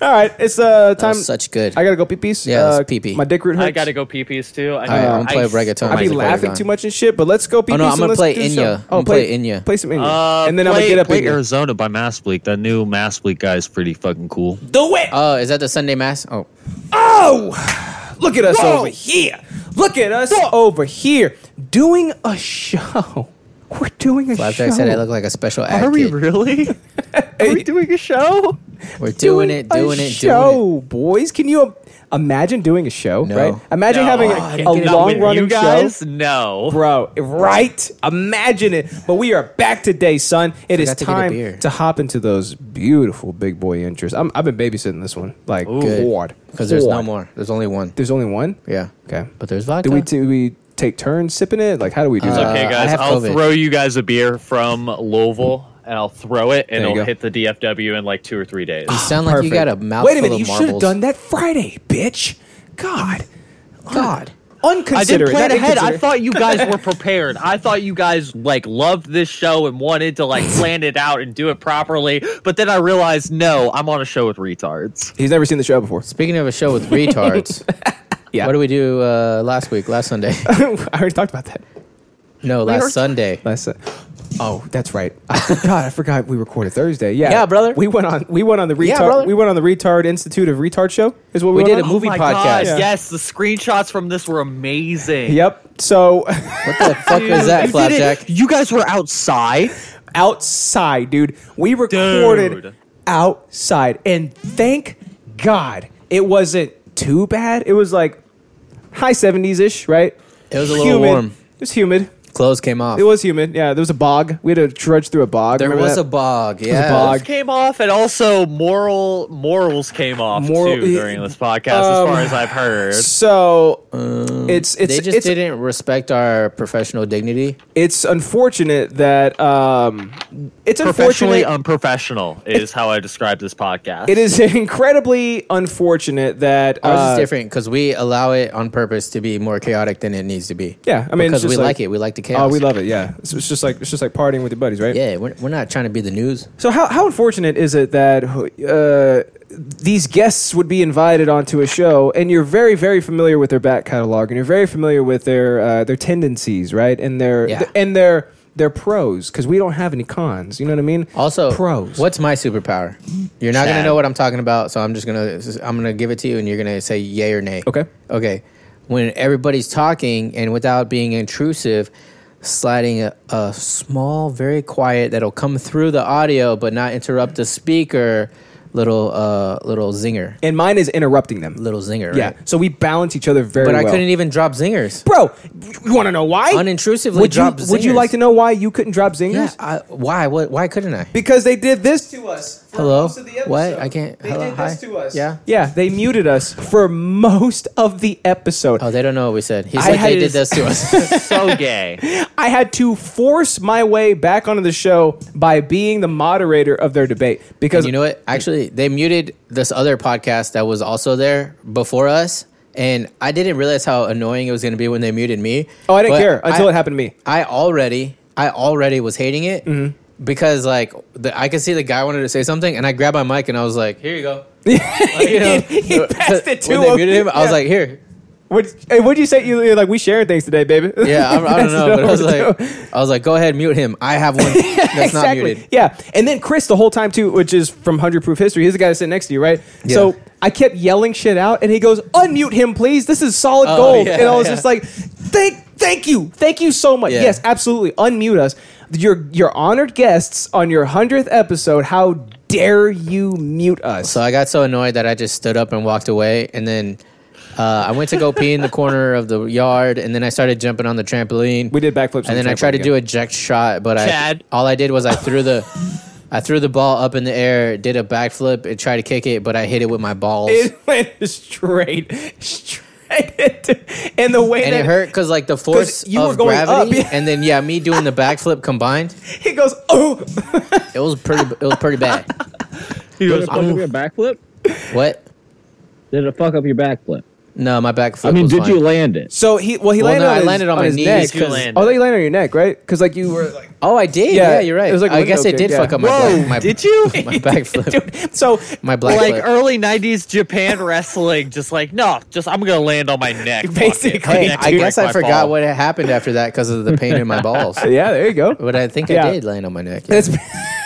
All right, it's uh
That
time.
was such good.
I gotta go pee pees.
Yeah,
uh,
let's pee-pee.
My dick root hurts.
I gotta go peepees too. I, um,
right, I'm gonna play
uh, I-
reggaeton.
I be
Mine's a
laughing
reggaeton.
too much and shit, but let's go pee
Oh, no, I'm gonna
let's
play
do
Inya.
some- oh,
I'm gonna play Inya.
Play some Inya,
Uh,
and then
play,
I'm gonna get up
play
in here.
Arizona by Mass Bleak. That new Mass Bleak guy is pretty fucking cool.
Do it.
Oh, is that the Sunday mass? Oh,
Oh, look at us over here. Look at us over here doing a show. We're doing a show.
Flapjack said I look like a special ad
Are we
kid.
really? Are we doing a show?
We're doing, it,
a
doing it, doing it.
show, boys. Can you imagine doing a show?
No.
Right? Imagine
No, Oh,
having
I
a, a
can't do it
long
with
running
you guys.
show.
No.
Bro, right? Imagine it. But we are back today, son. It is
Forgot to get a
time
beer.
to, hop into those beautiful big boy interests. I'm, I've been babysitting this one like
Good.
hard
Because there's no
hard.
more. There's only one.
There's only one.
Yeah.
Okay.
But there's vodka.
Do we do we take turns sipping it? Like how do we do
Uh,
that?
Okay,
I
guys,
have
I'll
COVID.
throw you guys a beer from Louisville, and I'll throw it, and
There you
it'll
go.
hit the DFW in like two or three days.
You sound like you got a mouthful
Wait a minute, you
of
should have
marbles.
done that Friday, bitch. God,
God.
unconsiderate.
I didn't plan
not
ahead. I
inconsiderate.
thought you guys were prepared. I thought you guys like loved this show and wanted to like plan it out and do it properly. But then I realized, no, I'm on a show with retards.
he's never seen the show before.
Speaking of a show with retards,
Yeah,
what did we do uh, last week, last Sunday?
I already talked about that.
No, last Sunday.
That's it. Oh, that's right. God, I forgot we recorded Thursday. Yeah,
Yeah, brother.
We went on. We went on the retard.
brother.
we went on the retard Institute of Retard show. Is what we,
We
went on?
did
Oh
a movie
Oh my
podcast.
God,
Yeah.
yes, the screenshots from this were amazing.
Yep. So
What the fuck was that,
You, did
Flapjack?
it. you guys were outside.
outside, dude. We recorded
Dude.
outside, and thank God it wasn't too bad. It was like high seventies ish, right?
It was a little
Humid.
warm.
It was humid.
Clothes came off.
It was humid. Yeah, there was a bog. We had to trudge through a bog.
there
Remember
was
that?
a bog. Yeah.
was a bog.
Those came off, and also moral morals came off
Moral-
too during this podcast,
um,
as far as I've heard.
So it's it's
Um, They just
it's,
didn't respect our professional dignity.
it's unfortunate that um it's
Professionally
unfortunate
unprofessional is how I describe this podcast.
it is incredibly unfortunate that
Ours
uh,
is different because we allow it on purpose to be more chaotic than it needs to be.
Yeah, I mean, it's
because
just
we
like-
like, it. We like the chaos.
Oh, we love it. Yeah, it's, it's just like it's just like partying with your buddies, right?
Yeah, we're, we're not trying to be the news.
So how how unfortunate is it that uh, these guests would be invited onto a show, and you're very very familiar with their back catalog, and you're very familiar with their uh, their tendencies, right? And their
Yeah.
and their their pros, because we don't have any cons. You know what I mean?
Also,
pros.
What's my superpower? You're not gonna
Chad.
know what I'm talking about, so I'm just gonna I'm gonna give it to you, and you're gonna say yay or nay.
Okay.
Okay. When everybody's talking and without being intrusive, sliding a, a small, very quiet that'll come through the audio but not interrupt the speaker. Little uh, little zinger,
And mine is interrupting them.
little zinger.
Yeah.
right?
So we balance each other very
But I
well.
couldn't e- even drop zingers.
Bro, you want to know why?
Unintrusively
would
drop
you, Would you
zingers.
like to know why you couldn't drop zingers?
Yeah. I, why? What? Why couldn't I?
Because they did this to us. for
Hello?
most of the episode.
What? I can't-
They
hello,
did this
hi?
to us.
Yeah?
Yeah. They muted us for most of the episode.
Oh, they don't know what we said. He's
I
like,
had
they did
his-
this to us.
so gay.
I had to force my way back onto the show by being the moderator of their debate because
you know what? Actually, they muted this other podcast that was also there before us, and I didn't realize how annoying it was going to be when they muted me.
Oh, I didn't
But
care until
I-
it happened to me.
I already, I already was hating it
Mm-hmm.
because like the, I could see the guy wanted to say something, and I grabbed my mic and I was like, "Here you go." Like, you know,
he passed it to
when they
him.
muted him, I was
Yeah.
like, "Here."
What? Hey, what'd you say? You you're like we sharing things today, baby?
Yeah, I, I don't
Passed it
know, but I was
over
like,
to him.
I was like, "Go ahead, mute him." I have one that's not muted.
Yeah. And then Chris, the whole time, too, which is from 100 Proof History, he's the guy that's sitting next to you, right? So I kept yelling shit out, and he goes, Unmute him, please. This is solid
Oh,
gold.
yeah,
and I was
yeah.
just like, Thank Thank you. Thank you so much.
Yeah.
Yes, absolutely. Unmute us. Your your honored guests on your 100th episode. How dare you mute us?
So I got so annoyed that I just stood up and walked away, and then uh, I went to go pee in the corner of the yard, and then I started jumping on the trampoline.
we did backflips.
and then I tried to do a jet shot, but
Chad.
I all I did was I threw the I threw the ball up in the air, did a backflip, and tried to kick it, but I hit it with my balls,
It went straight, straight, into, and the way
and
that
it hurt because like the force
you were
of
going
gravity,
up, yeah.
and then yeah, me doing the backflip combined,
He goes, oh,
it was pretty it was pretty bad.
Did it fuck up your backflip?
What?
Did it fuck up your backflip?
No, my backflip.
I mean,
was
did
fine.
you land it?
So he well he
Well,
landed,
no,
on
I
his,
landed on my
his
knees. uh,
neck.
You
'cause-
landed.
Oh, you landed on your neck, right? Because like you were like,
Oh, I did.
Yeah,
Yeah, you're right.
it was like a
I guess
window
it did
kick,
fuck
yeah.
up my
Whoa,
back. My,
did you?
My backflip.
dude. So
My black
Like
flip.
early '90s Japan wrestling, just like no, just I'm gonna land on my neck. Fuck it. My
Basically,
neck
I
break
guess I
my
forgot
fall.
what had happened after that because of the pain in my balls.
yeah, there you go.
But I think
Yeah.
I did land on my neck. yeah.
That's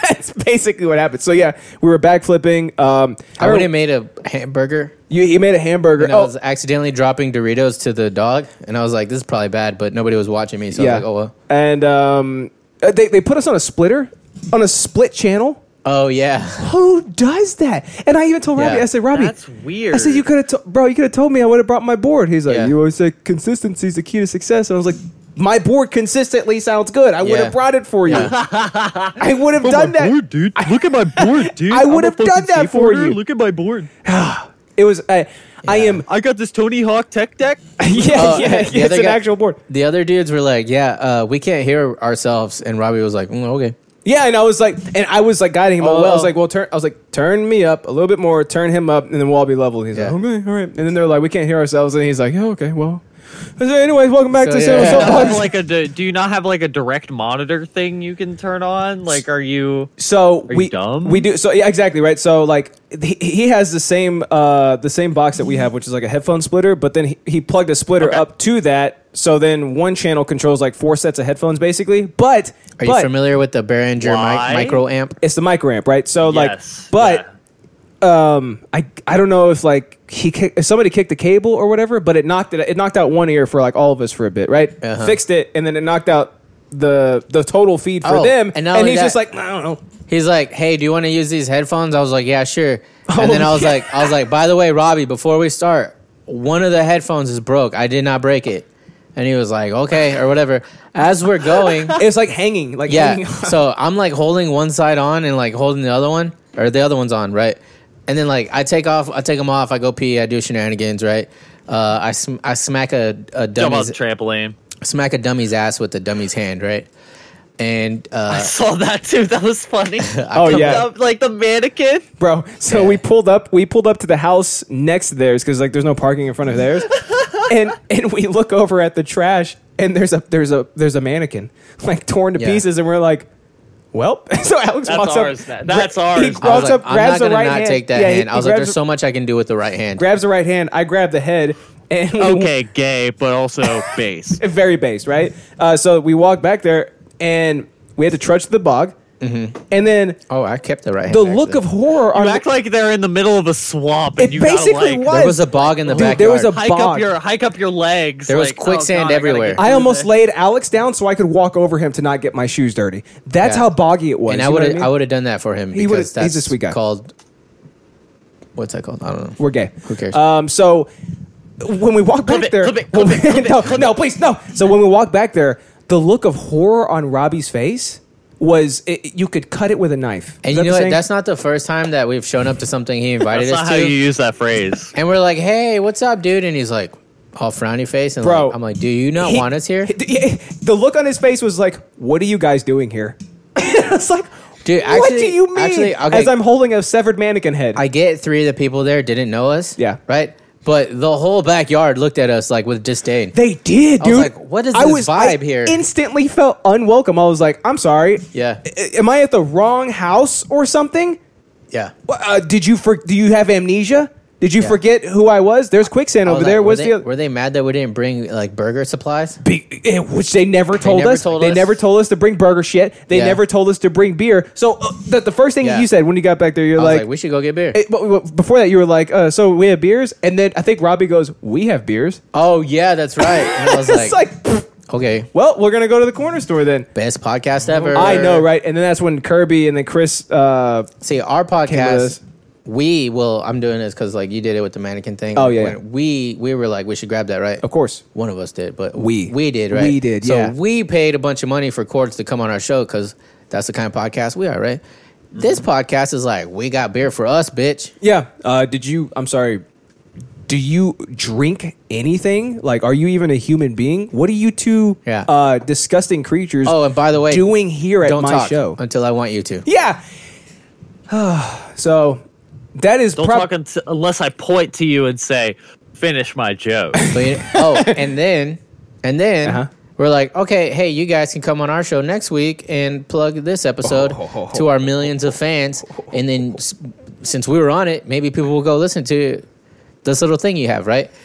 that's basically what happened. So yeah, we were backflipping. Um,
I
remember
would have made a hamburger,
you, you made a hamburger.
and I
Oh,
was accidentally dropping Doritos to the dog, and I was like, "This is probably bad," but nobody was watching me, so
yeah.
I was like, "Oh well."
And um, uh, they they put us on a splitter, on a split channel.
Oh yeah,
Who does that? And I even told
Yeah.
Robbie, I said, Robbie,
That's weird.
I said, you could have, to- bro, you could have told me I would have brought my board. He's like,
Yeah.
you always say consistency is the key to success. And I was like, my board consistently sounds good. I would
Yeah.
have brought it for you. I would have done that.
dude. Look at my board, dude.
I I'm would a have fucking done that for skateboarder. you.
Look at my board.
It was, I, I am,
I got this Tony Hawk tech deck.
yeah,
Uh,
yeah,
the
it's
other
an
guy-
actual board.
the other dudes were like, "Yeah, uh, we can't hear ourselves," and Robbie was like, mm, "Okay."
Yeah, and I was like, and I was like guiding him.
Oh,
I was
wow.
like, well, turn. I was like, turn me up a little bit more, turn him up, and then we'll all be level. And he's
Yeah.
like, okay, all right. And then they're like, we can't hear ourselves, and he's like, yeah, okay, well. I said, anyways, welcome back
So,
to
yeah.
Cinema
Yeah.
Soapbox.
Not like a di- do you not have like a direct monitor thing you can turn on? Like, are you?
So
Are you
we
dumb?
we do so yeah, exactly right. So like he, he has the same uh the same box that we have, which is like a headphone splitter. But then he, he plugged a splitter up to that. So then one channel controls like four sets of headphones basically. But
Are
but
you familiar with the Behringer
Why?
mic- micro amp?
It's the mic ramp, right? So
Yes,
like, but um, I I don't know if like he kick, if somebody kicked the cable or whatever, but it knocked it it knocked out one ear for like all of us for a bit, right?
Uh-huh.
Fixed it, and then it knocked out the the total feed for
Oh,
them.
and
And,
not only
he's
that-
just like, I don't know.
He's like, "Hey, do you want to use these headphones?" I was like, "Yeah, sure."
Oh,
And then I was
yeah.
like, "I was like, by the way, Robbie, before we start, one of the headphones is broke. I did not break it." And he was like, "Okay," or whatever. As we're going,
It's like hanging, like
yeah.
Hanging
so I'm like holding one side on and like holding the other one, or the other one's on, right? And then like I take off, I take them off, I go pee, I do shenanigans, right? Uh, I sm- I smack a a
Jump on the
dummy's
trampoline.
smack a dummy's ass with the dummy's hand, right? And uh,
Saw that too. That was funny.
Oh yeah,
The- like the mannequin.
bro. So we pulled up. We pulled up to the house next to theirs because like there's no parking in front of theirs, and and we look over at the trash and there's a there's a there's a mannequin like torn to
Yeah.
pieces, and we're like. Well, so Alex
That's
walks
ours,
up.
that- that's
gra-
ours. I
He
was
I was
walks
like,
up,
I'm not
grabs the
gonna
right
not
hand.
take that
Yeah, he-
hand. I
he
was like,
grabs
there's so much I can do with the right hand.
grabs the right hand. I grab the head, and we-
Okay, gay, but also base.
very based, right? Uh, so we walk back there, and we had to trudge to the bog, and then
Oh, I kept the right hand.
the look of
actually.
horror on
You act like they're in the middle of a swamp and
It
you gotta
basically
like
was.
there was a bog in the
Dude,
backyard.
there was a
hike
bog.
up your hike up your legs.
There was
like,
quicksand
oh, God, I gotta
everywhere.
get
I
through
almost
this.
laid Alex down so I could walk over him to not get my shoes dirty. That's
Yeah.
how boggy it was.
and I
you know
would
what
have, I,
mean?
would have done that for him.
He would've-
because
he's
that's
a sweet guy.
Called what's that called? I don't know.
We're gay.
Who cares?
Um, so when we walk back
it,
there,
clip it, clip
when
it,
we-
clip it,
no, no, please, no. So when we walk back there, the look of horror on Robbie's face was it, it- you could cut it with a knife. Is
and you
that
know
the
what?
saying?
That's not the first time that we've shown up to something he invited
That's
us
not how
to.
you use that phrase.
and we're like, "Hey, what's up, dude?" And he's like, all frowny face. And
Bro.
like- I'm like, "Do you not
He-
want us here,
he- The look on his face was like, "What are you guys doing here?" it's like,
dude?" Actually,
what do you mean?
Actually, okay,
As I'm holding a severed mannequin head.
I get three of the people there didn't know us.
Yeah.
right. But the whole backyard looked at us like with disdain.
They did,
I was
dude.
like, what is this vibe here?
Instantly felt unwelcome. I was like, I'm sorry.
Yeah.
A- Am I at the wrong house or something?
yeah.
Wha- Uh, did you for, do you have amnesia? Did you
Yeah.
forget who I was? There's quicksand
I
over
was
there.
Oh, like,
What's
were,
the
they,
other?
were they mad that we didn't bring like burger supplies?
Be- eh, which they never told
never
us.
told
they
us.
never told us to bring burger shit. They
Yeah.
never told us to bring beer. So uh, the, the first thing
Yeah.
you said when you got back there, you're
I was
like,
like, we should go get beer.
eh, but- but before that, you were like, uh, so we have beers, and then I think Robbie goes, we have beers.
oh yeah, that's right. And I was
it's
like,
like, pfft,
Okay.
Well, we're gonna go to the corner store then.
Best podcast ever.
I know, right? And then that's when Kirby and then Chris. Uh,
See, our
Came with us.
podcast, we well, I'm doing this because like you did it with the mannequin thing.
Oh, yeah.
When we we were like we should grab that right.
of course,
One of us did, but
We.
we did right.
We did,
So
yeah.
we paid a bunch of money for Quartz to come on our show because that's the kind of podcast we are, right?
Mm-hmm.
This podcast is like we got beer for us, bitch.
yeah. Uh, did you? I'm sorry. Do you drink anything? Like, are you even a human being? What are you two
Yeah.
uh, disgusting creatures?
Oh, and by the way,
doing here at
Don't
my
talk Uh,
show?
until I want you to.
Yeah. so that is
Don't
prob-
talk unt- unless I point to you and say, "Finish my joke."
But you- oh, and then and then
Uh-huh.
we're like, okay, hey, you guys can come on our show next week and plug this
Oh,
episode to our millions of fans, and then s- since we were on it, maybe people will go listen to this little thing you have, right?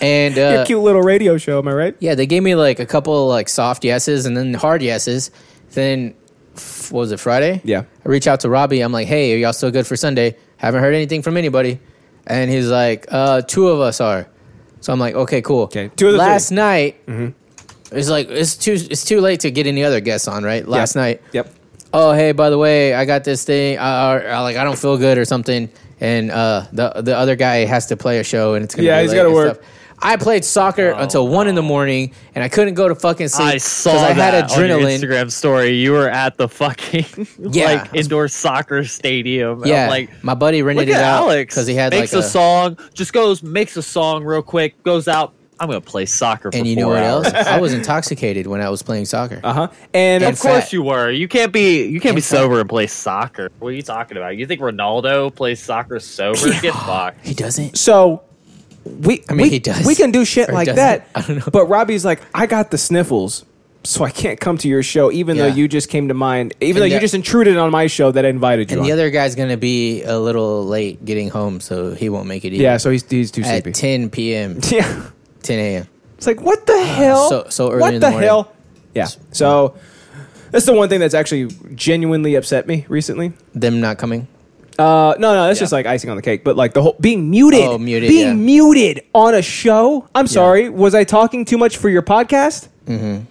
And
your
uh,
cute little radio show. Am I right?
yeah, they gave me like a couple like soft yeses and then hard yeses. Then f- what was it Friday?
Yeah.
I reach out to Robbie. I'm like, hey, are y'all still good for Sunday? Haven't heard anything from anybody. And he's like, uh, two of us are. So I'm like, okay, cool.
Okay, two of the
Last night,
Mm-hmm.
it's like it's too it's too late to get any other guests on, right? Last night,
Yep.
oh hey by the way i got this thing I, I, I- like i don't feel good or something and uh the the other guy has to play a show and it's gonna
Yeah,
be
he's
late
gotta
and
work.
stuff. i played soccer until one in the morning and i couldn't go to fucking sleep
Oh, I saw
i
that
had
on
adrenaline
your Instagram story. You were at the fucking
Yeah.
like indoor soccer stadium. And
yeah
I'm like
my buddy rented
look
it
at
out
Alex
because he had
makes
like
a, song. Just goes makes a song real quick. Goes out. I'm gonna play soccer. for
and you know
four
what
hours.
else i was intoxicated when i was playing soccer
Uh huh. And,
And
Of course
fat.
you were. You can't be. You can't be
And fat.
sober and play soccer. What are you talking about? You think Ronaldo plays soccer sober? Get fucked.
he doesn't
so we
mean,
we,
he does.
we can do shit
Or
like
doesn't.
that.
I don't know.
But Robbie's like, I got the sniffles, so I can't come to your show, even
Yeah.
though you just came to mine, even
And
though you
the-
just intruded on my show that I invited you.
and
on.
the other guy's gonna be a little late getting home so he won't make it either.
yeah, so he's he's too
at
sleepy.
10 p.m
yeah,
10 a.m
it's like what the hell?
Uh, so- so early
what
in
the,
the morning.
hell? Yeah. So that's the one thing that's actually genuinely upset me recently.
them not coming
Uh, no, no, that's just like icing on the cake. But like the whole being muted,
Oh, muted,
being
yeah.
muted on a show. I'm sorry, was I talking too much for your podcast? Mm-hmm.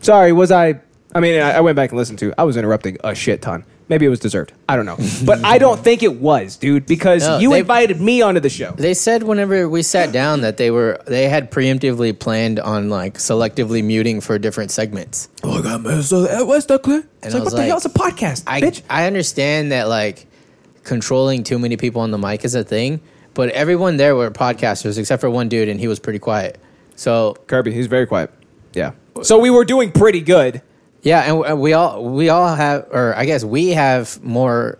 Sorry, was I? I mean, I, I went back and listened to. it. I was interrupting a shit ton. Maybe it was deserved. I don't know, but I don't think it was, dude, because
No,
you
they-
invited me onto the show.
They said whenever we sat down that they were they had preemptively planned on like selectively muting for different segments.
oh my god, so that was the clip. It's
And I
like,
was
what the
like,
hell? It's a podcast,
I
bitch.
I understand that like controlling too many people on the mic is a thing, but everyone there were podcasters except for one dude and he was pretty quiet. So
Kirby, he's very quiet. Yeah. So we were doing pretty good.
yeah, and w- uh, we all we all have, or I guess we have more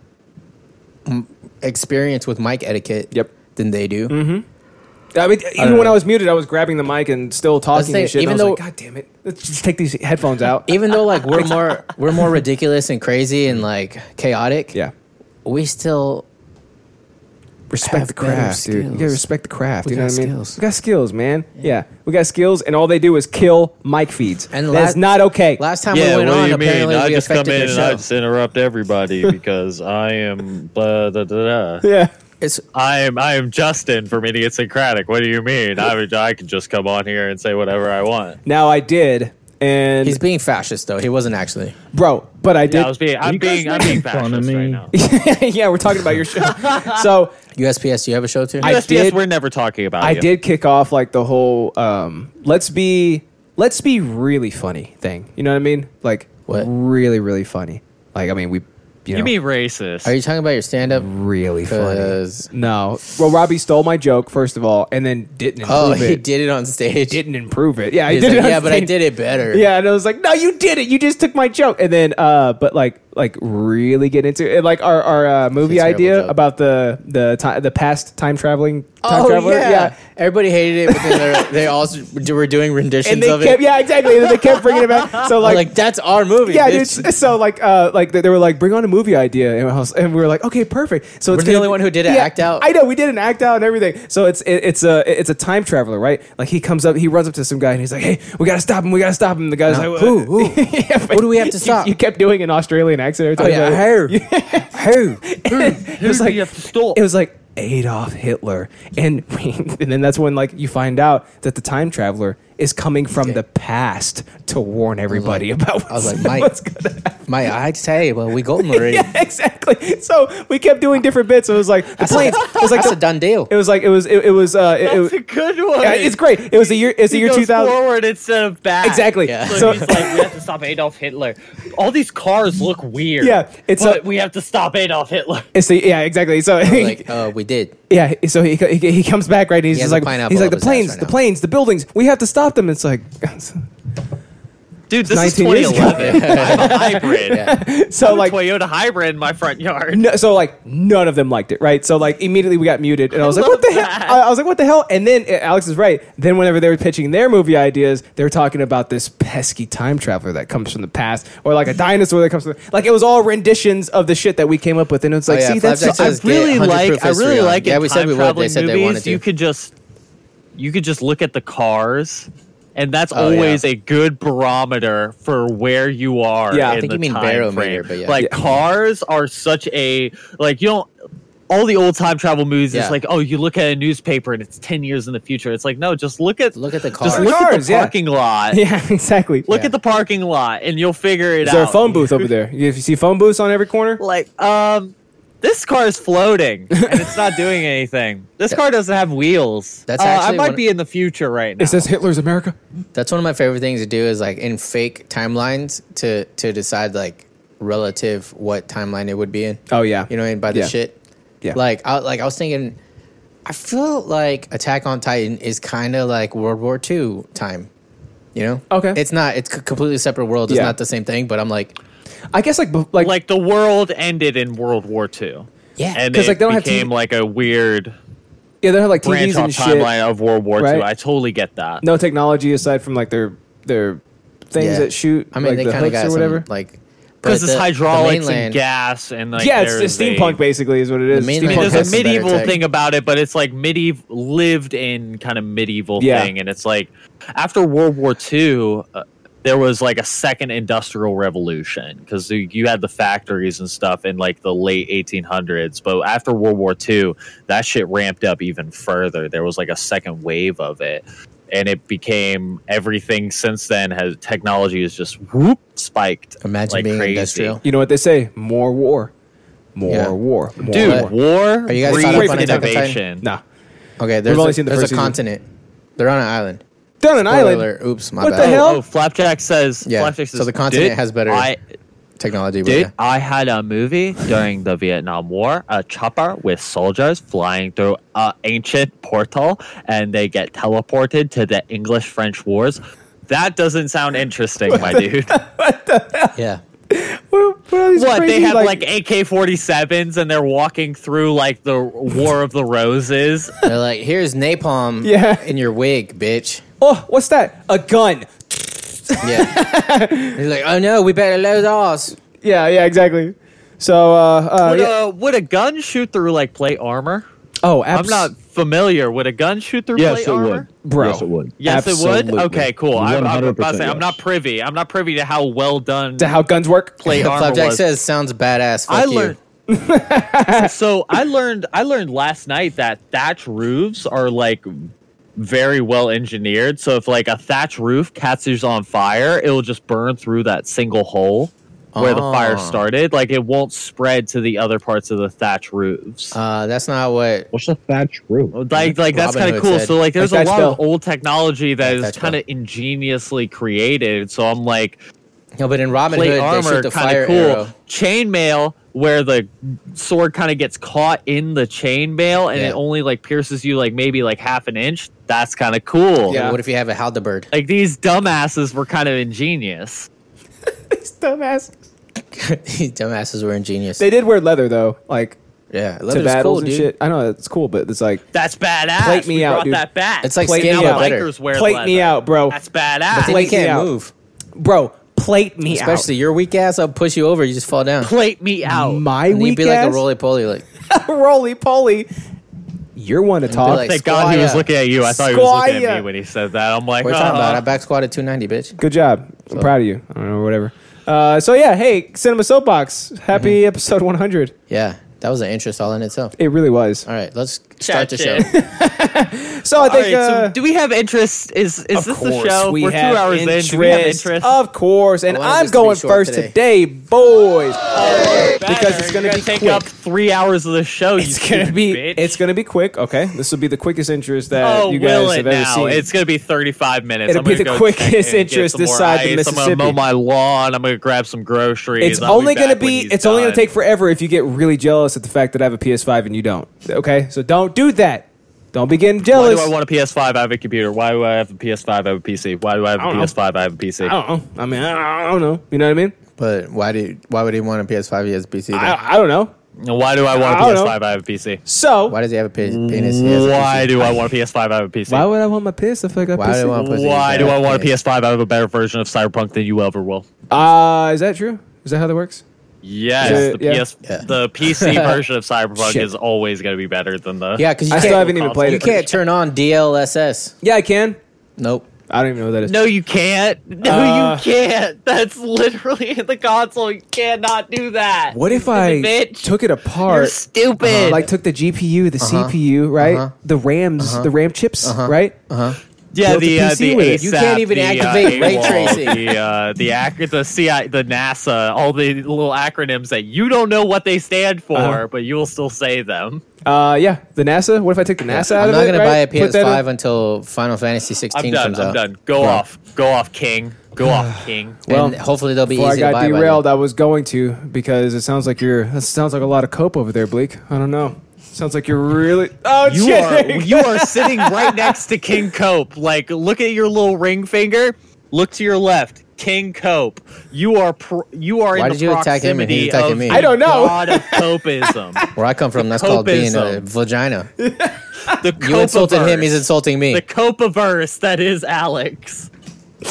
mm, experience with mic etiquette.
Yep. Mm-hmm.
Than they do.
I mean, even when I was muted, I was grabbing the mic and still talking
say,
and shit. and
even
I
though-
was like, God damn it, let's just take these headphones out.
Even though like we're more we're more ridiculous and crazy and like chaotic.
yeah,
We still
respect
Have
the
better
craft, dude. You gotta
skills.
respect the craft.
We
you know
got
what I mean?
skills.
We got skills, man. Yeah. we got skills, and all they do is kill mic feeds.
And
that's
la-
not okay.
Last time we went on, apparently we affected their show.
interrupt everybody because I am blah, da, da, da.
yeah,
it's
I am I am Justin from Idiosyncratic. What do you mean? I would, I can just come on here and say whatever I want.
now I did, and
he's being fascist though. He wasn't actually.
bro, but I
Yeah, I
did.
was being I'm
you guys
being I'm
making
being
fun of
fascist
me?
right now.
Yeah, we're talking about your show. so
USPS, do you have a show too?
I
I
did-
we're never talking about.
I
you.
did kick off like the whole um, let's be let's be really funny thing. You know what I mean? Like
What?
really really funny. Like I mean we you, know,
You mean racist?
Are you talking about your stand up? Uh,
really funny?
'Cause-
No. Well, Robbie stole my joke first of all, and then didn't improve
Oh,
it.
he did it on stage.
Didn't improve it. Yeah, I
He's
did.
like,
it on
yeah, but I
stage.
did it better.
Yeah, and I was like, no, you did it. You just took my joke. And then, uh, but like, like really get into it. And, like our our uh, movie
terrible
idea
joke.
about the the ti- the past time traveling time
Oh
traveler.
yeah. everybody hated it, but then they're- they also d- were doing renditions
and they
of
kept
it.
yeah exactly. And then they kept bringing it back. So
I'm
like.
like, that's our movie.
yeah, dude.
bitch.
So like, uh, like they, they were like, bring on a movie idea, and, I was, and we were like, okay, perfect. So it's
the
gonna
only
be-
one who did an act out.
I know we did an act out and everything. So it's it, it's a it's a time traveler, right? Like he comes up, he runs up to some guy, and he's like, hey, we gotta stop him, we gotta stop him. The guy's
No.
like,
Who? Who?
Yeah, but
Who do we have to
you-
stop?
You, kept doing an Australian accent every
Oh
time.
yeah,
Like,
her, her.
it was
do
like
you have to stop?
it was like Adolf Hitler, and and then that's when like you find out that the time traveler is coming from the past to warn everybody about what's,
I was like, Mike,
what's gonna happen.
Mike, I say, well, we golden already.
Yeah, exactly. So we kept doing different bits. It was like the planes. It was like
That's
the-
a done deal.
It was like it was it, it was uh it,
That's a
it-
good one.
yeah, it's great. It was the year it's the
He
year
goes
two thousand
forward instead of back.
exactly.
Yeah.
So,
So
he's like, we have to stop Adolf Hitler. All these cars look weird.
Yeah, it's
but
a-
we have to stop Adolf Hitler.
it's the, yeah exactly. So
like, uh, we did.
yeah, so he, he he comes back right. And he's
He
just
has
like
a pineapple
he's like
up
the
his ass
planes,
right
the
now."
planes, the buildings. We have to stop them. It's like
Dude, this is
19 years ago.
2011. I'm a hybrid.
so
I'm
like
a Toyota hybrid in my front yard.
no, so like none of them liked it, right? So like immediately we got muted, and I was like,
love
"What the
that.
hell?" I, I was like, "What the hell?" And then uh, Alex is right. Then whenever they were pitching their movie ideas, they were talking about this pesky time traveler that comes from the past, or like a dinosaur that comes from like it was all renditions of the shit that we came up with, and it's like,
yeah,
"See,
Five
that's
Nights
so-
at
I-
Let's get 100 proof history on. Yeah,
in
we said we would. They
time-traveling
said they wanted to.
You could just, you could just look at the cars, and that's
Oh, yeah.
always a good barometer for where you are.
Yeah. I
in
think you
the
mean
time
barometer,
frame.
but yeah.
like
Yeah.
cars are such a like you don't. All the old time travel movies
Yeah.
is like, oh, you look at a newspaper and it's ten years in the future. It's like, no, just look at
Look at the
just
cars.
look at
Cars,
the
yeah.
parking lot.
yeah, exactly."
Look
Yeah.
at the parking lot, and you'll figure it
Is
out.
there a phone booth over there? If you see phone booths on every corner,
like um this car is floating and it's not doing anything this car doesn't have wheels
That's
Uh, i
actually
might
one-
be in the future right now
it says Hitler's America.
That's one of my favorite things to do is like in fake timelines to to decide like relative what timeline it would be in.
Oh yeah,
You know what I mean by the
Yeah.
shit.
Yeah.
Like I like I was thinking, I feel like Attack on Titan is kind of like World War II time. You know?
Okay.
It's not. It's c- completely separate world. It's
Yeah.
not the same thing. But I'm like,
I guess like bef- like,
like the world ended in world war ii
yeah.
and
'Cause,
it
like, they don't have
became
TV
like a weird
yeah, they have like
branch
TVs
off
and shit.
timeline of world war
Right.
ii i totally get that
no technology aside from like their their things
yeah.
that shoot.
I mean,
like
they
the
kind of
hooks
got
or
some,
whatever.
like
because
but
it's
the- the
hydraulics and
mainland-
gas and like
yeah, it's, it's
there's
steampunk
a,
basically is what it is.
The
I mean,
mainline
Steampunk
has
there's
has-
a
some better
medieval
tech.
thing about it, but it's like medieval lived in kind of medieval
Yeah.
thing, and it's like after World War II, uh, there was like a second industrial revolution because you had the factories and stuff in like the late 1800s, but after World War II, that shit ramped up even further. There was like a second wave of it. And it became everything since then has technology has just whoop spiked.
Imagine
like
being
crazy.
industrial.
you know what they say? More war, more
Yeah.
war, more
Dude,
war.
What?
war
Are you guys
breeds
caught
up on Attack on
Titan?
innovation.
Nah,
Okay. There's
only
a,
seen the
there's
first
a
season.
continent. They're on an island.
they're on an
Spoiler
island.
alert. Oops. My
What
bad.
the hell?
Oh, Flapjack says.
Yeah,
Flapjack
so
says,
the continent
"Dude,
has better-
I,
Technology. but
dude,
yeah.
I had a movie during the Vietnam War, a chopper with soldiers flying through an ancient portal, and they get teleported to the English-French wars. That doesn't sound interesting, my dude.
Yeah.
What, what are these
What
crazy,
they have like AK-47s, and they're walking through like the War of the Roses.
They're like, here's napalm
Yeah.
in your wig, bitch.
oh, what's that? A gun.
Yeah. He's like, oh no, we better load ours.
Yeah, yeah, exactly. So, uh,
Oh,
uh,
Would,
yeah.
a, would a gun shoot through like plate armor?
oh,
I'm
abs-
not familiar. Would a gun shoot through
Yes,
plate
it
armor?
would.
Bro.
Yes, it would.
Yes, it would.
Absolutely.
Okay, cool. I, I'm, about
100%
to say, I'm not
yes.
privy. I'm not privy to how well done
to how guns work.
plate armor
Flapjack
was.
says, sounds badass. Fuck
I
you.
learned. so I learned. I learned last night that thatch roofs are like very well engineered. So if like a thatch roof catches on fire, it'll just burn through that single hole where the fire
Ah.
started. Like it won't spread to the other parts of the thatch roofs.
Uh, that's not what.
What's the thatch roof?
like like that's
Robin
kind
Hood
of cool.
said.
So like there's
Like
a
Thatch
lot of
Bell.
old technology that
Like
is
Thatch
kind of ingeniously created. So I'm like
No, but in Robin
plate
Hood, they
armor
shoot the
kind
fire
of cool.
arrow.
Chainmail where the sword kind of gets caught in the chainmail and
Yeah.
it only like pierces you like maybe like half an inch. That's kind of cool.
Yeah.
What if you have a halberd?
Like these dumbasses were kind of ingenious.
These dumbass.
These dumbasses were ingenious.
They did wear leather though, like
yeah,
to
leather's
battles
cool,
and
dude.
shit. I know it's cool, but it's like
That's badass.
Plate me
we
out,
brought
dude.
that back.
It's like
Plate me
now
out.
the
better.
bikers wear
plate me
leather.
out, bro.
That's
But then
badass.
you
Plate me
can't
out.
move.
bro, plate me
Especially your weak ass, I'll push you over. You just fall down.
Plate me out.
out. My
and you'd
weak
be like
ass,
a roly poly. Like,
roly poly. You're one to talk.
like-
Thank God he was
Squire.
looking at you. I thought he was looking at
Squire.
me when he said that. I'm like,
what are you talking
"Uh-huh."
about? I back squatted 290, bitch.
Good job. I'm proud of you.
Mm-hmm.
I don't know, whatever. Uh, so yeah, hey, Cinema Soapbox. Happy episode 100.
Yeah. That was an interest all in itself.
It really was.
All right, let's start the show.
Gotcha.
So I
All
think
right, so
uh,
do we have interest? Is is this the show?
we
are two
have
hours
interest,
in. Do we have interest?
Of course, and
I wanted
I'm
this to be
going
short
first
today.
today, boys. because it's
You're
gonna be
take
quick.
up three hours of the show.
It's
you
gonna
stupid
be
bitch.
it's gonna be quick. Okay, this will be the quickest interest that
Oh,
you
will
guys
it
have ever
now?
seen.
It's gonna be 35 minutes.
It'll
I'm
be
gonna
the
go
quickest
check and get
interest
some
this
more
side of
ice. I'm gonna mow
Mississippi.
my lawn. I'm gonna grab some groceries.
It's
I'll be
only
back
going to
when
be
he's
it's only going to
done.
take forever if you get really jealous at the fact that I have a PS5 and you don't. Okay? So don't do that. Don't be getting
Why
jealous.
do I want a PS5? I have a computer. Why do I have a PS5? I have a PC. Why do I have a
I don't know.
PS5? I have a PC.
I don't know. I mean, I I don't know. You know what I mean?
But why did why would he want a PS5? He has a PC. though?
I, I don't know.
And Why do I want a
I don't know.
PS5? I have a PC.
So
why does he have a pe- penis? He has a
Why
PC.
do I want a PS5? I have a PC.
why would I want my PS if I got
Why do I want
PS?
pussy? He's
Why
got
do I want a
penis.
PS5? I have a better version of Cyberpunk than you ever will.
Uh, is that true? Is that how that works?
Yes,
Uh,
the
yeah.
PS,
Yeah.
the PC version of Cyberpunk
Shit.
is always going to be better than the.
Yeah, because you
I still
can't.
haven't even
console.
played
You
it.
can't turn on DLSS.
Yeah, I can.
Nope.
I don't even know what that is.
No, you can't. No,
Uh,
you can't. That's literally in the console. You cannot do that.
What if I
bitch.
took it
You're
apart?
stupid.
Uh, like took the GPU, the CPU, right?
Uh-huh.
The RAMs, the RAM chips, right?
yeah,
built a
the uh,
PC
the
with it.
ASAP,
You can't even
the,
activate
uh,
ray
AWOL,
tracing.
The uh, the ac- the CI, the NASA, all the little acronyms that you don't know what they stand for,
Uh-huh.
but you will still say them.
Uh, yeah, the NASA. What if I take the NASA out
I'm
of
not
it?
gonna
right?
buy a
Put that in-
PS5 until Final Fantasy 16
I'm done.
comes
I'm
out.
done. Go
Yeah.
off. Go off, King. Go off, King.
Well,
and hopefully they'll be
Before I
easy to
got
buy. by
derailed,
then.
I was going to because it sounds like you're. That sounds like a lot of cope over there, Bleak. I don't know. Sounds like you're really. Oh,
You
shit.
are you are sitting right next to King Cope. Like, look at your little ring finger. Look to your left, King Cope. You are pro- you are
Why
in
did
the
you attack him and
proximity
he's attacking
of
me?
the
I don't know.
God of Copeism.
Where I come from, that's called being a
Copism.
vagina. You
The Cope
insulted him, he's insulting me.
the Copaverse that is Alex.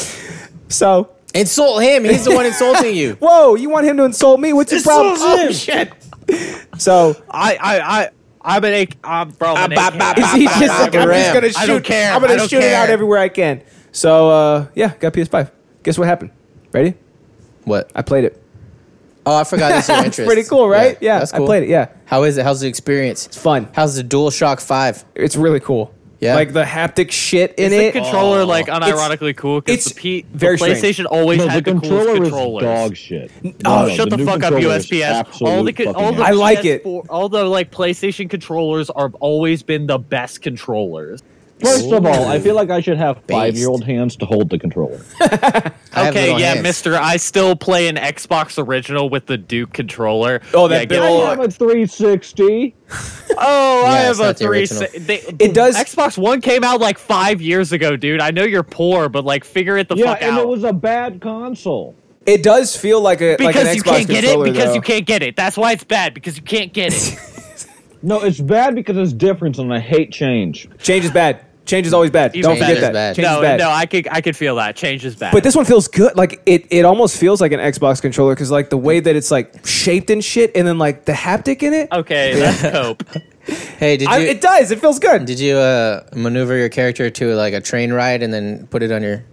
so.
Insult him, he's the one insulting you.
Whoa! You want him to insult me? What's your problem? Oh,
Oh shit!
So
I I I I'm an A. I'm bro. I'm an AK.
is he just like I'm
Ram.
just gonna shoot?
I don't care.
I'm
I
gonna
don't
shoot it out
care.
everywhere I can. So uh, yeah, got PS5. Guess what happened? Ready?
What?
I played it.
Oh, I forgot this is your
That's
interest.
pretty cool, right? Yeah,
that's
I played it. Yeah,
How is it? How's the experience?
it's fun.
How's the DualShock 5?
It's really cool.
Yeah.
like the haptic shit in
Is the
it.
controller like
It's-
unironically cool?
it's
Because the, P- the
very strange.
PlayStation always
No,
had
the
the,
controller
coolest
is
controllers.
dog shit.
Oh,
No,
shut the,
new
fuck up,
controller is
USPS. All the,
absolute
co-
fucking
all the
ass.
I like it.
PS4 All the like PlayStation controllers have always been the best controllers.
First of all, I feel like I should have five
Based.
year old hands to hold the controller.
I have
okay,
little
yeah,
hands.
Mister, I still play an Xbox original with the Duke controller.
Oh, that
yeah,
big
get
old-
I
fucked.
have a 360.
Oh, I
Yeah,
have
it's
a
not the
three.
original.
si- They,
It does-
Xbox One came out like five years ago, dude. I know you're poor, but like, figure it the
Yeah,
fuck
and
out.
it was a bad console.
It does feel like a like
because
an Xbox
you can't get it.
controller,
Because
though.
you can't get it. That's why it's bad. Because you can't get it.
No, it's bad because it's different, and I hate change.
Change is bad. Change is always bad.
Even
Don't
better.
forget that.
Bad.
Change
no,
is bad.
no, I could, I could feel that. Change is bad.
but this one feels good. Like it, it almost feels like an Xbox controller because like the way that it's like shaped and shit, and then like the haptic in it.
okay, that's cope.
Hey, did you
I, it does. It feels good.
did you uh, maneuver your character to like a train ride and then put it on your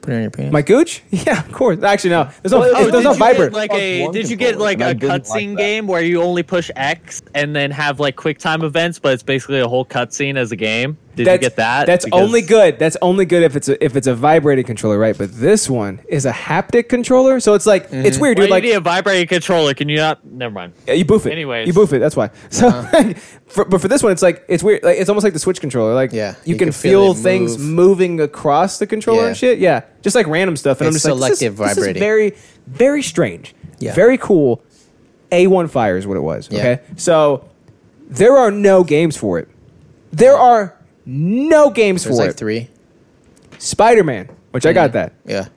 put it on your penis?
My gooch? Yeah, of course. Actually, no. There's no.
Well,
it-
oh,
there's
did
no
you get,
Viber.
Like
Xbox
a,
One
did you get
controller,
like
and I
a
didn't like
cutscene
that.
game where you only push X and then have like quick time events, but it's basically a whole cutscene as a game? Did you
That's-
get that?
That's
Because-
only good. That's only good if it's a, if it's a vibrating controller, right? But this one is a haptic controller, so it's like it's weird,
Why
dude.
do
Like
you need a vibrating controller? Can you not? Never mind.
Yeah, you boof it.
Anyways.
you boof it. That's why. So, like, for, but for this one, it's like it's weird. Like it's almost like the Switch controller. Like
Yeah,
you,
you
can,
can feel
feel,
it
things
move.
moving across the controller
Yeah.
and shit. Yeah, just like random stuff. And
It's
I'm just like, this is-
selective
this is
vibrating.
very, very strange.
Yeah.
very cool. A one fire is what it was.
Yeah.
Okay, so there are no games for it. There are no games
There's
for
like
it.
three. Mm.
Spider Man, which I got that.
Yeah.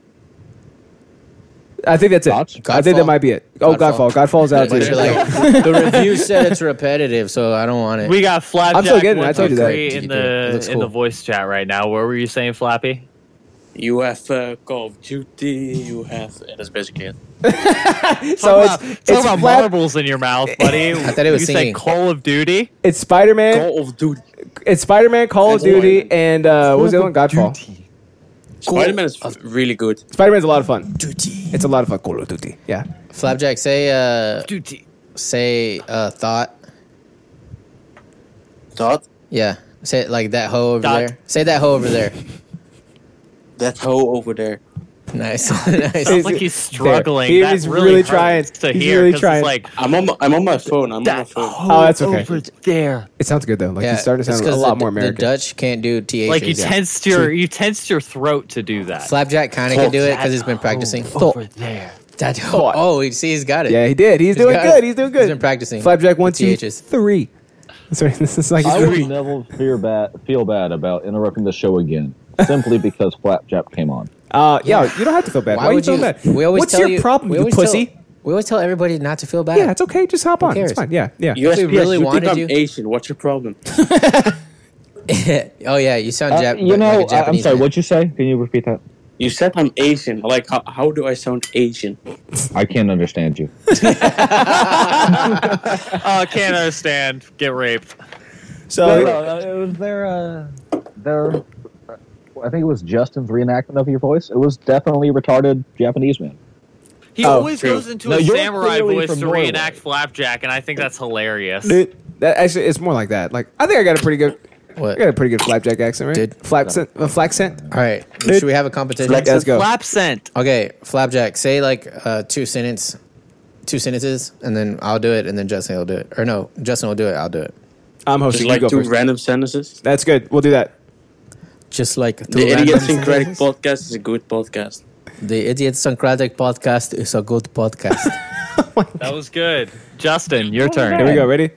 I think that's it.
Thoughts?
I think that
Godfall.
might be it. Oh, Godfall.
Godfall.
Godfall's out
But
too.
you're like, the review said it's repetitive, so I don't want it.
We got Flapjack.
still getting it. I told you that.
123 In
You did. It
the
looks
in the
cool.
voice chat right now. What were you saying, Flappy?
UF Call of Duty, UF, and that's basically it.
so it's
about,
it's,
talk about
Flap-
marbles in your mouth, buddy. I
thought it was
you
singing.
said Call of Duty.
it's Spider Man.
Call of Duty.
It's Spider Man, Call of
That's
Duty,
right.
and uh, what was the other one? Godfall.
Spider Man is f- really good.
Spider Man's a lot of fun. It's a lot of fun. Call of Duty. Yeah.
Flapjack, say uh,
Duty.
say uh, thought.
Thought
Yeah, say it like that hoe over
Thought.
there. Say that hoe over there.
that hoe over there.
Nice, nice.
Sounds like he's struggling.
He
That
is really
hurts
trying.
to
He's
hear.
really
'cause
trying.
It's like
I'm on. My, I'm on my phone. I'm on my
that
phone.
hoe
Oh, that's okay.
over there.
It sounds good though. Like you started
it's
sounding
'cause
a
the
lot
D-
more American.
The Dutch can't do th.
Like you tensed your you tensed your throat to do that.
Flapjack kind of can do it because he's been practicing.
over there.
That- oh, you see, he's got it.
yeah, he did. He's, doing
got
good.
it.
He's doing good.
He's been practicing.
Flapjack one, two,
THs.
three. Sorry, this is like.
I would never feel bad, feel bad about interrupting the show again simply because Flapjack came on.
Uh, yeah, you don't have to feel bad. Why, are you feel bad?
We always
What's
tell
your
you,
problem,
we
you
always tell-
pussy?
we always tell everybody not to feel bad.
yeah, it's okay. Just hop on. It's
cares?
fine. Yeah, yeah.
USPS,
really
you
wanted
think I'm
you-
Asian? What's your problem?
oh yeah, you sound
Uh,
Jap-
you know,
like a
I, am
Japanese
sorry.
man.
What'd you say? Can you repeat that?
You said I'm Asian. Like, how, how do I sound Asian?
I can't understand you.
Oh, can't understand. Get raped.
No,
So
no, no, it was their, uh, their. I think it was Justin's reenactment of your voice. It was definitely retarded Japanese man.
He
Oh,
always
true.
goes into
No,
a
you're
samurai
clearly
voice
from
to
Norway.
reenact Flapjack, and I think that's hilarious.
dude, that actually, it's more like that. Like, I think I got a pretty good. I
What?
got a pretty good flapjack accent, right?
Dude.
flap scent, uh, flack scent.
All right, should we have a competition?
Like, uh, let's go.
Flap scent.
Okay, Flapjack, say like uh, two sentence, two sentences, and then I'll do it, and then Justin will do it. Or no, Justin will do it. I'll do it.
I'm
Just
hosting.
like
you go
two
first.
random sentences.
That's good. We'll do that.
Just like
The Idiosyncratic podcast is a good podcast.
the Idiosyncratic podcast is a good podcast.
That was good. Justin, your turn.
Here we go. Ready?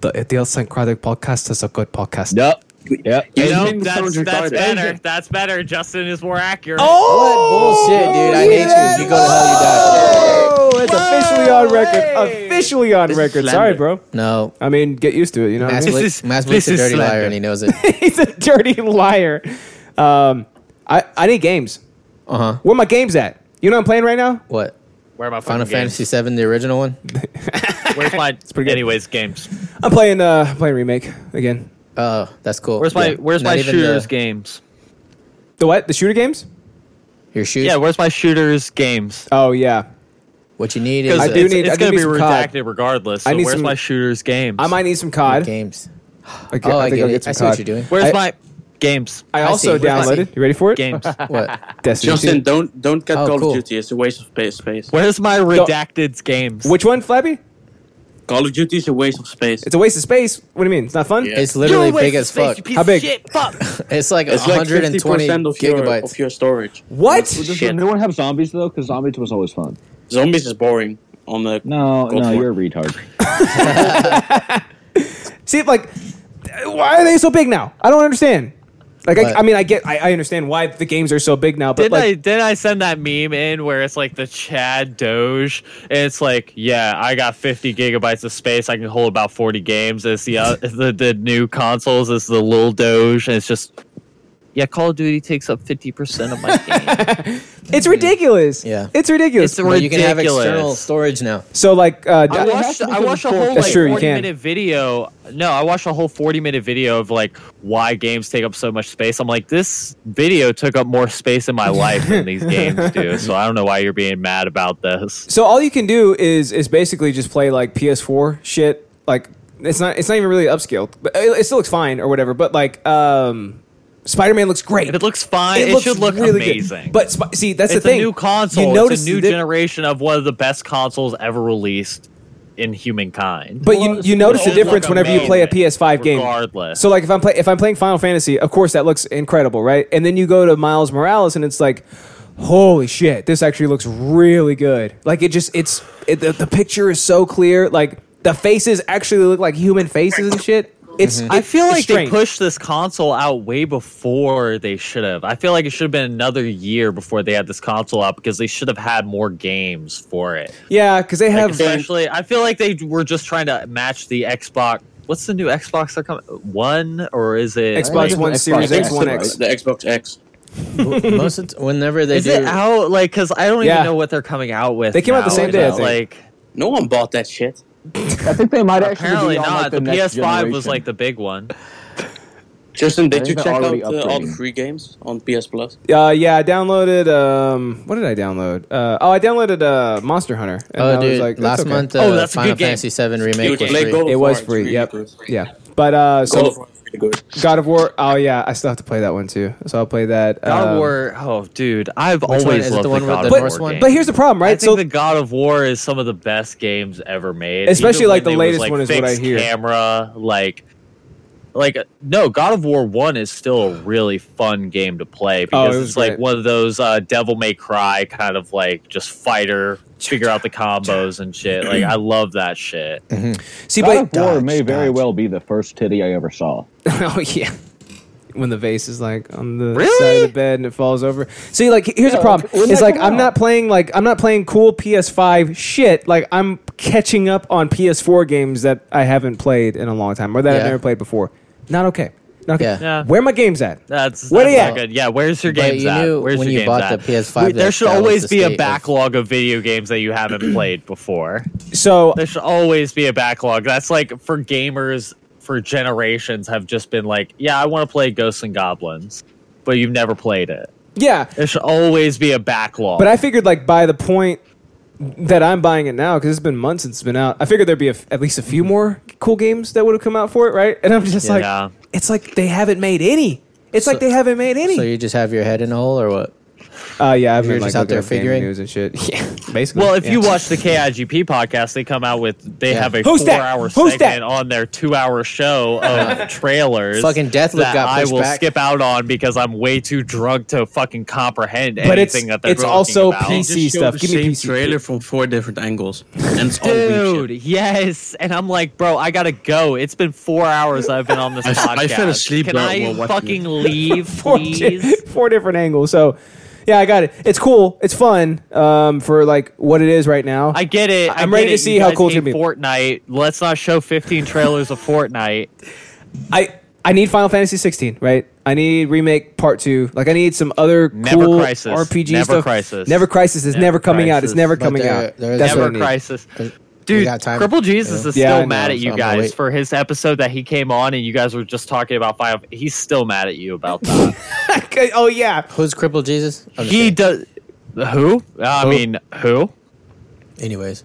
The idiosyncratic podcast is a good podcast.
Yep. Yep.
You know,
didn't
that's,
sound
that's
retarded.
better. That's better. Justin is more accurate.
Oh,
Bullshit, dude! I hate you. You go to hell. You die.
Oh, it's officially on record. Officially on record. Sorry, bro.
No,
I mean, get used to it. You know, what I
Mass
mean?
This
Blick-
is-
Mass Blick's a
this is
dirty liar,
slander.
and he knows it.
he's a dirty liar. Um, I I need games.
Uh huh.
Where my games at? You know what I'm playing right now?
What?
Where am I?
Final Fantasy VII, the original one.
Where's my?
pretty good.
Anyways, games.
I'm playing uh playing remake again.
Oh, that's cool.
Where's my?
Yeah.
Where's
Not
my
even the-
shooters games?
The what? The shooter games?
Your shoes.
Yeah, where's my shooters games?
Oh yeah.
What you need is
Because
I
uh,
do
it's,
need-
it's
I do
gonna
need
be
some COD.
redacted regardless. So
I need
where's
some-
my shooters games?
I might need some COD.
games.
I,
Oh, I,
think
get
I'll
it.
get some
I see
COD.
what you're doing.
where's
I-
my games?
I also
see. I see.
downloaded. You ready for it?
Games.
What?
Destiny.
Justin,
2.
don't don't get
Oh,
Call
cool.
of Duty. It's a waste of space. Space.
Where's my redacted games?
Which one, Flappy?
Call of Duty is a waste of space.
It's a waste of space. What do you mean? It's not fun.
Yeah.
It's literally big as fuck.
How big?
It's like
It's like 50
120
percent of your
gigabytes.
of your storage.
What?
Does
Shit.
the new one have zombies though? Because zombies was always fun.
Zombies is boring on the
No,
Go
no,
for it.
you're a retard.
See, like, why are they so big now? I don't understand. Like, I,
What?
I mean, I get, I, I understand why the games are so big now, but
Didn't I
like,
didn't I send that meme in where it's like the Chad Doge and it's like yeah I got 50 gigabytes of space I can hold about 40 games it's the uh, the, the new consoles is the little Doge and it's just yeah Call of Duty takes up 50 percent of my game
it's ridiculous.
Yeah.
it's ridiculous.
It's a
No, you can have
ridiculous.
external storage now.
so, like, uh,
I watched I watched a whole
That's
like
true, you
40
can.
minute video no I watched a whole 40 minute video of like why games take up so much space I'm like this video took up more space in my life than these games do so I don't know why you're being mad about this
so all you can do is is basically just play like PS4 shit. Like, it's not it's not even really upscaled, but it, it still looks fine or whatever. But like, um, Spider Man looks great.
If it looks fine, it,
looks
should look
really good.
amazing.
But Sp- see, that's
it's
the thing.
a new console.
You
it's
notice
a new
that-
generation of one of the best consoles ever released in humankind.
But you, you notice the
it's like
difference
a
whenever you
main
play a PS5 game.
regardless.
So like if I'm play, if I'm playing Final Fantasy, of course that looks incredible, right? And then you go to Miles Morales and it's like, holy shit, this actually looks really good. Like it just it's it, the, the picture is so clear. Like the faces actually look like human faces and shit. It's
Mm-hmm.
I feel like
strange.
they pushed this console out way before they should have. I feel like it should have been another year before they had this console out because they should have had more games for it.
yeah, because they have
Especially, I feel like they were just trying to match the Xbox. What's the new Xbox that coming? One or is it
Xbox
like-
One
Xbox
Series X,
X,
One
right?
X.
the Xbox X.
Most of t- whenever they
Is
do,
it out? Like, because I don't
Yeah.
even know what they're coming out with.
They came out the
now,
same day, I
though.
think.
Like,
No one bought that shit.
I think they might actually
apparently
be on,
not.
Like, the,
the
next
PS5 was
generation.
like the big one.
Justin, did
think
you
they're
check out
already
uh, all the
updating.
free games on PS Plus?
Uh, yeah, I downloaded. Um, what did I download? Uh, oh, I downloaded uh, Monster Hunter. And I
Oh,
was
dude!
like, that's
last
okay.
month, uh,
Oh, that's a
Final
good game.
Fantasy VII remake
Dude,
was
play
free.
Gold
it was
War, it's
free.
really
Yep.
good.
Yeah, but uh, so
Gold War is really good.
God of War. Oh yeah, I still have to play that one too. So I'll play that.
God
um,
of War. Oh, dude, I've
one?
always
Is it
loved
the
the,
one with
God
the
of
But-
War
Norse one?
games.
But here's the problem,
I
right?
think
So
the God of War is some of the best games ever made,
Especially,
Even
like,
when
the
they
latest
like,
one is what I
fixed
hear.
Camera, like, like uh, no, God of War One is still a really fun game to play because
Oh, it was
it's like
great.
one of those uh, Devil May Cry kind of like just fighter, figure out the combos and shit. Like I love that shit.
see,
God
but
of War may
Dodge,
very
dodge.
well be the first titty I ever saw.
oh yeah. When the vase is like on the
Really?
side of the bed and it falls over. See, like here's the problem. It's like I'm not playing like I'm not playing cool PS5 shit. Like I'm catching up on PS4 games that I haven't played in a long time or that I've
Yeah.
never played before. Not okay. Not okay.
Yeah.
Yeah.
Where my games at?
That's
Where
that's
they
not
at?
good. Yeah, where's your
But
games
you
at?
knew
Where's
when
your
you
games
bought
at?
the PS5
We- there
that-
should
that was
always
the
be
state
a
of-
backlog of video games that you haven't played before.
So
There should always be a backlog. That's like for gamers for generations have just been like, yeah, I want to play Ghosts and Goblins, but you've never played it.
yeah,
There should always be a backlog.
But I figured like by the point that I'm buying it now, because it's been months since it's been out, I figured there'd be a f at least a few more cool games that would have come out for it, right? And I'm just
Yeah.
like, it's like they haven't made any. It's like they haven't made any.
So you just have your head in a hole, or what?
uh, yeah, I've
you're
been like
just out
looking
there
up gaming
figuring?
news and shit. Yeah, basically.
well, if you
yeah.
watch the KIGP podcast, they come out with they
Yeah.
have a
Who's that?
four-hour
Who's that?
segment on their two-hour show of trailers.
Fucking Deathloop
that
got
I
pushed
will
back.
skip out on because I'm way too drunk to fucking comprehend
But it's-
anything that they're
it's
talking
also
about.
PC
They just show
stuff.
the
Give me
same
PC.
trailer from four different angles, and it's all weird
Dude,
shit.
yes. And I'm like, bro, I gotta go. It's been four hours I've been on this
I f-
podcast.
I fell asleep
Can
while-
I
while watching
fucking leave,
four, di-
please?
four different angles. So yeah, I got it. It's cool. It's fun um, for like what it is right now.
I get it. I
I'm
get
ready to
it.
see
You
how
guys
cool it's
hate
gonna be.
Fortnite. Let's not show 15 trailers of Fortnite.
I I need Final Fantasy 16, right? I need remake part two. Like I need some other
Never
cool
Crisis.
RPG
Never
stuff.
Crisis.
Never Crisis is
Never
never, coming out. It's
Crisis.
never
But
coming
there-
out.
there is-
That's what I
Never
need.
crisis.
We
Dude,
got time.
Cripple Jesus
Yeah.
is
Yeah, I
still
know,
mad at
so
you
I'm gonna
guys
wait.
for his episode that he came on and you guys were just talking about Final. He's still mad at you about that.
Okay, oh yeah.
Who's crippled Jesus? I'm just
he
kidding.
does. Who? I mean, who?
Anyways,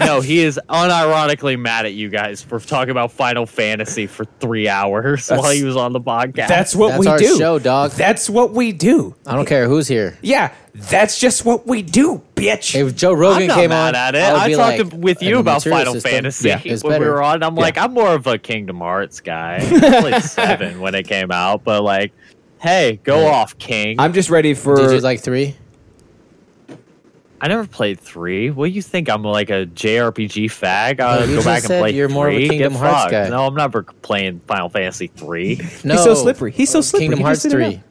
no, he is unironically mad at you guys for talking about Final Fantasy for three hours while he was on the podcast.
That's what
That's
we
our
do.
show, dog.
That's what we do.
I don't care who's here.
Yeah, that's just what we do, bitch.
If Joe
I'm
Rogan
not
came
mad
on,
at it.
I, would
I,
be
talked
like,
to- with
"And
you
the
about
material
Final
system
Fantasy
is
when we
better."
were on. I'm
Yeah.
like, I'm more of a Kingdom Hearts guy. I played seven when it came out, but like, hey, go off, King. i
I'm just ready for
Did you like three?
never played three. What do you think? I'm like a JRPG fag.
No,
I'll
you
go
just
back and
said
play
you're
three.
more of a Kingdom
Get
Hearts
fucked.
guy.
No, I'm never playing Final Fantasy three.
No. uh,
He's so slippery. He's so slippery.
Kingdom
He
Hearts
just did it
three.
up.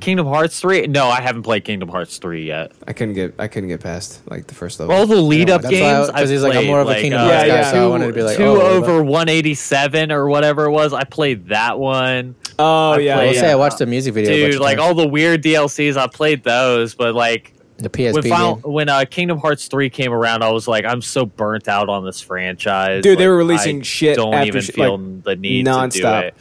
Kingdom Hearts three? No, I haven't played Kingdom Hearts three yet.
I couldn't get I couldn't get past like the first level.
all the lead up
that's why I-
games.
'cause
I,
he's like, I'm
played, uh,
more of a Kingdom
Hearts guy,
so I wanted to be like,
two
oh, what
over 187 or whatever it was. I played that one,
oh yeah.
I
played-
will
yeah.
say I watched the music video. a bunch
dude.
of
Like
times.
all the weird DLCs, I played those. But like
the PSP.
when Final,
game.
when uh, Kingdom Hearts three came around, I was like, I'm so burnt out on this franchise.
Dude, they
Like,
were releasing
I
shit
Don't
after
even
shit,
feel
like,
the need
nonstop.
to do it.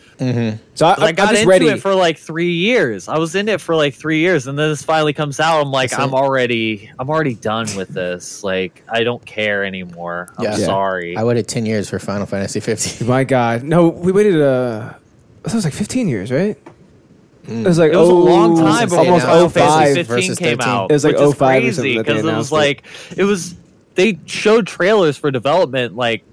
So I,
'Cause I
I am
got
just
into
ready.
it for like three years. I was in it for like three years, and then this finally comes out. I'm like,
That's
I'm
it.
already, I'm already done with this. Like, I don't care anymore. I'm
Yeah. Yeah.
sorry.
I waited ten years for Final Fantasy 15.
My God, no! We waited. Uh, that was like 15 years, right?
Mm.
It was like
It was
oh,
a long time
Say
before
almost
now.
Final
oh
Fantasy
five.
15
versus
came
13.
out.
It was like
which
05
is
or
crazy
something that they
because it
announced
was
it.
like it was they showed trailers for development like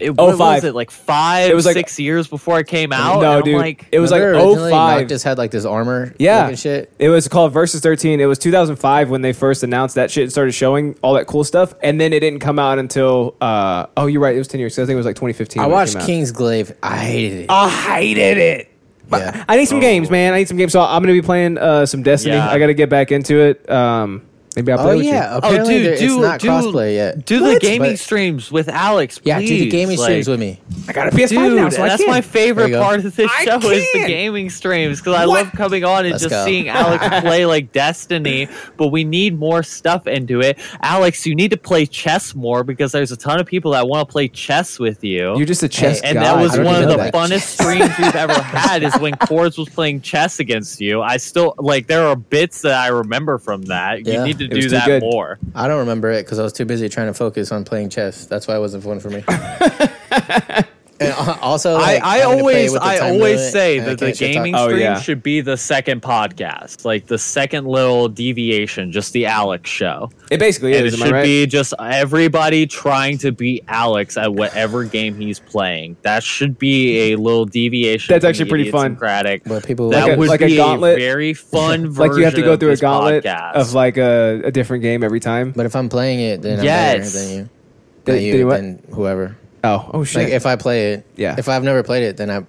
it what
05.
was it like five
Oh, It was like-
six years before it came out. and
No,
I'm
dude,
like, oh
it was like
Remember originally
05.
Noctis had like this armor.
Yeah,
looking shit.
it was called Versus 13. It was 2005 when they first announced that shit and started showing all that cool stuff, and then it didn't come out until uh, oh, you're right, it was 10 years. 'cause I think it was like 2015.
I
when it
watched
came out.
King's Glaive. I hated it.
I hated it.
yeah.
I need some games, man. I need some games. So I'm gonna be playing uh, some Destiny.
Oh. Yeah.
I got to get back into it. Um, Maybe I'll play
Oh
with
yeah,
you.
apparently
dude,
there- it's
do-
not
do-
crossplay yet.
Do the
What?
gaming
But-
streams with Alex.
Yeah, do the
please.
gaming
Like,
streams with me.
I got a PS5
Dude,
now, so I
that's
can.
my
There
favorite
you go.
part of this
I
show is the
can.
gaming streams because I love coming on and
Let's
just
go.
seeing Alex play like Destiny. But we need more stuff into it. Alex, you need to play chess more because there's a ton of people that want to play chess with you.
You're just a chess
and
guy.
that was
I don't
one of
know
the
that.
funnest streams we've ever had is when Cords was playing chess against you. I still like there are bits that I remember from that.
Yeah.
You need to
was
do
too
that
good.
more.
I don't remember it because I was too busy trying to focus on playing chess. That's why it wasn't fun for me. and al- also, like,
I, I
having to play
always
with the
I
time
always
limit,
say
and I
that the
can't shit talk
gaming
Oh,
stream
yeah.
should be the second podcast, like the second little deviation, just the Alex show.
It basically
and
is.
it
Am I
should
right?
be just everybody trying to beat Alex at whatever game he's playing. That should be a little deviation.
That's
from
actually
the
pretty
Idiots
fun.
and Craddock.
But people
that
Like a-
would
like a
be
gauntlet.
very fun version.
like you have to go
of
through a
this
gauntlet
podcast.
of like a, a different game every time.
But if I'm playing it, then
Yes.
I'm better than you.
Then-
Than you,
then you what?
than whoever.
Oh, oh shit.
Like if I play it,
Yeah.
If I've never played it, then I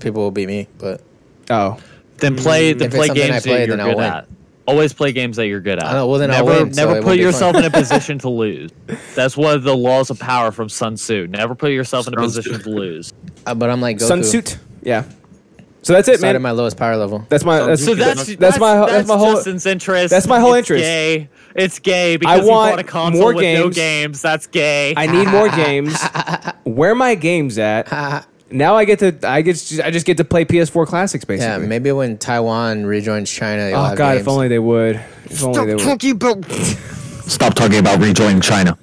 people will beat me. But
oh,
then play then
Mm, it's
play
something I
games
play,
that you're
then I'll
good
win.
at. Always play games that you're good at.
I know, well, then I'll
never
win, so it
never
won't
put
be
yourself
fun.
in a position to lose. That's one of the laws of power from Sun Tzu. Never put yourself in a position to lose.
uh, but I'm like Goku.
Sunsuit. Yeah. So that's it,
Start at
man.
my lowest power level.
that's my. That's,
So that's
that's, my. That's, my whole.
Justin's interest.
that's my whole
It's
interest.
Gay. It's gay because he
want
bought a console
more
with no
games.
games. That's gay.
I need more games. Where are my games at? now I get to. I get. to- I just get to play PS4 classics basically.
Yeah, maybe when Taiwan rejoins China, they'll
Oh
have
god,
games.
if only they would. If only they would.
Stop talking about rejoining China.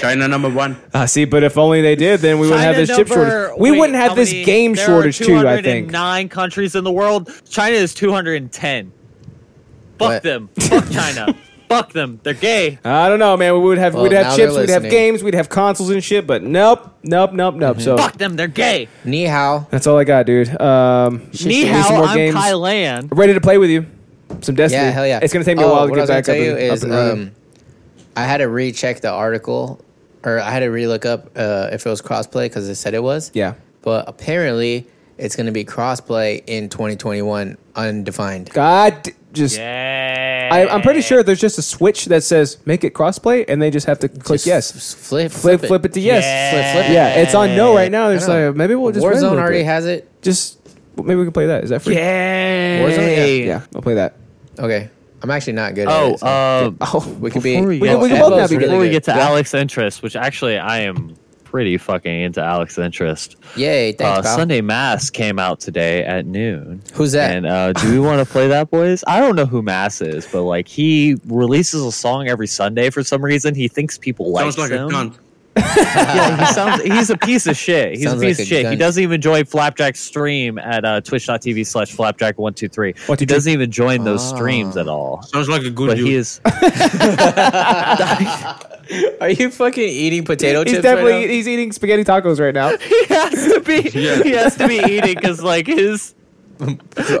China number one.
Uh, see, but if only they did, then we wouldn't have
China
this chip shortage.
number-
We
wait,
wouldn't have
how
this
many-
game
there are
shortage too. I think.
209 countries in the world. China is 210. Fuck
What?
them. Fuck China. Fuck them. They're gay.
I don't know, man. We would have
Well,
we'd
now
have
they're
chips, we'd have
listening. Mm-hmm.
games, we'd have consoles and shit. But nope, nope, nope, nope. So
Fuck them. They're gay.
Ni hao.
that's all I got, dude. Um,
Ni
need some
hao,
more
I'm
games.
Kai Lan.
ready to play with you. Some Destiny.
Yeah, hell yeah.
It's gonna take me
Oh,
a while to
what
get
I was
back up,
gonna tell you
and,
is,
up and running.
um, I had to recheck the article, or I had to relook up uh, if it was crossplay because it said it was.
yeah,
But apparently, it's going to be crossplay in 2021, undefined.
God, d- just
Yeah.
I, I'm pretty sure there's just a switch that says make it crossplay, and they just have to click
Just
yes,
f- Flip,
flip, flip it to yes.
Flip, flip it.
Yeah, it's on no right now.
I
It's
know.
like maybe we'll just play a
Warzone
little
already
bit.
has it.
just well, maybe we can play that. Is that free?
Yeah.
Warzone, yeah.
yeah, I'll play that.
Okay, I'm actually not good at
Oh,
it. so-
uh,
Oh,
we could be.
before we
no,
get- we
could
Atlas
both not
is
be good.
before we
good.
get to Alex Interest, which actually I am pretty fucking into Alex Interest.
Yay! Thanks,
uh,
pal.
Sunday Mass came out today at noon.
Who's that?
And uh, do we want to play that, boys? I don't know who Mass is, but like he releases a song every Sunday for some reason. He thinks people like
Sounds like
him.
a cunt.
yeah, he sounds. He's a piece of shit. He's
Sounds
a piece
like
of
a
shit. He
cunt.
doesn't even join Flapjack's stream at uh, Twitch.tv slash Flapjack one two three. He doesn't even join those
Ah.
streams at all.
Sounds like a good
But
dude.
he is.
Are you fucking eating potato
he's
chips? right
definitely
now?
he's eating spaghetti tacos right now.
he has to be he has to be eating because like his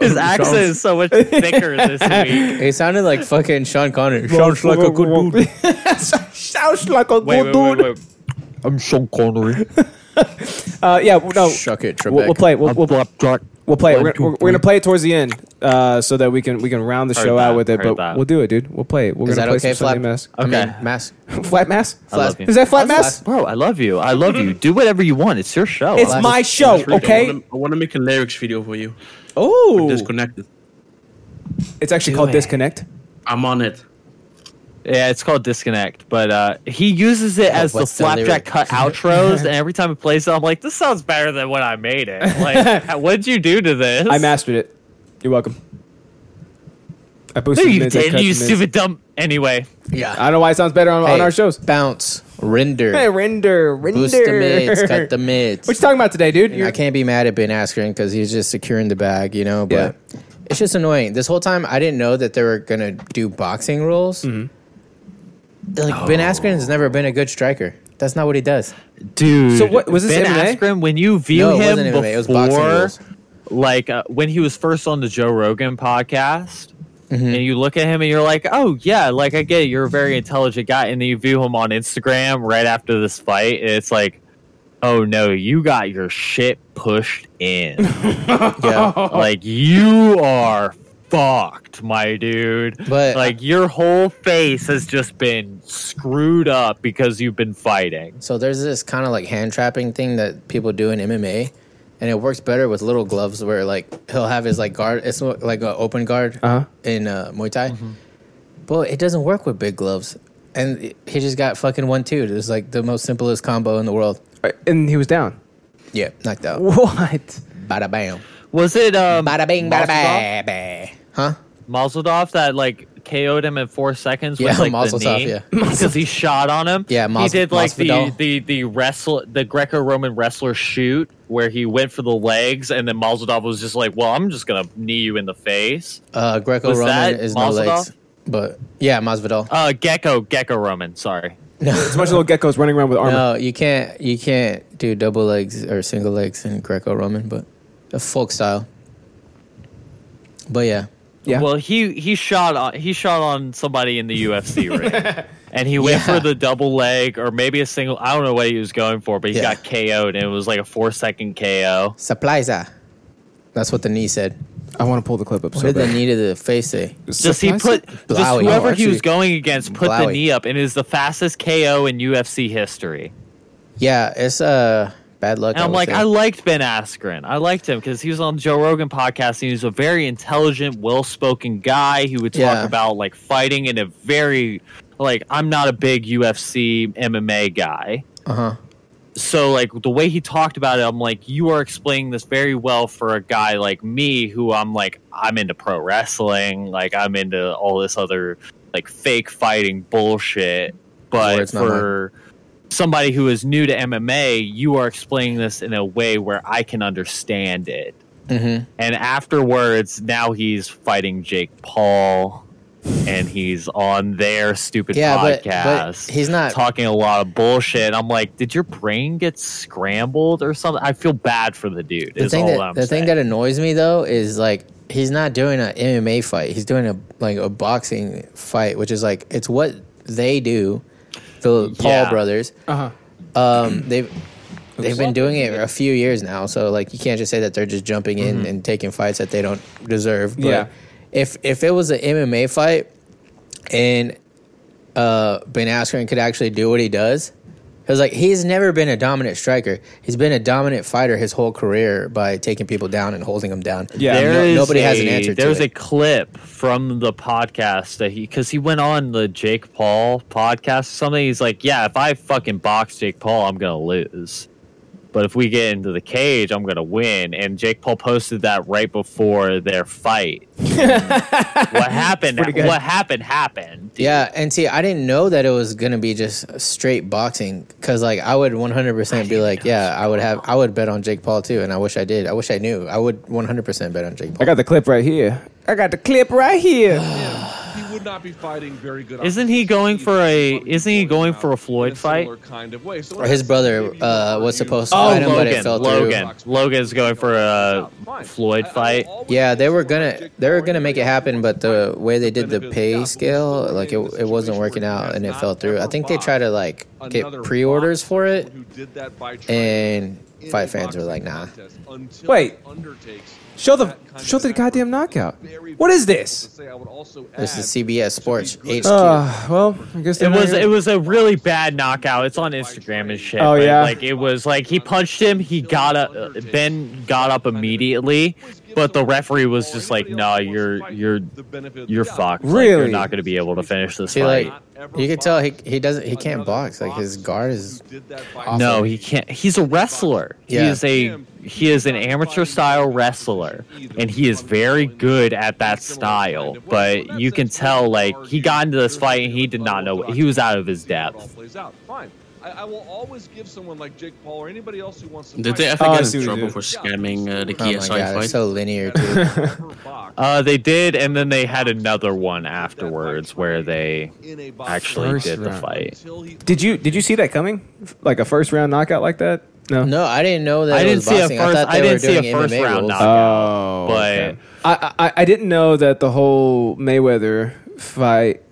his accent is so much thicker this week.
It sounded like fucking Sean Connery.
Sounds like a good dude. Sounds like a good dude.
I'm Sean Connery.
Uh, yeah, w- no,
Shuck it, Trebek.
we'll, we'll play. it. We'll,
I'm
we'll,
Flapjack.
we'll play. it.
One,
We're,
two,
gonna- we're, we're gonna play it towards the end, uh, so that we can we can round the show out
that,
with it. But
heard that.
we'll do it, dude. We'll play it. We're
Is
gonna
that
play
okay,
some Sunday
Flap? Uh,
mass.
I mean,
Okay.
mass.
flat mass.
love you.
Is that flat
That's
mass?
flat.
Bro, I love you. I love you. Do whatever you want. It's your show.
Oh,
It's
I-
my show,
I
okay?
wanna, I wanna make a lyrics video for you.
Oh,
Disconnected.
it's actually called disconnect.
I'm on it.
yeah, it's called disconnect. But uh, he uses it as the
what's the
flapjack
lyric?
cut outros, and every time he plays it, I'm like, this sounds better than when I made it. Like, how- what'd you do to this?
I mastered it. You're welcome. I
No,
boosted
you
mids, I
didn't.
cut
You
the mids.
stupid dumb. Anyway,
I
Yeah.
don't know why it sounds better on, on
Hey,
our shows.
Uh, Bounce, render,
Hey, render, render.
boost the mids, cut the mids.
What you talking about today, dude?
And I
You're-
can't be mad at Ben Askren because he's just securing the bag, you know. But it's just annoying. This whole time, I didn't know that they were gonna do boxing rules.
Mm-hmm.
Like Ben Askren has never been a good striker. That's not what he does.
dude.
So what- was this
Ben
MMA?
Askren? When you view
No, it
him
wasn't
before,
MMA, it was boxing rules.
like uh, when he was first on the Joe Rogan podcast,
Mm-hmm.
and you look at him and you're like, oh yeah, like I get it. You're a very intelligent guy, and then you view him on Instagram right after this fight, and it's like, oh no, you got your shit pushed in.
Yeah.
like you are fucked, my dude.
But-
like your whole face has just been screwed up because you've been fighting.
So there's this kind of like hand trapping thing that people do in MMA, and it works better with little gloves where like he'll have his like guard. It's mo- like an open guard
Uh-huh.
in uh, Muay Thai,
Mm-hmm.
but it doesn't work with big gloves. And it- he just got fucking one two. It was like the most simplest combo in the world.
and he was down.
Yeah, knocked out.
What?
Bada bam,
Was it um
bada bing, bada
Maslov?
bang, bang. Huh?
Mazeldov that like KO'd him in four seconds
Yeah,
with like
Mazeldov,
the knee
yeah.
because he shot on him.
Yeah,
he
Mas-
did like the,
Masvidal.
the the wrestle the Greco-Roman wrestler shoot where he went for the legs and then Mazeldov was just like, well, I'm just gonna knee you in the face.
Uh, Greco
that
Roman is no
Masvidal?
legs, but yeah, Masvidal.
Uh, Gecko Gecko Roman, sorry.
It's a bunch of little geckos running around with armor.
No, you can't. You can't do double legs or single legs in Greco-Roman, but the folk style. But yeah,
Yeah.
Well, he he shot on he shot on somebody in the UFC ring, and he went
Yeah.
for the double leg or maybe a single. I don't know what he was going for, but he
Yeah.
got KO'd, and it was like a four second KO.
Sapliza. That's what the knee said.
I want to pull the clip up
What
so
did the
bad.
knee to the face say?
Just he put just
Blowy.
whoever
Oh,
he was
actually-
going against put the
Blowy.
knee up, and it is the fastest KO in UFC history.
Yeah, it's uh bad luck.
And I'm
would
like,
say.
I liked Ben Askren. I liked him because he was on Joe Rogan podcast, and he was a very intelligent, well-spoken guy. He would talk
Yeah.
about like fighting in a very like I'm not a big UFC MMA guy.
Uh-huh.
so like the way he talked about it, I'm like, you are explaining this very well for a guy like me who I'm like, I'm into pro wrestling, like I'm into all this other like fake fighting bullshit. But
Words, not
for somebody who is new to MMA, you are explaining this in a way where I can understand it.
Mhm.
And afterwards, now he's fighting Jake Paul. And he's on their stupid
Yeah, but- but
podcast.
he's not-
talking a lot of bullshit. I'm like, did your brain get scrambled or something? I feel bad for the dude.
The
is
thing
all
that
I'm
the
saying.
thing that annoys me though is like he's not doing an MMA fight. He's doing a like a boxing fight, which is like it's what they do. The Paul
Yeah.
brothers.
Uh-huh.
Um,
Mm.
they've they've been doing it a few years now, so like you can't just say that they're just jumping in
Mm-hmm.
and taking fights that they don't deserve. But
Yeah.
if if it was an MMA fight and uh, Ben Askren could actually do what he does, it was like he's never been a dominant striker. He's been a dominant fighter his whole career by taking people down and holding them down.
Yeah,
There
no-
is
nobody
a,
has an answer to
There's
it.
a clip from the podcast that he because he went on the Jake Paul podcast. Something he's like, yeah, if I fucking box Jake Paul, I'm gonna lose. But if we get into the cage, I'm gonna win. And Jake Paul posted that right before their fight. what happened? What happened? Happened.
Yeah, and see, I didn't know that it was gonna be just straight boxing because, like, I would 100% be like, yeah, I would have, I would bet on Jake Paul too, and I wish I did. I wish I knew. I would 100% bet on Jake
I
Paul.
got the clip right here. I got the clip right here.
He would not be fighting very good.
Isn't he going for a- isn't he going for a Floyd fight?
Or his brother uh, was supposed to
Oh,
fight him, but
Logan.
it fell
Logan.
through.
Logan's going for a Floyd fight.
Yeah, they were gonna, they were gonna make it happen, but the way they did the pay scale, like, it, it wasn't working out, and it fell through. I think they tried to like get pre-orders for it, and fight fans were like, nah.
Wait. Show the show the goddamn knockout. What is this?
This is CBS Sports HQ.
Uh, well, I guess
It
they're not
was
gonna-
it was a really bad knockout. It's on Instagram and shit.
Oh,
but,
yeah.
like it was like he punched him. He got up. Ben got up immediately, but the referee was just like, "No, you're you're you're fucked. Like, you're
Really?
not going to be able to finish this
See,
fight."
like you can tell he he doesn't he can't box. Like his guard is awful.
no, he can't. He's a wrestler. He
Yeah.
is a he is an amateur style wrestler, and he is very good at that style. But you can tell, like, he got into this fight and he did not know. He was out of his depth.
Plays out fine. I, I will always give someone like Jake Paul or anybody else who wants to.
Did they ever
Oh, I
get
see
in
what you
trouble
did.
for scamming uh, the
Oh
KSI
my god,
fight?
it's so linear. Dude.
Uh, they did, and then they had another one afterwards where they actually
First
did the
round.
fight.
Did you did you see that coming? Like a first round knockout like that? No.
No, I didn't know that.
I
it
didn't
was
see a
boxing.
first-
I, thought
I
they
didn't see
were
a
doing
first
MMA
round
rules.
knockout.
Oh,
But
okay. I, I I didn't know that the whole Mayweather fight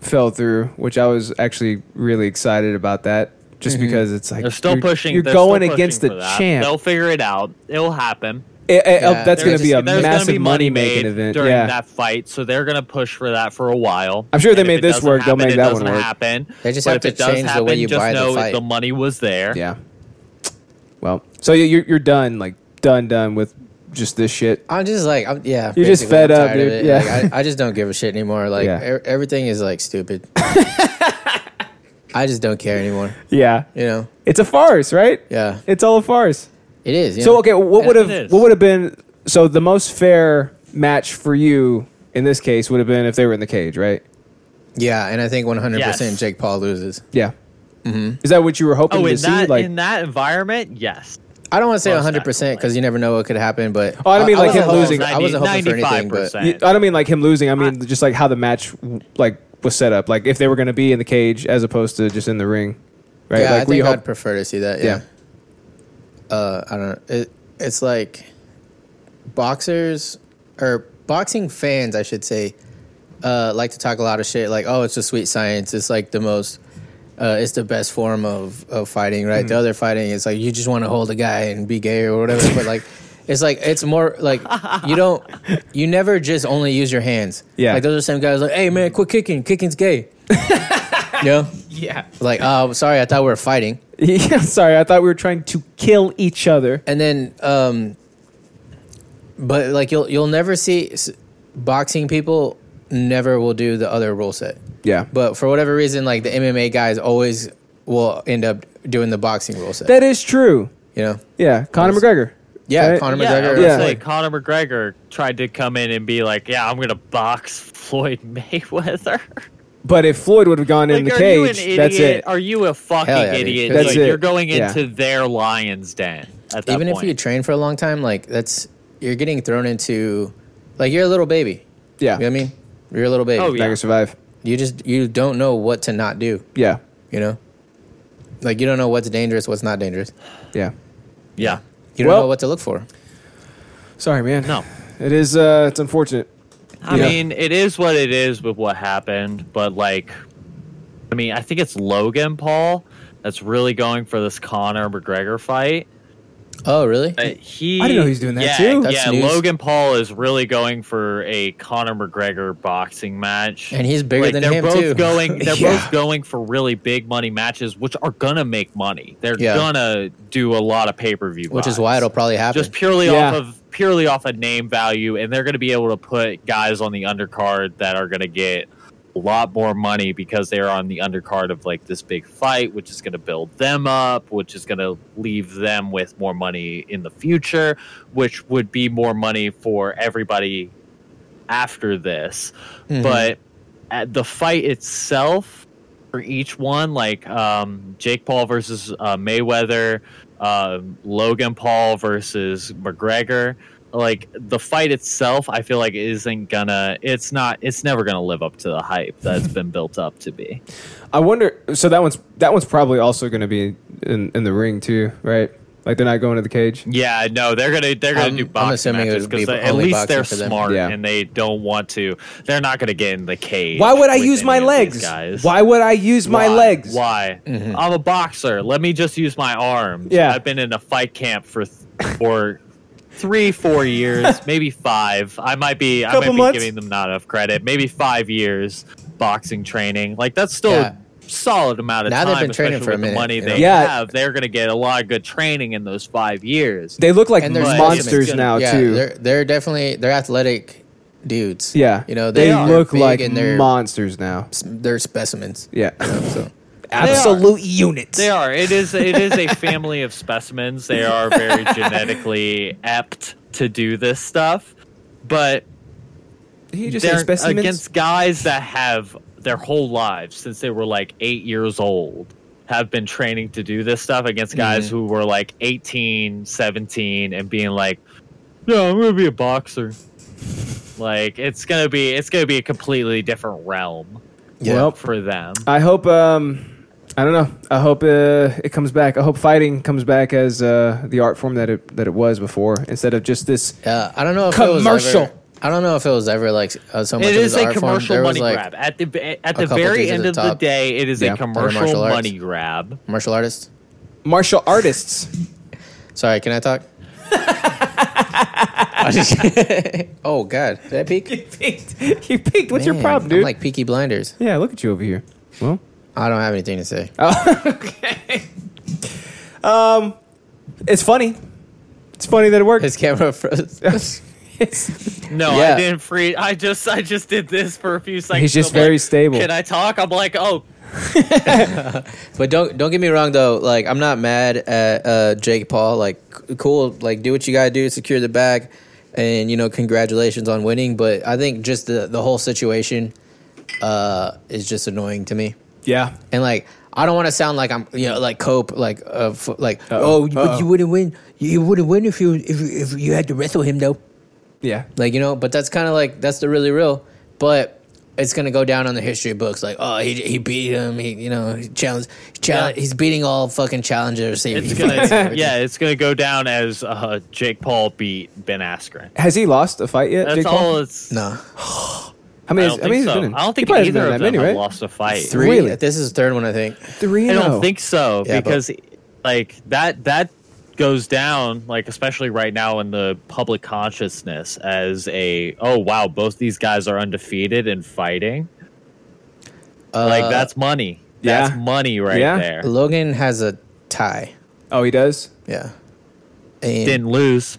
fell through, which I was actually really excited about that, just because it's like
they're still
you're-
pushing.
You're
they're still
going
pushing
against
for
the
that.
champ.
They'll figure it out. It'll happen.
Eh, eh, oh, that's
There
going to be a
is- there's gonna
massive
be
money
made
making event.
during
Yeah.
that fight. So they're gonna push for that for a while.
I'm sure they
And if
made
it
this
doesn't
work, they'll
happen,
make
it
that
doesn't
one work.
Happen.
They just
But
have
if
to
it does
change the way
happen,
you
just
buy the
know
fight.
The money was there.
Yeah. Well, so you- you're you're done, like done, done with just this shit.
I'm just like, I'm, yeah.
You're just
basically,
fed
I'm
up,
tired of
dude.
it.
Yeah.
Like, I, I just don't give a shit anymore. Like
Yeah.
e- everything is like stupid. I just don't care anymore.
Yeah,
You know.
it's a farce, right?
Yeah.
It's all a farce.
It is. Yeah.
So okay, what
Yeah,
would
it
have
is.
what would have been so the most fair match for you in this case would have been if they were in the cage, right?
Yeah, and I think 100 percent
Yes.
Jake Paul loses.
Yeah.
Mm-hmm.
Is that what you were hoping
Oh,
to
in
see?
that
like,
in that environment, yes.
I don't want to say
Close
100 percent because you never know what could happen. But
Oh, I don't mean like
wasn't
him
hoping-
losing.
I wasn't hoping for anything, but
95%.
you- I don't mean like him losing. I mean just like how the match like was set up, like if they were going to be in the cage as opposed to just in the ring, right?
yeah,
like
I think
hope-
I'd prefer to see that.
Yeah.
Yeah. Uh, I don't. It, it's like boxers or boxing fans, I should say, uh, like to talk a lot of shit. Like, oh, it's just sweet science. It's like the most. Uh, it's the best form of, of fighting, right?
Hmm.
The other fighting is like you just want to hold a guy and be gay or whatever. but like, it's like it's more like you don't, you never just only use your hands.
Yeah.
like those are the same guys. Like, hey man, quit kicking. Kicking's gay. you know?
yeah.
Like, oh, sorry, I thought we were fighting.
yeah. Sorry, I thought we were trying to kill each other.
And then, um, but like you'll you'll never see s- boxing people never will do the other rule set.
Yeah.
But for whatever reason, like the MMA guys always will end up doing the boxing rule set.
That is true.
you know?
Yeah, Conor
Yes.
McGregor.
Yeah,
Right?
Conor
Yeah, I
McGregor.
would
Yeah.
say Conor McGregor tried to come in and be like, "Yeah, I'm gonna box Floyd Mayweather."
But if Floyd would have gone in the
Like, are you an
cage,
idiot?
that's it.
Are you a fucking
Hell yeah, dude.
idiot?
That's
Like,
it.
You're going
Yeah.
into their lion's den. At that
Even if
point.
you train for a long time, like that's you're getting thrown into, like you're a little baby.
Yeah,
You know what I mean? You're a little baby.
Oh,
not gonna survive.
You just you don't know what to not do.
Yeah,
You know, like you don't know what's dangerous, what's not dangerous.
yeah.
yeah,
You don't
Well-
know what to look for.
Sorry, man.
no.
it is. Uh, it's unfortunate.
I
Yeah.
mean, it is what it is with what happened, but like, I mean, I think it's Logan Paul that's really going for this Conor McGregor fight.
Oh, really?
Uh, he,
I didn't know he was doing that
yeah,
too.
That's
yeah,
news.
Logan Paul is really going for a Conor McGregor boxing match,
And he's bigger
Like,
than
they're
him,
both
too.
Going, they're
Yeah.
both going for really big money matches, which are gonna make money. They're
Yeah.
gonna do a lot of pay per view,
Which is why it'll probably happen.
just purely
Yeah.
off of purely off of name value, and they're going to be able to put guys on the undercard that are going to get a lot more money because they're on the undercard of like this big fight, which is going to build them up, which is going to leave them with more money in the future, which would be more money for everybody after this. But at the fight itself for each one, like um, Jake Paul versus uh, Mayweather, um, Logan Paul versus McGregor, like the fight itself, I feel like isn't gonna, it's not, it's never gonna live up to the hype that's been built up to be.
I wonder. So that one's that one's probably also going to be in in the ring too, right? Like they're not going to the cage.
Yeah, no, they're gonna they're gonna
I'm-
do
I'm
boxing
assuming it
matches
would be
because at
only
least
boxing
they're
for them.
smart
Yeah.
and they don't want to. They're not gonna get in the cage.
Why would I
with
use my
any of these
legs?
Guys.
Why would I use my
Why?
legs?
Why?
Mm-hmm.
I'm a boxer. Let me just use my arms.
Yeah.
I've been in a fight camp for th- for three, four years, maybe five. I might be I
Couple
might be
months.
giving them not enough credit. Maybe five years boxing training. Like that's still
Yeah.
a solid amount of
Now
time.
they've been training
especially
for a
with
minute,
The money
you know?
they
Yeah.
have, they're gonna get a lot of good training in those five years.
They look like
And they're
monsters
gonna-
now
yeah,
too.
They're they're definitely they're athletic dudes.
yeah,
You know,
they,
they, are
look
big
like
and they're
monsters now.
they're specimens.
Yeah,
So
absolute units.
They are. It is. It is a family of specimens. They are very genetically apt to do this stuff, but
Did he just say
they're
specimens?
against guys that have their whole lives since they were like eight years old have been training to do this stuff against guys who were like 18 17 and being like no i'm gonna be a boxer like it's gonna be it's gonna be a completely different realm
yeah.
Well,
for them
I hope. Um, I don't know. I hope uh, it comes back. I hope fighting comes back as uh, the art form that it that it was before, instead of just this.
yeah, I don't know if It
Commercial.
was ever, I don't know if it was ever like uh, so much. of
it
his
is a
art form.
commercial
There was,
money
like,
grab at the at
a
the
couple
very
dudes at
end
the
of the
top.
day it is
Yeah,
a
other
commercial
martial arts.
money grab
Martial artists.
Martial artists.
Sorry, can I talk? oh God, did I peek? You
peeked. You peeked. What's your problem, dude?
I'm like Peaky Blinders.
Yeah, look at you over here. Well,
I don't have anything to say.
Oh, okay. Um, it's funny. It's funny that it worked.
His camera froze.
No,
Yeah.
I didn't free. I just I just did this for a few seconds.
He's just
I'm like,
very stable.
Can I talk? I'm like, oh,
But don't don't get me wrong though. Like I'm not mad at uh, Jake Paul. Like c- cool. Like do what you gotta do. Secure the bag, and you know congratulations on winning. But I think just the the whole situation uh, is just annoying to me.
Yeah.
And like I don't want to sound like I'm you know like cope like uh, f- like oh but you wouldn't win. You wouldn't win if you if you, if you had to wrestle him though.
Yeah.
Like you know, but that's kind of like that's the really real. But it's gonna go down on the history books. Like oh, he, he beat him. He you know he challenged. challenge,
Yeah.
He's beating all fucking challengers. He,
it's
he
gonna
fights.
yeah, it's gonna go down as uh, Jake Paul beat Ben Askren.
Has he lost a fight yet?
That's
Jake
all
Paul?
it's.
No,
How many?
I
has-
don't
how many has
think so.
he been in?
I don't
He
think
probably hasn't
either
been
of
that
them
many,
have
right?
lost a fight.
three.
Really?
This is the third one, I think.
Three.
I
and
don't
oh.
think so
Yeah, but-
because like that that goes down like especially right now in the public consciousness as a oh wow both these guys are undefeated and fighting like
Uh,
that's money that's
yeah.
money right
Yeah.
there
Logan has a tie.
Oh, he does.
Yeah, and
didn't lose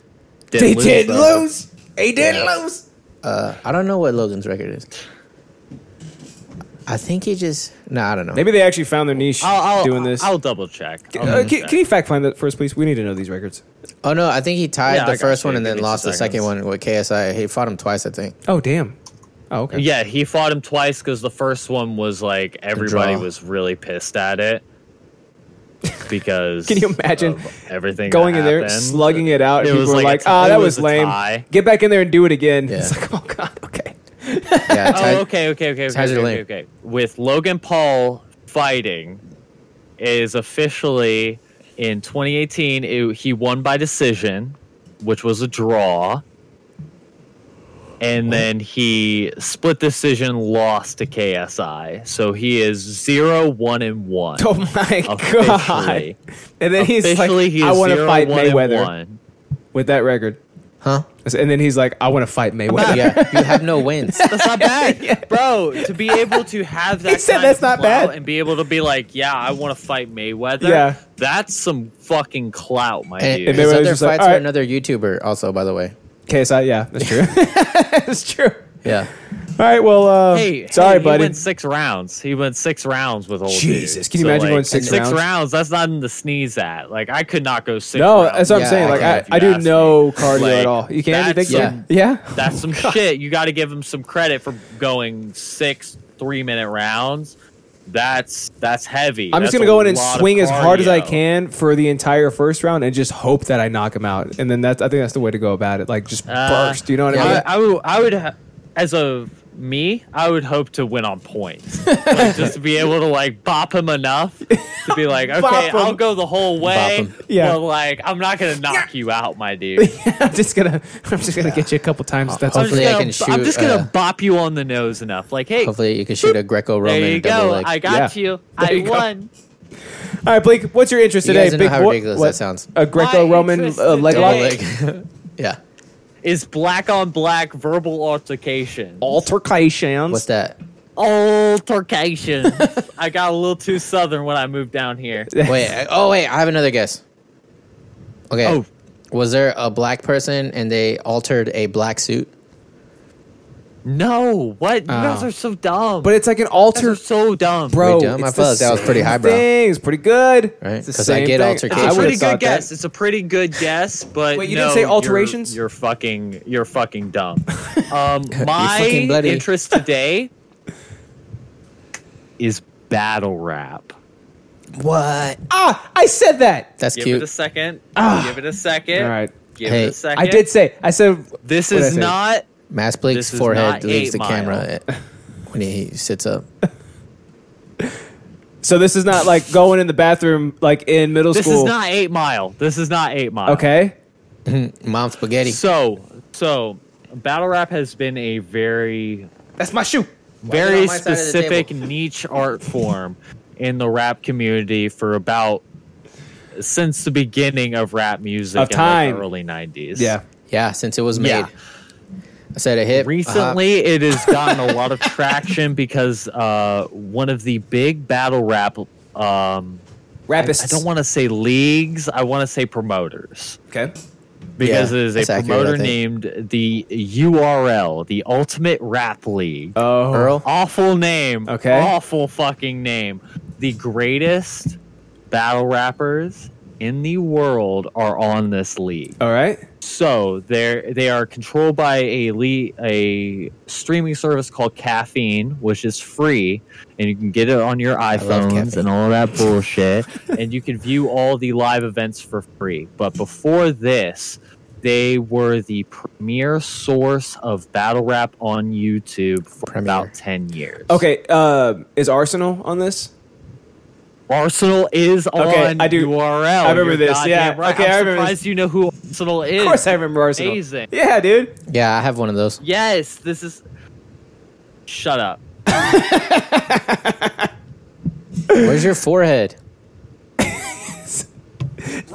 They
lose,
did
though.
lose. He did lose.
uh, I don't know what Logan's record is. I think he just no, I don't know.
Maybe they actually found their niche
I'll, I'll,
doing this.
I'll double check
Uh,
I'll double
can,
check.
can you fact find that for us, please? We need to know these records.
Oh no, I think he tied
Yeah, I
the
got
first
you.
one and
Give
then
me two
lost the second
seconds.
one with KSI. He fought him twice, I think.
Oh, damn. Oh, okay.
yeah he fought him twice because the first one was like everybody
draw.
was really pissed at it because
Can you imagine
of everything Oh, that
Going in there,
happened.
slugging it out, and
It
people
was
were like,
like a t-
"Ah,
it
that was,
was a
lame.
tie."
Get back in there and do it again."
Yeah.
It's like, oh god, okay.
Yeah, tied,
Oh, okay, okay, okay, okay,
Ties are
okay,
lame.
okay, okay. With Logan Paul fighting is officially in 2018. it- he won by decision, which was a draw, and then he split decision lost to KSI. So he is zero one and one.
Oh my
Officially.
god. And then he's
officially,
like,
he is
"I want to
zero,
fight
one, and
Mayweather
one.
with that record."
huh?
And then he's like, "I want to fight Mayweather."
Yeah, you have no wins.
That's not bad, bro. To be able to have that,
He said
kind
that's
of
not
clout
bad.
and be able to be like, yeah, I want to fight Mayweather.
Yeah.
that's some fucking clout, my
And
dude.
Eh, they
his
were
other
just like,
fights
"All
are
right."
another YouTuber, also by the way.
KSI, yeah, that's true. that's true.
Yeah,
All right, well, uh,
hey,
sorry,
hey,
buddy.
He went six rounds. He went six rounds with old dude.
Jesus, can you imagine
like,
going six
six
rounds?
That's not in the sneeze at. Like, I could not go six.
no,
rounds
that's what I'm
Yeah,
saying.
I
Like, I,
can
if you
I do
ask
no
me.
cardio
Like,
at all. You can? You think
that's
so?
some-
Yeah.
That's some shit. You got to give him some credit for going six three minute rounds. That's that's heavy.
I'm just
That's
gonna
a
go in and
lot of
swing as hard as I
cardio.
can for the entire first round, and just hope that I knock him out. And then that's I think that's the way to go about it. Like just
Uh,
burst. You know what I
I,
mean?
I would, I would ha- as a me, I would hope to win on points, like, just to be able to like bop him enough to be like, okay,
Bop
I'll
him.
go the whole way,
him.
Yeah.
but like I'm not gonna knock you out, my dude.
I'm just gonna I'm just gonna get you a couple times. That's all.
I'm just
Hopefully I
gonna,
can shoot,
I'm just gonna
uh,
bop you on the nose enough, like, hey,
hopefully you can shoot a Greco-Roman
there you
double
go,
leg.
I got
Yeah.
you,
There
I
you go.
won.
All right, Blake, what's your interest
You
today?
guys know how
boy-
ridiculous that sounds.
A Greco-Roman
interest
uh, leg
today-
double
lock.
leg. yeah.
Is black on black verbal altercation.
Altercations.
What's that?
Altercation. I got a little too southern when I moved down here.
Wait. I- Oh wait, I have another guess. Okay.
Oh.
Was there a black person and they altered a black suit?
No, what? You guys
Oh.
are so dumb.
But it's like an
You guys are
alter.
so dumb.
Bro,
Wait, dumb? I
it's the
felt like that was pretty
same
highbrow.
Thing. It's pretty good.
Right?
It's the
'Cause I
same
get
thing.
altercation.
I
it's a
would've
pretty good
thought that.
guess. It's a pretty good guess, but
Wait, you didn't
no,
say
you're-
alterations?
You're, fucking, you're fucking dumb. Um, my
fucking bloody.
interest today is battle rap.
What?
Ah, I said that.
That's
Give
cute.
it a second. Give it a second.
Ah. All right.
Give
Hey,
it a second.
I did say. I said.
This
What did I
is
say?
not.
Mass Blake's
This is
forehead
not
leaves
Eight
the
Mile.
camera at- when he sits up.
So this is not like going in the bathroom like in middle
This
school.
is not eight mile. This is not eight mile.
okay.
Mom spaghetti.
So, so battle rap has been a very
That's my shoe.
very
on my side of the
specific
table?
niche art form in the rap community for about since the beginning of rap music
Of
in like,
time.
the early 90s
Yeah.
Yeah, since it was made.
Yeah.
I said a hit. a hop.
Recently,
Uh-huh.
it has gotten a lot of traction because uh, one of the big battle rap. Um,
Rapists.
I, I don't want to say leagues. I want to say promoters
Okay.
because
Yeah,
it is a
that's accurate, I
promoter
think.
named the URL, the Ultimate Rap League.
Oh.
Earl.
Awful name.
Okay.
Awful fucking name. The greatest battle rappers in the world are on this league.
Oh. All right.
So they're they are controlled by a le- a streaming service called Caffeine, which is free, and you can get it on your
love
iPhones
Caffeine.
and all that bullshit. and you can view all the live events for free. But before this, they were the premier source of battle rap on YouTube for
Premier.
about ten years.
Okay. Uh, is Arsenal on this?
Arsenal is
Okay,
on
I do-
URL.
I remember
You're
this,
goddamn
yeah.
right.
Okay,
I'm
I remember
surprised you know who Arsenal is.
Of course, I remember Arsenal.
Amazing.
Yeah, dude.
Yeah, I have one of those.
Yes, this is. Shut up.
Where's your forehead?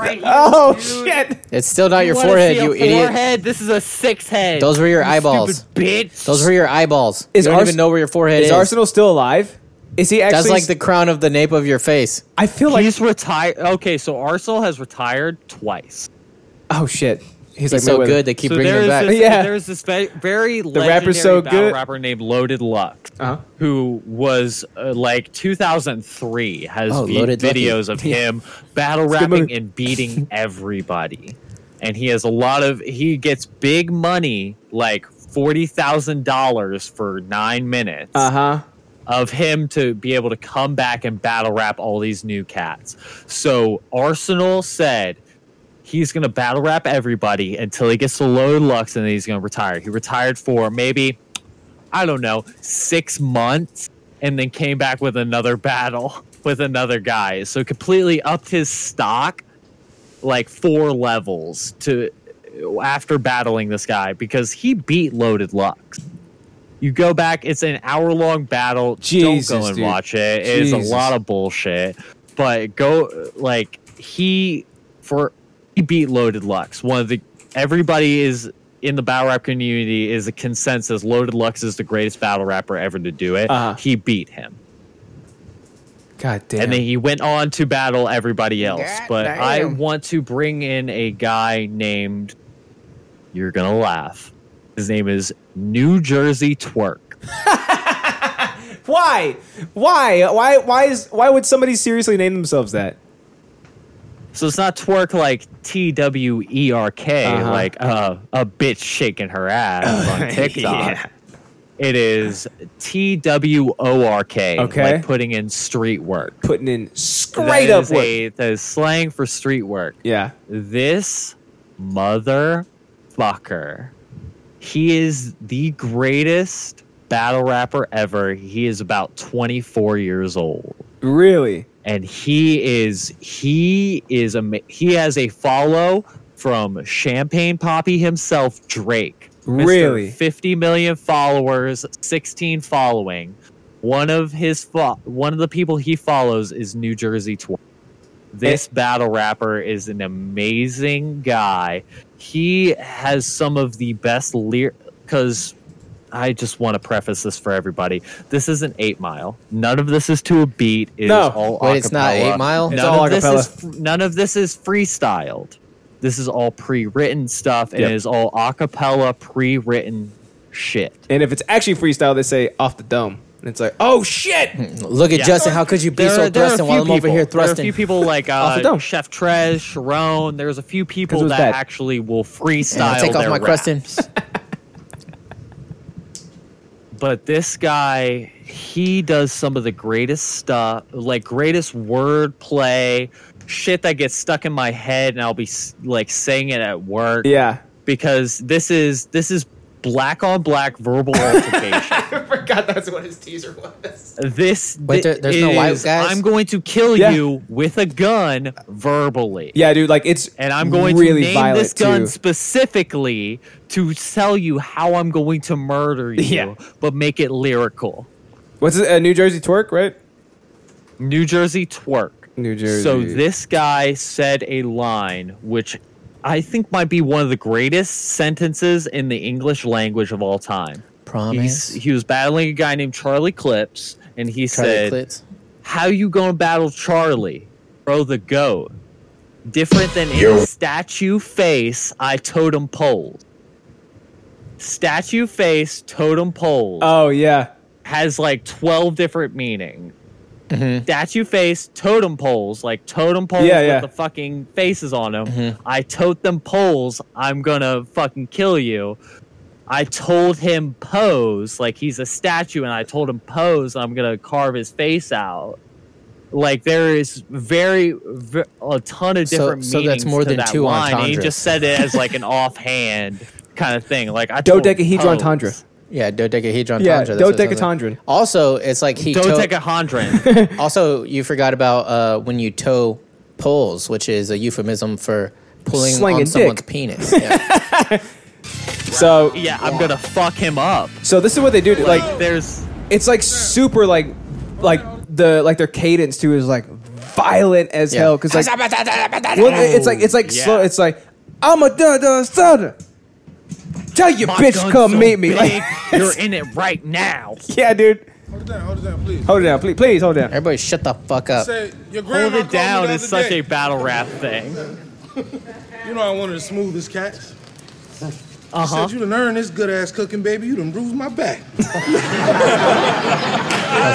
Oh shit.
It's still not your
wanna
forehead,
see a
you idiot.
Forehead. This is a six head.
Those were your
You
eyeballs.
Stupid bitch.
Those were your eyeballs.
Is
you don't
Ars-
even know where your forehead
Is
is.
Arsenal still alive? Is he actually?
That's like the crown of the nape of your face.
I feel like.
He's retired. Okay, so Arsenal has retired twice.
Oh shit. He's,
He's
like
so
Mayweather.
good they keep
so
bringing
there
him
is
back.
this,
Yeah.
there is this ve- very the
rapper's so good.
rapper named Loaded Luck,
Uh-huh.
who was uh, like 2003 has
Oh,
vi-
Loaded Lucky.
videos of him battle
a good
rapping
movie.
and beating everybody, and he has a lot of he gets big money like forty thousand dollars for nine minutes.
Uh huh.
of him to be able to come back and battle rap all these new cats. So Arsenal said he's going to battle rap everybody until he gets to low lux and then he's going to retire. He retired for maybe, I don't know, six months and then came back with another battle with another guy. So completely upped his stock like four levels to after battling this guy because he beat Loaded Lux. You go back, it's an hour long battle. Don't
Jesus,
go and
dude.
watch it. It's a
Jesus.
lot of bullshit. But go like he for he beat Loaded Lux. One of the everybody is in the battle rap community is a consensus Loaded Lux is the greatest battle rapper ever to do it.
Uh-huh.
He beat him.
God damn.
And then he went on to battle everybody else.
God
but I
damn.
want to bring in a guy named You're gonna laugh. His name is New Jersey Twerk.
why? Why? Why? Why is? Why would somebody seriously name themselves that?
So it's not twerk like T W E R K,
Uh-huh.
like uh, a bitch shaking her ass on TikTok. It is T W O R K,
Okay.
like putting in street work.
Putting in
That
straight up
is
work.
a- that is slang for street work.
yeah.
this motherfucker. He is the greatest battle rapper ever. He is about 24 years old
Really.
and he is he is a he has a follow from Champagne Poppy himself Drake. Mr.
Really?
50 million followers, 16 following. One of his fo- one of the people he follows is New Jersey Twerk. This battle rapper is an amazing guy. He has some of the best lyrics cuz I just want to preface this for everybody. This isn't Eight Mile. None of this is to a beat. It is
No.
all
Wait, it's not
acapella.
Eight Mile?
None
It's
all
of this
acapella.
is fr- none of this is freestyled. This is all pre-written stuff, and
Yep.
it is all acapella pre-written shit.
And if it's actually freestyle, they say off the dome. And it's like, oh shit.
Hmm.
Look at
Yeah.
Justin. How could you be
There
so
are- there are a
thrusting
few
while I'm over
people.
here
There are a
thrusting?
few people like
Off the
uh,
dome.
Chef Trez, Sharon. There's a few people
was
that
bad.
actually will
And
freestyle
I'll take off
their
my
raps.
crusting.
but this guy he does some of the greatest stuff like greatest word play shit that gets stuck in my head and i'll be s- like saying it at work
Yeah.
because this is this is black on black verbal altercation
I forgot that's what his teaser was.
this
Wait, there- there's no
is,
white guys?
i'm going to kill
Yeah.
you with a gun verbally
Yeah, dude. Like it's
and I'm going
really
to name
violent
this gun
too.
specifically to tell you how I'm going to murder you,
Yeah.
but make it lyrical.
What's it? Uh, New Jersey twerk, right?
New Jersey twerk.
New Jersey.
So this guy said a line which I think might be one of the greatest sentences in the English language of all time.
Promise?
He's, he was battling a guy named Charlie Clips, and
Charlie
he said,
Clits.
"How you gonna battle Charlie, bro? The goat, different than any statue face I totem pole. Statue face totem pole
Oh yeah.
has like twelve different meaning.
Mm-hmm.
Statue face totem poles, like totem poles
Yeah,
with
yeah.
the fucking faces on them.
Mm-hmm.
I tote them poles. I'm gonna fucking kill you. I told him pose, like he's a statue, and I told him pose. I'm gonna carve his face out. Like there is very, ve- a ton of
So-
different.
so that's
meanings
more
to
than
that
two
line, and He
entendres.
just said it as like an offhand kind of thing. Like I told him
Dodecahedron
pose.
tundra.
Yeah, dodecahedron
Yeah,
tundra. that's what it sounds like.
dodecatondron.
Also, it's like he told.
Dodecahedron.
also, you forgot about uh, when you toe poles, which is a euphemism for pulling
Slinging
on
dick.
someone's penis. Yeah.
So
yeah, I'm gonna fuck him up.
so this is what they do. to- Like
There's
it's like super like like the like their cadence too is like violent as
Yeah.
hell because like well, it's like it's like
Yeah.
slow. It's like I'm a da da soda. Tell your
My
bitch
gun's
come
so
meet me.
big,
Like,
you're in it right now.
yeah, dude.
Hold it down, hold it down, please.
Hold it down, please. Please hold it down.
Everybody, shut the fuck up.
Say, your
Hold
grandma
it down
called me
is
the
such
other
a battle rap thing.
day. You know I'm one of the smoothest cats.
Uh
Said
huh.
you done earned this good ass cooking, baby. You done bruised my back.
Oh,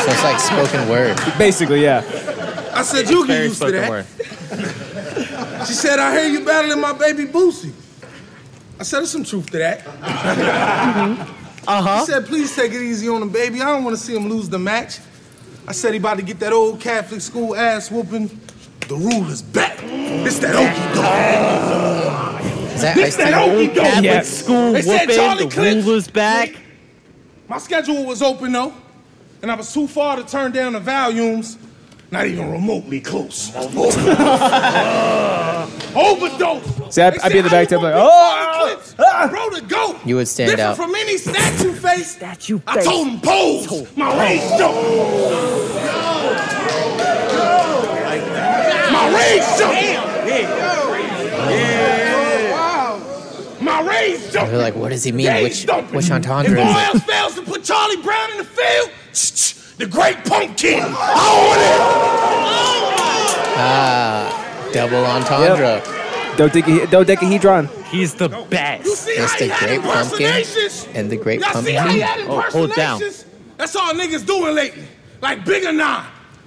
so it's like spoken word.
Basically, yeah.
I said you get used to that. She said I hear you battling my baby Boosie. I said there's some truth to that.
Uh
He
huh.
said please take it easy on him, baby. I don't want to see him lose the match. I said he about to get that old Catholic school ass whooping. The rule is back. It's that okie dog.
Is that
This
Ice-T?
that okie dog.
Catholic
Yeah.
school
They said
whooping.
Charlie
The
Clips-
ruler's back.
My schedule was open though, and I was too far to turn down the volumes. Not even remotely close. Overdose.
See, I'd-
They
I'd be in the
said,
back
"How
table like, "Oh,
you gonna beat Charlie Clips? bro, the goat.
You would stand
Different
out.
from any statue face.
Statue
I
face.
told him pose. My rage don't. My rage don't. My rage don't.
They're like, what does he mean?
They
Which
dumping.
which entendre is
If all
it?
else fails to put Charlie Brown in the field, the great pumpkin.
Oh.
I
Double entendre.
Dodeca- Dodecahedron.
He's the
want it. You
best.
see
It's
how
the
he had
great pumpkin
impersonations?
and the great
Y'all see how
pumpkin.
he had
Oh, hold down.
impersonations? That's all niggas doing lately. Like bigger nine.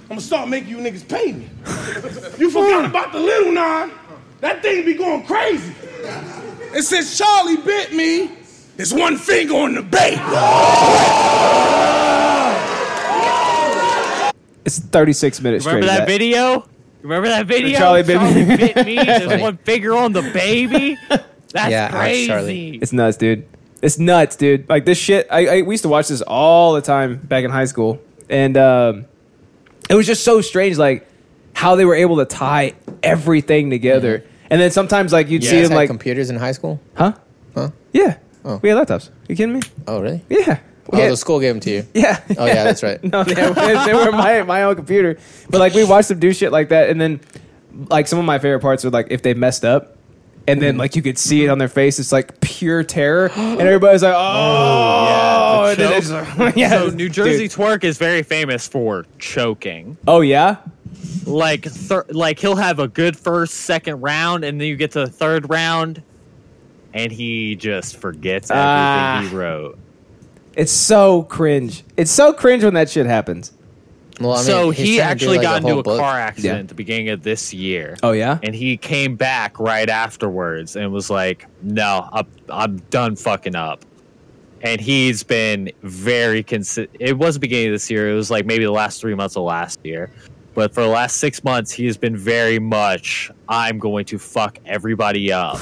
I'ma start making you niggas pay me. you forgot about the little nine. That thing be going crazy. And since Charlie bit me, there's one finger on the bait.
It's 36 minutes
Remember
straight.
that video? Remember that video?
Charlie bit me.
bit me. There's
Funny.
one finger on the baby. That's
Yeah, I like Charlie.
crazy.
It's nuts, dude. It's nuts, dude. Like this shit. I, I we used to watch this all the time back in high school, and um, it was just so strange, like how they were able to tie everything together. And then sometimes, like you'd
You
see
guys
them,
had
like,
computers in high school?
huh?
Huh?
Yeah,
Oh.
we had laptops. you kidding me?
Oh, really?
Yeah. We
Oh,
had-
the school gave them to you.
yeah.
Oh, yeah, that's right.
No, they were, they were my my own computer. But like we watched them do shit like that, and then like some of my favorite parts were like if they messed up, and then like you could see it on their face. It's like pure terror, and everybody's like, oh,
yeah, the
and then it's
choke.
like- yeah,
So New Jersey
dude.
twerk is very famous for choking.
Oh yeah,
like thir- like he'll have a good first second round and then you get to the third round and he just forgets everything
Ah.
he wrote
it's so cringe. It's so cringe when that shit happens.
Well, I mean,
so
he's
he
trying to do,
actually
like,
got into
whole
a
book.
car accident
Yeah.
at the beginning of this year
Oh, yeah?
and he came back right afterwards and was like no i'm, I'm done fucking up and he's been very consistent. It was the beginning of this year. It was like maybe the last three months of last year. But for the last six months, he has been very much, I'm going to fuck everybody up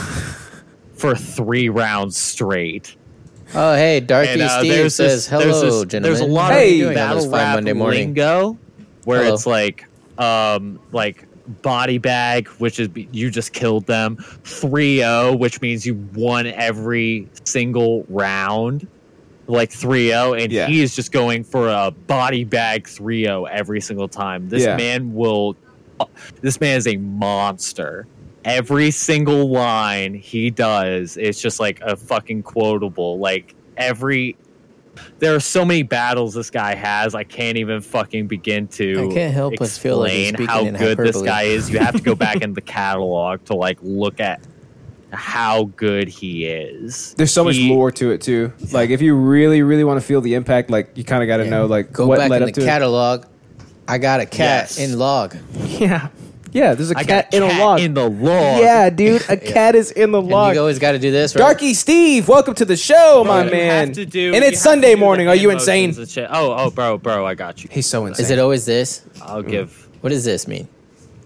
for three rounds straight.
Oh, hey, Darky
And uh,
Steve
there's
says
this,
hello,
there's this,
gentlemen.
There's a lot
Hey.
of
doing on this
battle
fine
rap
Monday morning?
lingo where
Hello.
it's like, um, like body bag, which is be- you just killed them. 3-0, which means you won every single round. Like 3-0, and
Yeah.
he is just going for a body bag 3-0 every single time. This
Yeah.
man will. This man is a monster every single line he does is just like a fucking quotable. Like every there are so many battles this guy has. I can't even fucking begin to
I can't help but feel like you're
explain
speaking
how
in
good this
hyperbole.
guy is. You have to go back in the catalog to like look at how good he is.
There's so much lore to it too. Like if you really, really want to feel the impact, like you kind of got to know like
Go
what
back
led
in
up
the
to it.
catalog. I got a cat in log.
Yeah. Yeah, there's a
I
cat
got a
in
cat
a log.
in the log.
Yeah, dude, a
Yeah.
cat is in the
And
log.
you always got to do this, right?
Darky Steve, welcome to the show, my
Bro, you
man.
have to do-
and
you
it's
have to
Sunday
do the
morning. Are you
emotions
insane?
and shit. Oh, oh, bro, bro, I got you.
He's so insane.
Is it always this?
I'll give.
What does this mean?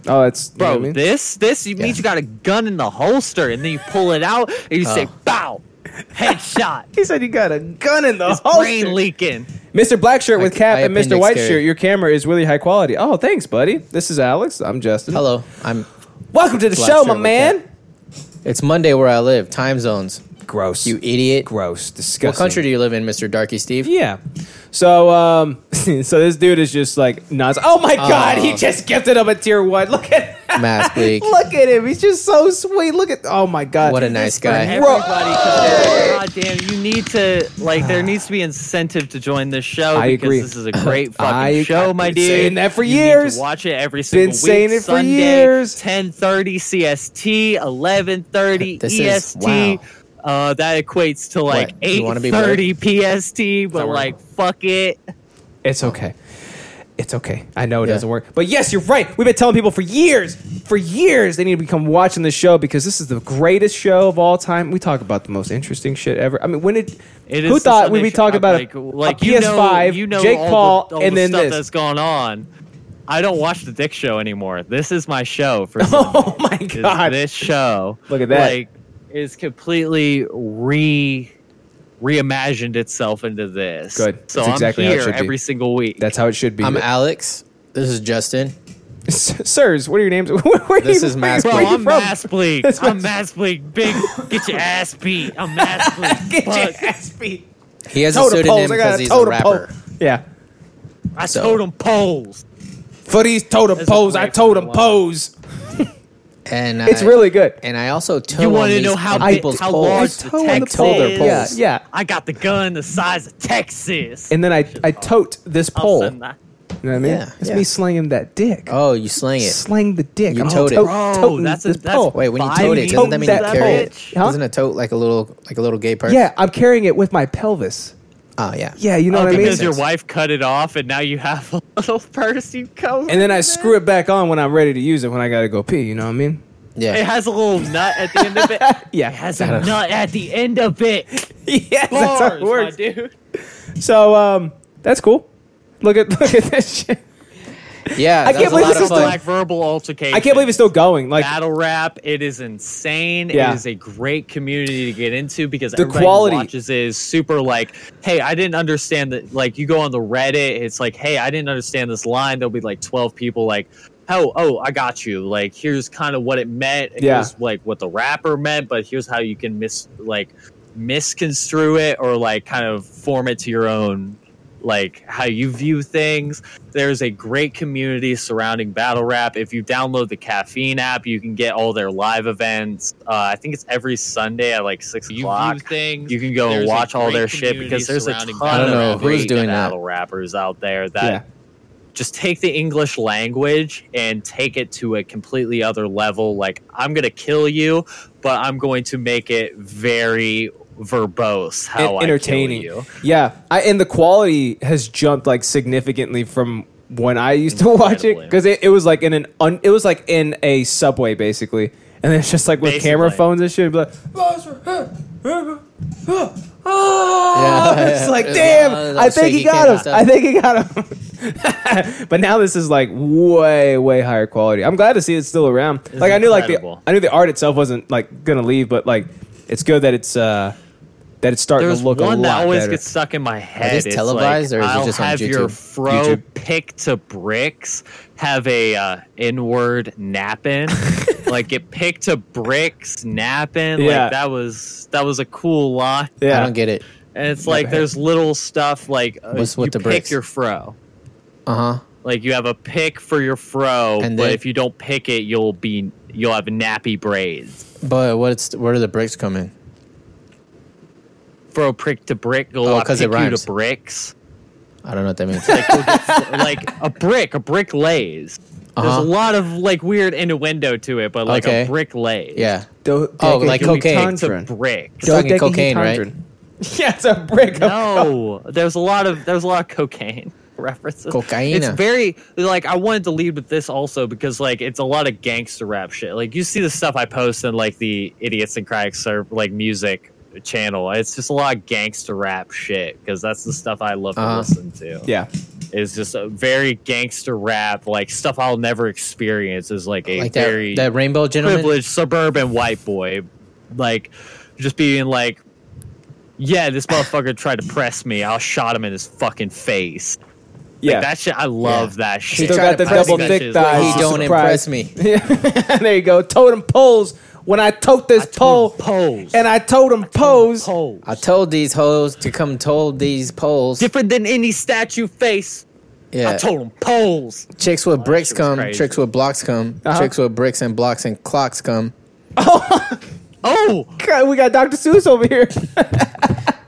Oh, it's
Bro, this this you means you got a gun in the holster and then you pull it out and you say
Uh.
Oh.
bow, headshot.
he said you got a gun in the
His
holster.
brain leaking.
Mr. Black Shirt with cap
I
and Mr.
appendix
White
carry.
Shirt, your camera is really high quality. Oh, thanks, buddy. This is Alex. I'm Justin.
Hello, I'm.
Welcome to the
Black
show,
Shirt
my
with
man.
It's Monday where I live. Time zones.
Gross.
You idiot.
Gross. Disgusting.
What country do you live in, Mister Darky Steve?
Yeah. So, um, so this dude is just like nuts. Oh my god,
Oh.
he just gifted up a tier one. Look at
Mass bleak.
look at him. He's just so sweet. Look at oh my god,
What a nice guy.
Bro.
Everybody, 'cause they're like, God damn, you need to like. There needs to be incentive to join this show
I
because
agree.
this is a great fucking
I-
show,
I've
my
been
dude.
saying that for
You need to
years.
watch it every single
Been
week.
saying it for
Sunday,
years.
Ten thirty CST, eleven thirty
This is-
EST.
wow.
Uh, that equates to like
What? You
eight
wanna be
thirty PST. But like, fuck it.
It's okay. It's okay. I know it
Yeah.
doesn't work. But yes, you're right. We've been telling people for years, for years, they need to become watching this show because this is the greatest show of all time. We talk about the most interesting shit ever. I mean, when did
It
who
is the
thought we'd
Sunday
be
show.
talking about
like,
a,
like
a
you know-
PS5,
you know
Jake
all the-
Paul,
all
and
the
then
stuff
this?
that's gone on. I don't watch the Dick Show anymore. This is my show for
oh my
is
god!
this show
Look at that.
like is completely re reimagined itself into this
Good.
so
That's
i'm
exactly how it
here
should be.
every single week
That's how it should be.
I'm Alex. This is Justin.
Sirs, what are your names? Where are
This
you-
is Mass
Bro,
where are you
I'm
from?
mass bleak.
That's
I'm
Mass-
mass bleak. Big, get your ass beat. I'm mass bleak.
Get your
Fuck.
ass beat.
He has a
Totem
pseudonym
poles. I
because
got a
he's a
totem pole.
rapper.
Yeah.
I
So-
told him poles.
For these totem
That's a
poles, I
great
told him
one.
pose.
And
It's
I-
really good.
And I also toe
You
want
wanna know how big-
people's
how
poles.
large the
I toe on
text
pole.
is?
Yeah, yeah.
I got the gun the size of Texas.
And then I, I tote this
I'll
pole. You
send
know
that.
what I mean?
Yeah,
it's
yeah.
me slinging that dick.
Oh, you slang it.
Slang the dick.
You
I'm
tote it.
to-
Bro,
toting
that's a-
this
that's-
pole.
Wait, when you
Buy
tote
me
it, doesn't that mean you
that
carry it?
bitch.
Huh?
Isn't a tote like a little like a little gay person?
yeah, I'm carrying it with my pelvis.
Oh yeah.
Yeah, you know
Oh,
what I mean?
because your wife cut it off, and now you have a little purse you coat.
And then I screw it back on when I'm ready to use it when I gotta go pee, you know what I mean?
It
Yeah.
has a little nut at the end of it.
Yeah.
It has
I
a
don't-
nut at the end of it.
yeah, that's how it
Bars, my
works.
dude.
So um that's cool. Look at look at this shit.
Yeah.
I
that
can't
was
believe
a lot
this
of
is the-
fun.
Black verbal altercation.
I can't believe it's still going. Like
battle rap. It is insane.
Yeah.
It is a great community to get into because
The
everybody
quality.
who watches it is super like, hey, I didn't understand that. Like you go on the Reddit, it's like, hey, I didn't understand this line. There'll be like twelve people like. Oh, oh, I got you. Like, here's kind of what it meant.
Yeah.
Here's like what the rapper meant, but here's how you can mis like misconstrue it or like kind of form it to your own like how you view things. There's a great community surrounding battle rap. If you download the caffeine app, you can get all their live events. Uh, I think it's every Sunday at like six o'clock.
things.
You can go and
There's a
watch all
great
their shit
community
because there's a ton
surrounding battle
I don't know
of
who's
great
doing that.
battle rappers out there that
Yeah.
just take the English language and take it to a completely other level. Like, I'm going to kill you, but I'm going to make it very verbose
E-,
how
en-
I kill
entertaining.
you.
Yeah, I, and the quality has jumped like significantly from when I used to watch it
Incredibly.
because it, it was like in an un, it was like in a subway basically, and it's just like with camera
Basically.
phones and shit. it'd be like, oh,
Yeah.
it's like
It's
damn,
all-
I think he
shaky
got
camera
him.
stuff.
I think he got him. but now this is like way way higher quality. I'm glad to see it's still around. like I knew like
incredible.
the I knew the art itself wasn't like gonna leave, but like it's good that it's. uh that it's starting
There's
to look a
one
lot
that always
better.
gets stuck in my head.
these
It's
televised
like,
or is it
I'll
just on
have your
YouTube?
fro
YouTube?
pick to bricks, have a uh, inward napping, like get picked to bricks napping.
Yeah.
Like that was that was a cool line.
Yeah.
I don't get it.
And it's like
Never had
there's little stuff like uh,
What's with
you
the
pick
bricks?
your fro.
Uh huh.
Like you have a pick for your fro,
And
but
then-
if you don't pick it, you'll be you'll have nappy braids.
But what's where do the bricks come in?
Bro, prick to brick, go
Oh,
oh,
'cause
pick
it
you
rhymes.
to bricks.
I don't know what that means.
like a brick, a brick lays. There's
Uh-huh.
a lot of like weird innuendo to it, but like
Okay.
a brick lays.
yeah.
Do-
oh, like cocaine.
To bricks.
It's fucking cocaine, right?
Yeah, it's a brick.
No, there's a lot of there's a lot of cocaine references.
Cocaine.
It's very like I wanted to lead with this also because like it's a lot of gangster rap shit. Like you see the stuff I post in like the idiots and cracks or like music channel. It's just a lot of gangster rap shit because that's the stuff I love to
Uh-huh.
listen to.
Yeah.
Is just a very gangster rap, like stuff I'll never experience. Is like a
Like that-
very
that rainbow gentleman?
privileged suburban white boy, like just being like, yeah, this motherfucker tried to press me. I shot him in his fucking face.
Yeah.
Yeah, like, that shit. I love that shit.
Still got the double thick thighs.
He
Surprise. Yeah. there you go. Totem poles. When I tote this pole,
poles,
and I totem pose.
I told these hoes to come told these poles.
Different than any statue face.
Yeah.
I told him poles.
Chicks with bricks come,
crazy.
chicks with blocks come,
Uh-huh.
chicks with bricks and blocks and clocks come.
Oh,
God, we got Dr. Seuss over here.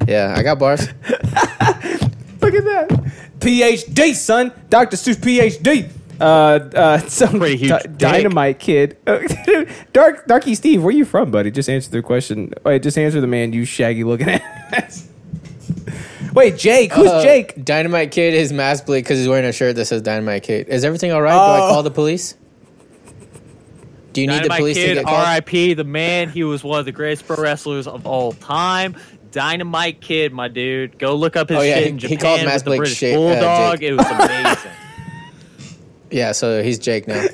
Yeah, I got bars.
Look at that. PhD, son. Dr. Seuss, PhD. Uh, uh, some
Pretty huge
di-
dick.
dynamite kid. Dark, Darky Steve, where you from, buddy? Just answer the question. Wait, just answer the man you shaggy looking ass. Wait, Jake, who's
Uh,
Jake?
Dynamite Kid is mass bleak because he's wearing a shirt that says Dynamite Kid. Is everything all right? Do I
Oh.
call the police? Do you need
Dynamite
the police
Kid,
to get called?
R.I.P. The man, he was one of the greatest pro wrestlers of all time. Dynamite Kid, my dude, go look up his
Oh, yeah,
shit
he-
in
he
Japan
called Mass
with the
Blake
British
shit, uh,
Bulldog.
Jake.
it was amazing.
Yeah, so he's Jake now.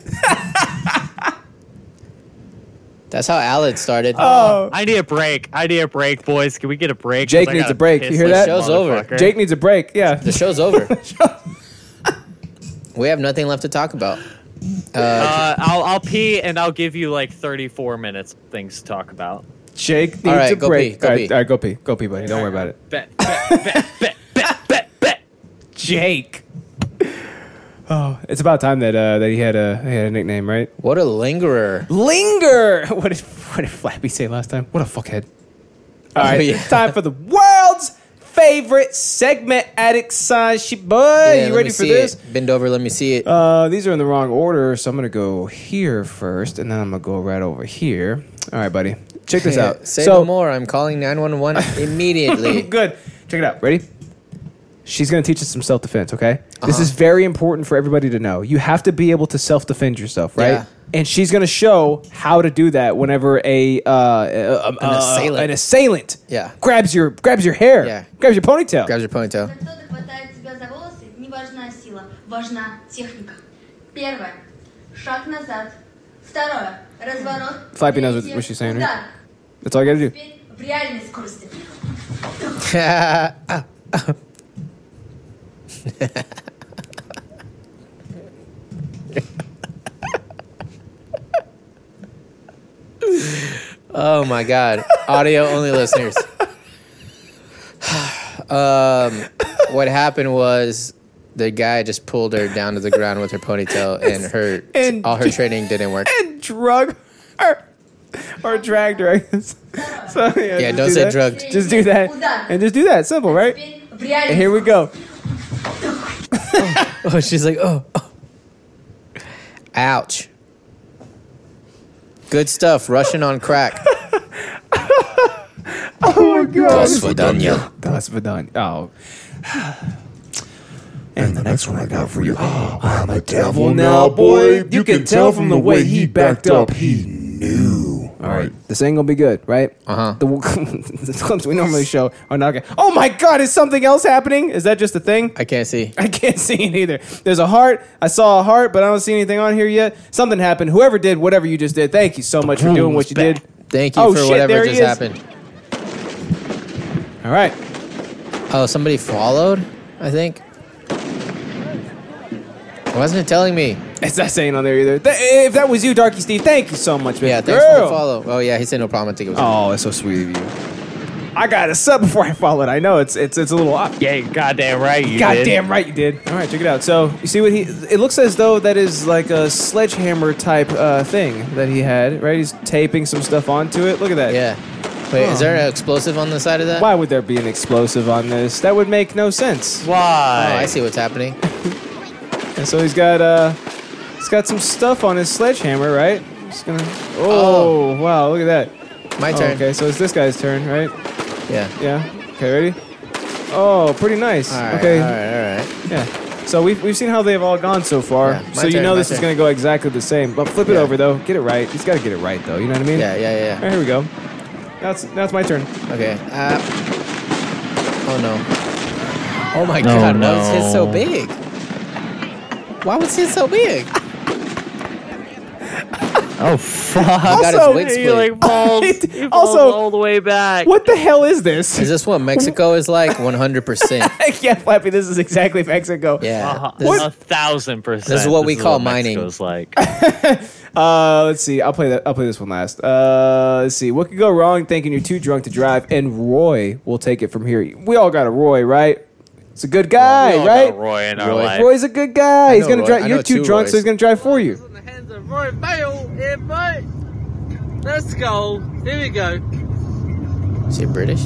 That's how Alid started.
Oh.
I need a break. I need a break, boys. Can we get a break? 'Cause
Jake
I
needs
gotta
a break.
piss
You hear
this
that?
Show's over.
motherfucker.
Jake needs a break. Yeah.
The show's over. we have nothing left to talk about.
Uh, I'll, I'll pee and I'll give you like 34 minutes of things to talk about.
Jake needs
All right,
a
go
break.
pee, go
all,
pee.
right, all right, go pee. Go pee, buddy. Don't worry about it.
Bet, bet, bet, bet, bet, bet, bet.
Jake. Oh, it's about time that uh, that he had a he had a nickname, right?
What a lingerer.
Linger. What did what did Flappy say last time? What a fuckhead. All right,
Oh, yeah.
it's time for the world's favorite segment, Addict Science. Shit, boy,
Yeah,
you
let
ready
me
for
see
this?
it. Bend over, let me see it.
Uh, these are in the wrong order, so I'm gonna go here first, and then I'm gonna go right over here. All right, buddy, check this out.
Say
so
no more. I'm calling 911 immediately.
good, check it out. Ready? She's gonna teach us some self defense. Okay, this is very important for everybody to know. You have to be able to self defend yourself, right?
Yeah.
And she's gonna show how to do that whenever a uh, a- a- a-
assailant.
an assailant
Yeah.
grabs your grabs your hair,
Yeah.
grabs your ponytail.
Grabs your ponytail.
Кто-то хватает тебя за волосы, не важна сила, важна техника. Первое. Шаг назад. Второе. Разворот.
Flappy knows what-
Третье.
what she's saying, right?
Удар.
That's all I gotta do.
Теперь в реальной скорости.
Ah. oh my god. Audio only listeners. um, what happened was the guy just pulled her down to the ground with her ponytail and her
And-
all her training didn't work.
And drug her or dragged her. I guess. So yeah,
Yeah,
just
don't
do
say
that.
drugged.
Just do that and just do that. Simple, right?
Теперь в
And
реальной
here we go.
Oh, she's like, oh, oh. Ouch. Good stuff. Russian on crack.
Oh my god.
свидания.
That's Vidania. Oh.
And the next one I got for you. I'm a devil
Well, now, boy, you can tell from the way he backed up, he knew. All right. This ain't gonna be good, right? Uh huh. The, the clips we normally show are not good. Oh my god, is something else happening? Is that just a thing?
I can't see.
I can't see it either. There's a heart. I saw a heart, but I don't see anything on here yet. Something happened. Whoever did whatever you just did, thank you so much for doing what you did.
Thank you
Oh,
for
shit, there
whatever
he
just
is.
happened.
All right.
Oh, somebody followed, I think. Wasn't it telling me?
It's not saying on there either. Th- if that was you, Darky Steve, thank you so much, man.
Yeah, thanks for the follow. Oh, yeah, he said no problem. I think it was.
Oh, that's so sweet of you. I got a sub before I followed. I know it's it's it's a little off.
Yeah, goddamn right. You
goddamn
did.
right you did. All right, check it out. So you see what he? It looks as though that is like a sledgehammer type uh, thing that he had. Right, he's taping some stuff onto it. Look at that.
Yeah. Wait, is there an explosive on the side of that?
Why would there be an explosive on this? That would make no sense.
Why?
Oh, I see what's happening.
And so he's got uh, he's got some stuff on his sledgehammer, right? Just gonna. Oh, wow! Look at that.
My
Oh,
turn.
okay, so it's this guy's turn, right?
Yeah.
Yeah. Okay, ready? Oh, pretty nice.
All right,
okay.
all right, all right.
Yeah. So we've, we've seen how they've all gone so far.
Yeah, my
so you
turn,
know
my
this is
turn.
going to go exactly the same. But flip it
Yeah.
over though. Get it right. He's got to get it right though. You know what I mean?
Yeah, yeah, yeah.
All right, here we go. Now it's, now it's my turn.
Okay. Uh, oh no. Oh my
No,
god, why was
no.
his so big? Why was his so big?
oh fuck.
He got his
Also,
wig
he,
split.
like, balled- he He balled also- all
the way back.
What the hell is this?
Is this what Mexico is like? 100%.
yeah, Flappy, this is exactly Mexico.
Yeah.
This is a thousand percent.
This is what we call mining.
Mexico's Like.
Uh, let's see. I'll play that. I'll play this one last. Uh, let's see. What could go wrong? Thinking you're too drunk to drive, and Roy will take it from here. We all got a Roy, right? It's a good guy,
We all
right?
got Roy in our life.
Roy's a good guy.
I
He's
know
gonna
Roy. I
drive. You're
know
too
two
drunk, so
Roys.
he's gonna drive for you.
Roy Bale in mate. Let's go. Here we go.
Is he British?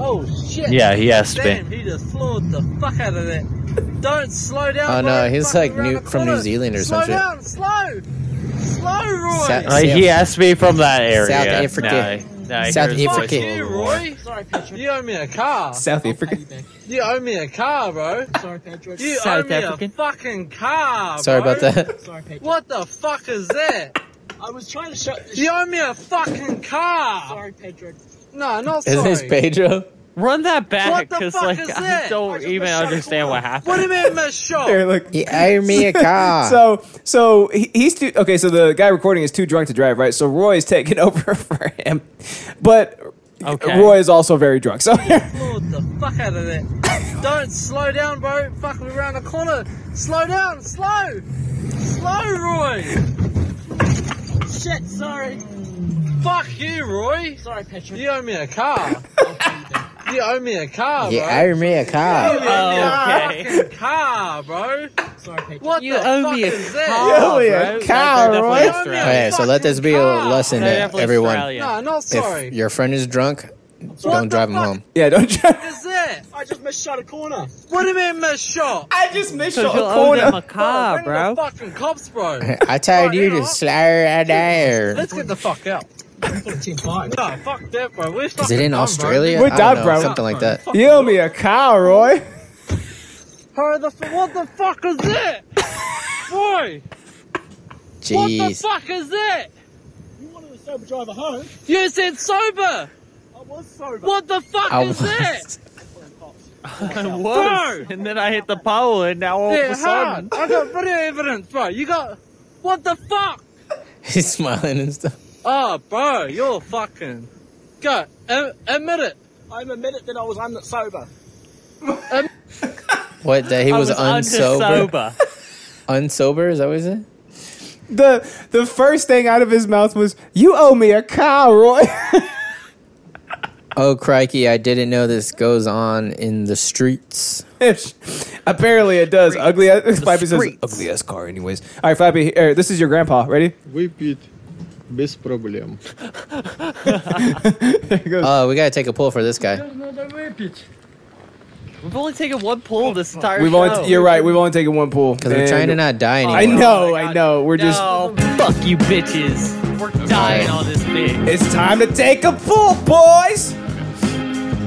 Oh shit.
Yeah, he has to be.
Damn, he just floored the fuck out of that. Don't slow down.
Oh, no,
Roy.
he's,
Fuck
like,
around
New-
the
from New
corner.
Zealand or
slow
some shit.
down, Slow slow. Roy.
Sa-
Like, Uh, he has to be from that area.
South Africa.
Nah, nah, he
South
hears voices
Africa.
all
You,
over.
Roy. Sorry, Patrick. You owe me a car.
South Africa.
You owe me a car, bro. Sorry, Patrick. You
South
owe me
African.
a fucking car.
Sorry
bro.
about that.
Sorry, Patrick. What the fuck is that? I was trying to shut. You owe me a fucking car. Sorry, Pedro. No, not
Is
sorry.
this Pedro?
Run that back
What the
because
fuck
like
is
I
that?
don't even understand what happened.
What do you mean, Miss Shaw?
Here, look.
He hired me a car.
so, so he- he's too okay. So the guy recording is too drunk to drive, right? So Roy is taking over for him, but Roy is also very drunk. So
Lord, the fuck out of that. Don't slow down, bro. Fuck, we're around the corner. Slow down, slow. Slow, Roy. Shit, sorry. Fuck you, Roy. Sorry, Patrick. You owe me a car. you owe me a car,
You
bro.
hired me a car.
You owe me
Oh,
a fucking car, bro. Sorry, Patrick. What
You
the
owe
fuck
me a
is that?
car, You owe me a bro. car, That's Roy. definitely
Okay, so let this be a lesson
They're
to
definitely
everyone.
Australian.
No, not sorry.
If your friend is drunk, don't drive him home.
Yeah, don't
What is that? I just missed shot a corner. What do you mean missed shot?
I just missed
So shot a you'll owe corner. them a car,
bring
Ah, bro.
The fucking cops, bro.
I tired you to slur at air.
Let's get the fuck out. no, fuck that, bro. We're
Is it in Australia?
We're
I don't
done,
know,
bro.
Something like that.
you owe me a car, Roy.
Hurry the f- what the fuck is that? Boy, what the
Jeez.
fuck is that? You wanted a sober driver home. You said sober. I was sober. What the fuck
I
is that?
I was, and then I hit the pole, and now all of
They're
a sudden,
hard. I got video evidence, bro. You got what the fuck?
He's smiling and stuff.
Oh, bro, you're fucking. Go, a- admit it. I'm admitted that I was un- sober.
What? That he
I
was,
was
unsober.
undersober.
unsober? Is that what he said?
The the first thing out of his mouth was, "You owe me a car, Roy."
Oh crikey! I didn't know this goes on in the streets.
Apparently, it does. Ugly ass. Flappy says, "Ugly ass car." Anyways, all right, Flappy. Here, this is your grandpa. Ready?
Выпить без проблем.
Oh, we gotta take a pull for this guy.
we've only taken one pull this entire
We've
show.
only. You're right. We've only taken one pool because
we're trying to not die
I
anymore.
know. I know. We're just.
Oh, fuck you, bitches. We're dying on this bitch.
It's time to take a pull, boys.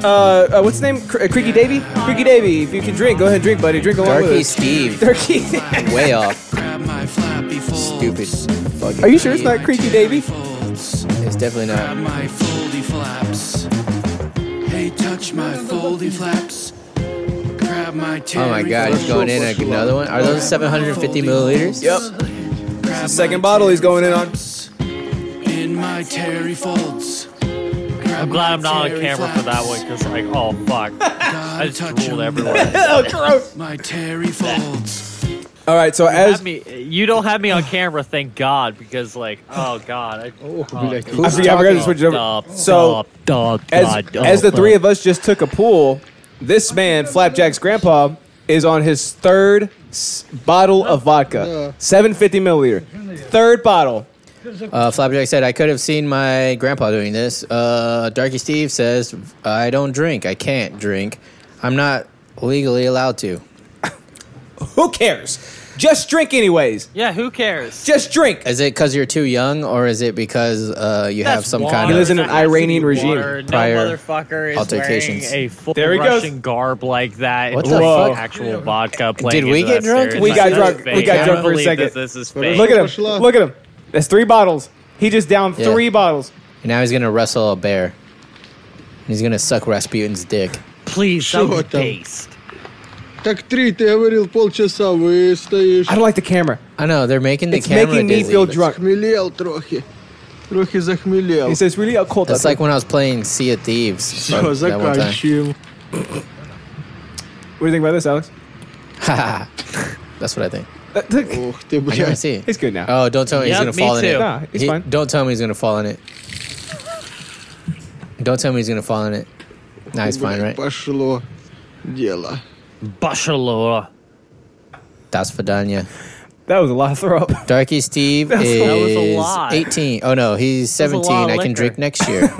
Uh, uh what's his name? Cre- uh, Creaky Davy. Creaky Davy. If you can drink, go ahead, and drink, buddy. Drink along with
Darky
us.
Steve.
Darky.
Way off. Stupid. fucking
Are you sure it's
idiot.
not Creaky Davy?
It's definitely
Grab
not.
my foldy flaps. Hey, touch my foldy flaps. Grab my
Oh my god, he's going in another one. Are those 750 milliliters?
Yep. Second bottle he's going in on.
In my terry folds.
I'm glad I'm not on camera for that one because, like, oh fuck, I just drooled everywhere.
My terry folds.
All right, so
You have
as
me, you don't have me on camera, thank God, because like, oh God, I, oh,
I forgot I forgot to switch it over.
Stop,
so
stop, stop,
as,
God,
as the
stop.
three of us just took a pool, this man, Flapjack's grandpa, is on his third s- bottle of vodka, 750 milliliter. Third bottle.
Uh, Flapjack said, I could have seen my grandpa doing this. Uh, Darky Steve says, I don't drink. I can't drink. I'm not legally allowed to.
Who cares? Just drink, anyways.
Yeah, who cares?
Just drink.
Is it because you're too young, or is it because uh, you have
That's
some
water.
kind
He
of.
lives in an
That has to be
Iranian regime.
water. no
Prior
motherfucker is
altercations.
wearing a full
There he goes.
Russian garb like that.
What
It's
the
like
fuck?
Actual vodka.
Did
playing
we
into
get
that
drunk?
stereotype.
We got
That's
drunk.
fake.
We got
I
drunk for a
believe
second.
that This is fake.
Look at him. Look at him. That's three bottles. He just downed
Yeah.
three bottles.
And now he's going to wrestle a bear. He's going to suck Rasputin's dick.
Please,
Чего там? Так три, ты говорил полчаса, выстоишь.
I don't like the camera.
I know, they're making the
It's
camera
making me
dizzy.
feel drunk. Захмелел трохи. Трохи захмелел.
He says, really, cold.
That's like when I was playing Sea of Thieves.
Всё,
uh, that one time.
заканчиваем.
What do you think about this, Alex?
Haha. That's what I think.
Ух ты,
I can't
блядь.
see.
He's good now.
Oh, don't tell
Yep,
me he's gonna
me
fall in
too.
it.
Nah, he's fine.
Don't tell me he's gonna fall in it. Don't tell me he's gonna fall in it. Nah, he's fine, right?
Пошло дело.
Bachelor.
That's for Danya.
That was a lot of throw up.
Darky Steve
That was a-
is
that was a lot.
18. Oh no, he's
That was a lot of
17. I can
liquor.
drink next year.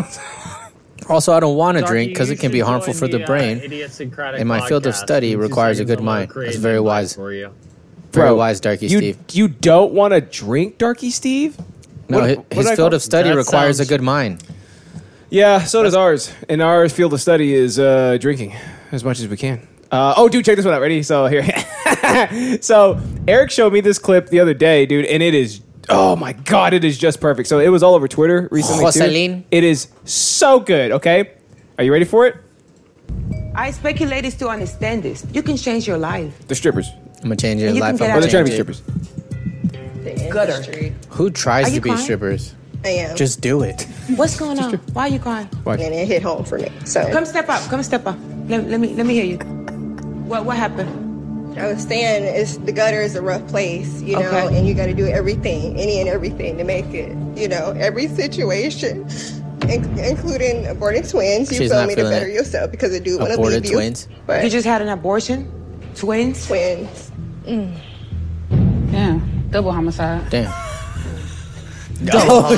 also, I don't want to
Darky,
drink because
you
it can be
should
harmful
join
for the,
uh,
brain.
idiosyncratic
and my field of
podcast.
study
Two
requires a
seconds,
good
I'm gonna
mind.
create
That's
an
very
invite
wise.
for you.
Very
Bro,
wise, Darky
you,
Steve.
You don't want to drink Darky Steve?
No,
What-
his,
what
his
did I
field
call-
of study
That
requires
sounds-
a good mind.
Yeah, so does ours. And our field of study is uh, drinking as much as we can. Uh, oh, dude, check this one out. Ready? So here. so Eric showed me this clip the other day, dude, and it is. Oh my god, it is just perfect. So it was all over Twitter recently. too.
Jocelyn.
It is so good. Okay, are you ready for it?
I expect you ladies to understand this. You can change your life.
The strippers.
I'm gonna change your
And you can
life.
get
I'm
out
Or they're
gonna
trying to be
change it.
strippers.
Gutter.
Who
Are
tries
you
to be
crying?
strippers?
I am.
Just do it.
What's going on? Why are you crying?
Why?
And it hit home for me. So come step up. Come step up. Let, let me let me hear you. What what happened?
I was saying it's the gutter is a rough place, you know,
Okay.
and you got to do everything, any and everything to make it, you know, every situation, in- including aborting twins. You
She's
feel
not
me to
feeling
better
it.
yourself because it do want to leave you.
you just had an abortion. Twins.
Twins.
Yeah, double homicide.
Damn.
Oh,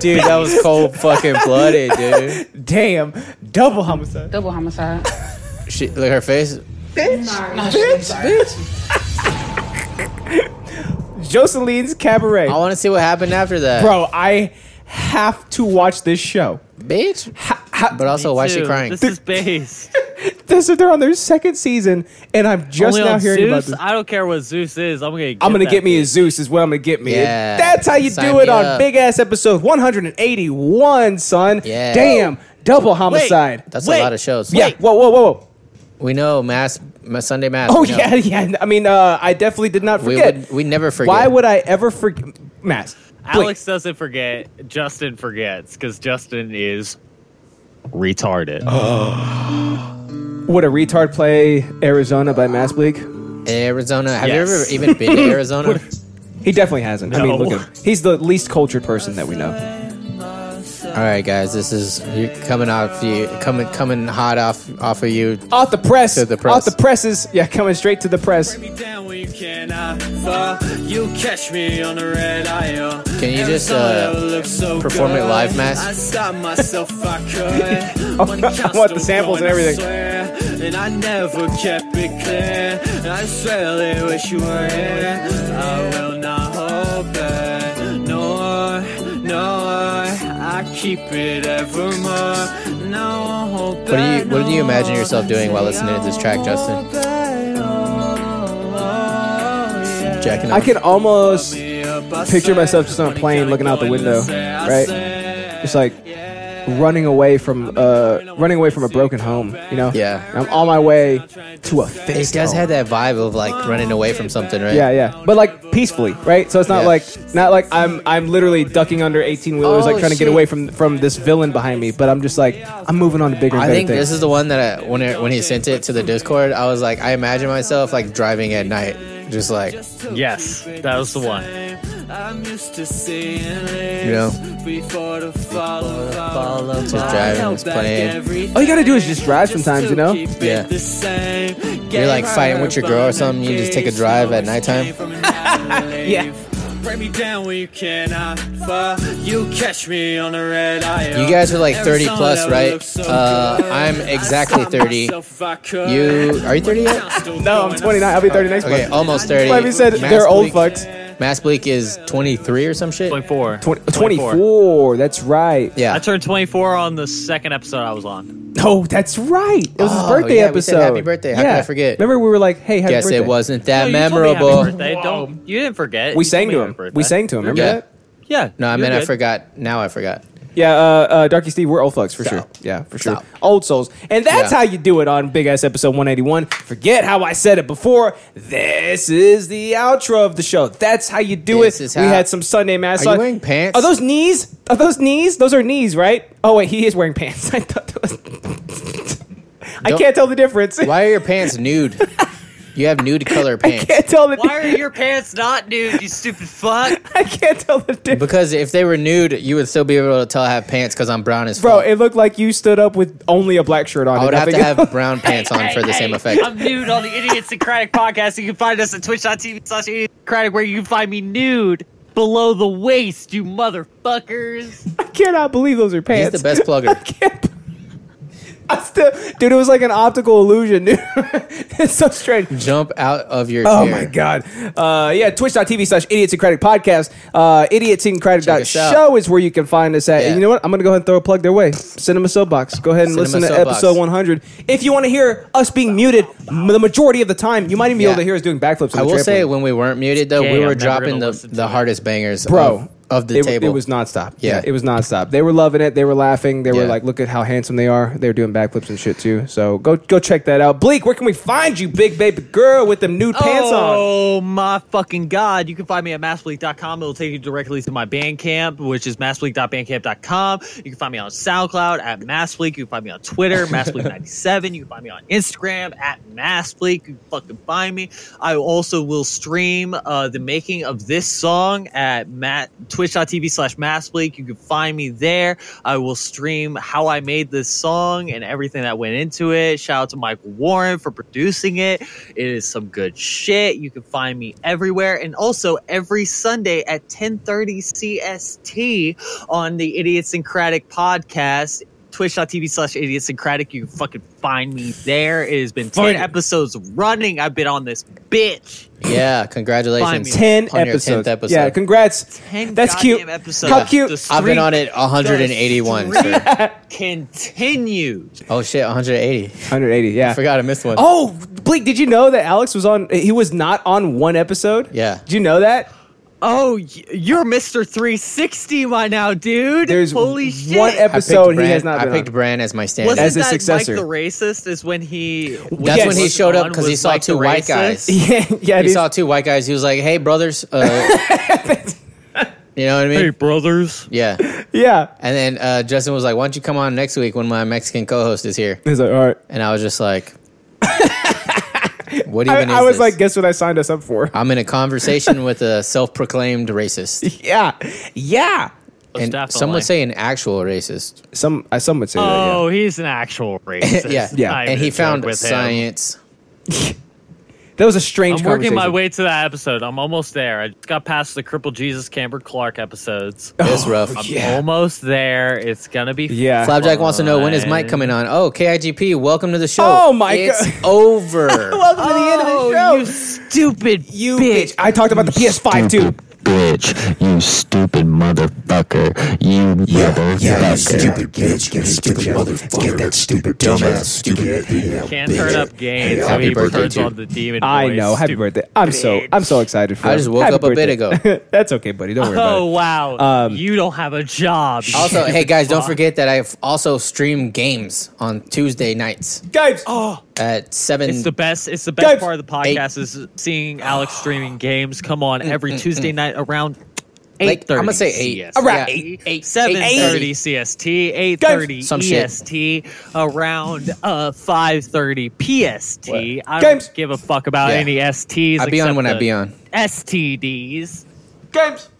Dude, that was cold fucking blooded, dude.
Damn. Double homicide.
Double homicide.
She look her face.
Bitch.
Joceline's Cabaret. I
want to see what happened after that.
Bro, I have to watch this show.
Bitch. but also, why is she crying?
This is base.
This they're on their second season, and I'm just
Only
now
on
hearing
Zeus?
about this.
I don't care what Zeus is. I'm gonna. Get
I'm gonna
that
get me a Zeus is what I'm gonna get me.
Yeah.
That's how you
Sign
do it
me
on
up.
big ass episode 181, son.
Yeah.
Damn, double homicide.
That's a lot of shows.
Yeah. Whoa, whoa, whoa, whoa.
We know mass, Ma- Sunday mass.
Oh
we know.
yeah, yeah. I mean, uh, I definitely did not
We
forget.
would- we never forget.
Why would I ever forget? Mass.
Alex doesn't forget. Justin forgets because Justin is retarded.
Oh. Would a retard play Arizona by Mass Bleak?
Arizona. Have
Yes.
you ever even been to Arizona?
He definitely hasn't. I mean,
No.
look at him. He's the least cultured person that we know.
All right, guys, this is you're coming off you coming coming hot off off of you.
Off the press.
To the press.
Off the presses. Yeah, coming straight to the press.
Can I fall? You catch me on the red eye. oh.
Can you just, uh,
Arizona looks so
perform it
good.
live, Matt?
I stopped myself, if I could.
Oh,
Money
I
counts
want the
no
samples and
going, I
everything.
swear. And I never kept it clear. And I swear they wish you were here. I will not hold back. No, no, I keep it evermore. No, hold
What do you What do you imagine yourself doing while listening to this track, Justin? Jacking
I
off.
can almost picture myself just on a plane looking out the window, right? It's like, running away from uh running away from a broken home. You know.
Yeah.
I'm on my way to a
These
fixed
guys
home.
had that vibe of like running away from something, right?
Yeah, yeah, but like peacefully, right? So it's not
Yeah.
like not like I'm I'm literally ducking under eighteen wheelers,
Oh,
like trying to get
shit.
away from from this villain behind me. But I'm just like I'm moving on to bigger. And
I
better
think this
things.
is the one that I, when it, when he sent it to the Discord, I was like, I imagine myself like driving at night, just like
Yes, that was the one.
I'm used to seeing
you know,
before the follow
just driving, just playing.
All you gotta do is just drive sometimes, you know.
Yeah. You're like fighting with your girl or something. You just take a drive at nighttime.
yeah. Break me down where you cannot fall. You catch me on the red eye.
You guys are like 30 plus, right? Uh, I'm exactly 30. You are you 30 yet?
no, I'm 29. I'll be 30 next
okay, oh.
month.
almost 30.
Why have you said
Mass
they're old
Bleak-
fucks?
Mass Bleak is 23 or some shit.
24.
24. That's right.
Yeah.
I turned 24 on the second episode I was on.
No, Oh, that's right. It was his
Oh,
birthday
yeah, we said
episode.
happy birthday. How could I forget?
Remember, we were like, "Hey, happy
Guess
birthday."
it wasn't that
No, Oh, you told me happy
memorable.
birthday. Don't- you didn't forget.
We
You told
sang
me
to
happy
him.
birthday.
We sang to him. Remember
Yeah.
that?
Yeah.
No, I
you're
meant I
good.
forgot. Now I forgot.
Yeah, uh, uh, Darky Steve, we're old fucks for sure. Yeah, for sure. Old souls. And that's
Yeah.
how you do it on Big Ass Episode 181. Forget how I said it before. This is the outro of the show. That's how you do
This
it.
is
we
how-
had some Sunday mass.
Are you
on.
wearing pants?
Are those knees? Are those knees? Those are knees, right? Oh, wait, he is wearing pants. I thought that was. I
Don't-
can't tell the difference.
Why are your pants nude? You have nude color pants.
can't tell the
Why are your pants not nude, you stupid fuck?
I can't tell the difference.
Because if they were nude, you would still be able to tell I have pants because I'm brown as
Bro,
fuck.
it looked like you stood up with only a black shirt on.
I would
and
have to
nothing else.
have brown pants on for the same effect.
I'm nude on the Idiot Syncratic podcast. You can find us at twitch.tv slash Idiot Syncratic, where you can find me nude below the waist, you motherfuckers.
I cannot believe those are pants.
the best plugger.
I can't. I still, dude, it was like an optical illusion, dude. it's so strange.
Jump out of your
Oh
chair.
my god! Uh, yeah, twitch.tv slash idiots and credit podcast. Uh, idiots and credit dot
us out.
show is where you can find us at. And you know what? I'm gonna go ahead and throw a plug their way. Cinema Soapbox. Go ahead and
Cinema
listen to
Soapbox.
episode 100. If you want to hear us being muted m- the majority of the time, you might even be able
Yeah.
to hear us doing backflips. On
I
the
will say
trampoline.
when we weren't muted though,
Yeah,
we
I'm
were
never
dropping
gonna
the, the hardest bangers,
Bro,
of, of the
it,
table.
It was nonstop. Yeah.
Yeah.
it was nonstop. They were loving it. They were laughing. They were
Yeah.
like, "Look at how handsome they are." They were doing backflips and shit too. So go go check that out. Bleak, where can we find you, big baby girl with them nude pants on?
Oh my fucking god! You can find me at massbleak.com. It'll take you directly to my Bandcamp, which is massbleak.bandcamp.com. You can find me on SoundCloud at massbleak. You can find me on Twitter, massbleak97. You can find me on Instagram at massbleak. You can fucking find me. I also will stream uh, the making of this song at mat- twitch.tv slash massbleak. You can find me there. I will stream how I made this song and everything that went into it. Shout out to Michael Warren for producing it. It is some good shit. You can find me everywhere and also every Sunday at 10:30 CST on the Idiosyncratic podcast. Twitch.tv slash idiosyncratic. You can fucking find me there. It has been 10
Find it.
episodes running. I've been on this bitch.
yeah, congratulations.
Ten
on
episodes.
Your 10th episode.
Yeah, congrats.
10
That's
goddamn
cute.
episodes.
How cute.
The
I've been
streak-
on it 181.
the
sir.
streak Continues.
Oh shit, 180.
180. Yeah,
I forgot I missed one.
Oh, Bleak, did you know that Alex was on? He was not on one episode.
Yeah.
Did you know that?
Oh, y- you're Mr. 360 by now, dude.
There's
Holy
one
shit.
episode-
I picked
he has
Bran-
not
I
been
picked
on.
Bran as my stand.
Wasn't
as his
that
successor.
Mike the racist? Is when he.
That's
Yes.
when he showed up
on
because he
was
saw
Mike
two
the
white
racist?
guys.
Yeah, yeah.
he
He
saw two white guys. He was like, "Hey, brothers." Uh, you know what I mean?
Hey, brothers.
Yeah.
yeah.
And then uh, Justin was like, "Why don't you come on next week when my Mexican co-host is here?"
He's like, all right.
And I was just like, "What
I,
even is
I was
this?
like, guess what I signed us up for?
I'm in a conversation with a self-proclaimed racist,
yeah, yeah.
and some would say an actual racist.
Some uh, some would say that. Yeah.
Oh, he's an actual racist.
yeah,
Yeah.
And he found
with him.
science.
That was a strange.
I'm working
conversation.
my way to that episode. I'm almost there. I just got past the Cripple Jesus Camber Clark episodes.
Oh,
It's rough.
I'm almost there. It's gonna be
Yeah.
Flapjack wants to know when is Mike
fine.
coming on. Oh, KIGP, welcome to the show.
Oh my
it's
God.
over.
Welcome to the end of the show.
You Oh, stupid
You bitch. I talked about the PS5 too.
bitch. You stupid motherfucker. You motherfucker.
Yeah, you stupid bitch, you stupid motherfucker, get that stupid dumbass, stupid.
Can't turn up gain, so he turns on the demon.
I
voice.
know. Happy birthday! I'm so I'm so excited for.
I
him.
just woke
Happy
up a bit
birthday. That's okay, buddy. Don't worry about it.
Oh wow!
Um,
you don't have a job.
Also, hey guys, don't
Fuck.
forget that I've also streamed games on Tuesday nights.
Games.
Oh.
At seven.
It's the best. It's the best part of the podcast is seeing Alex streaming games. Come on,
Mm,
every Tuesday night around eight
Like, I'm gonna say eight. Around
eight, eight, seven thirty CST, eight thirty
Some shit.
EST, around uh five thirty PST. I don't give a fuck about
Yeah.
any STs.
I be on
except
when I
the
be on.
STDs.
Games.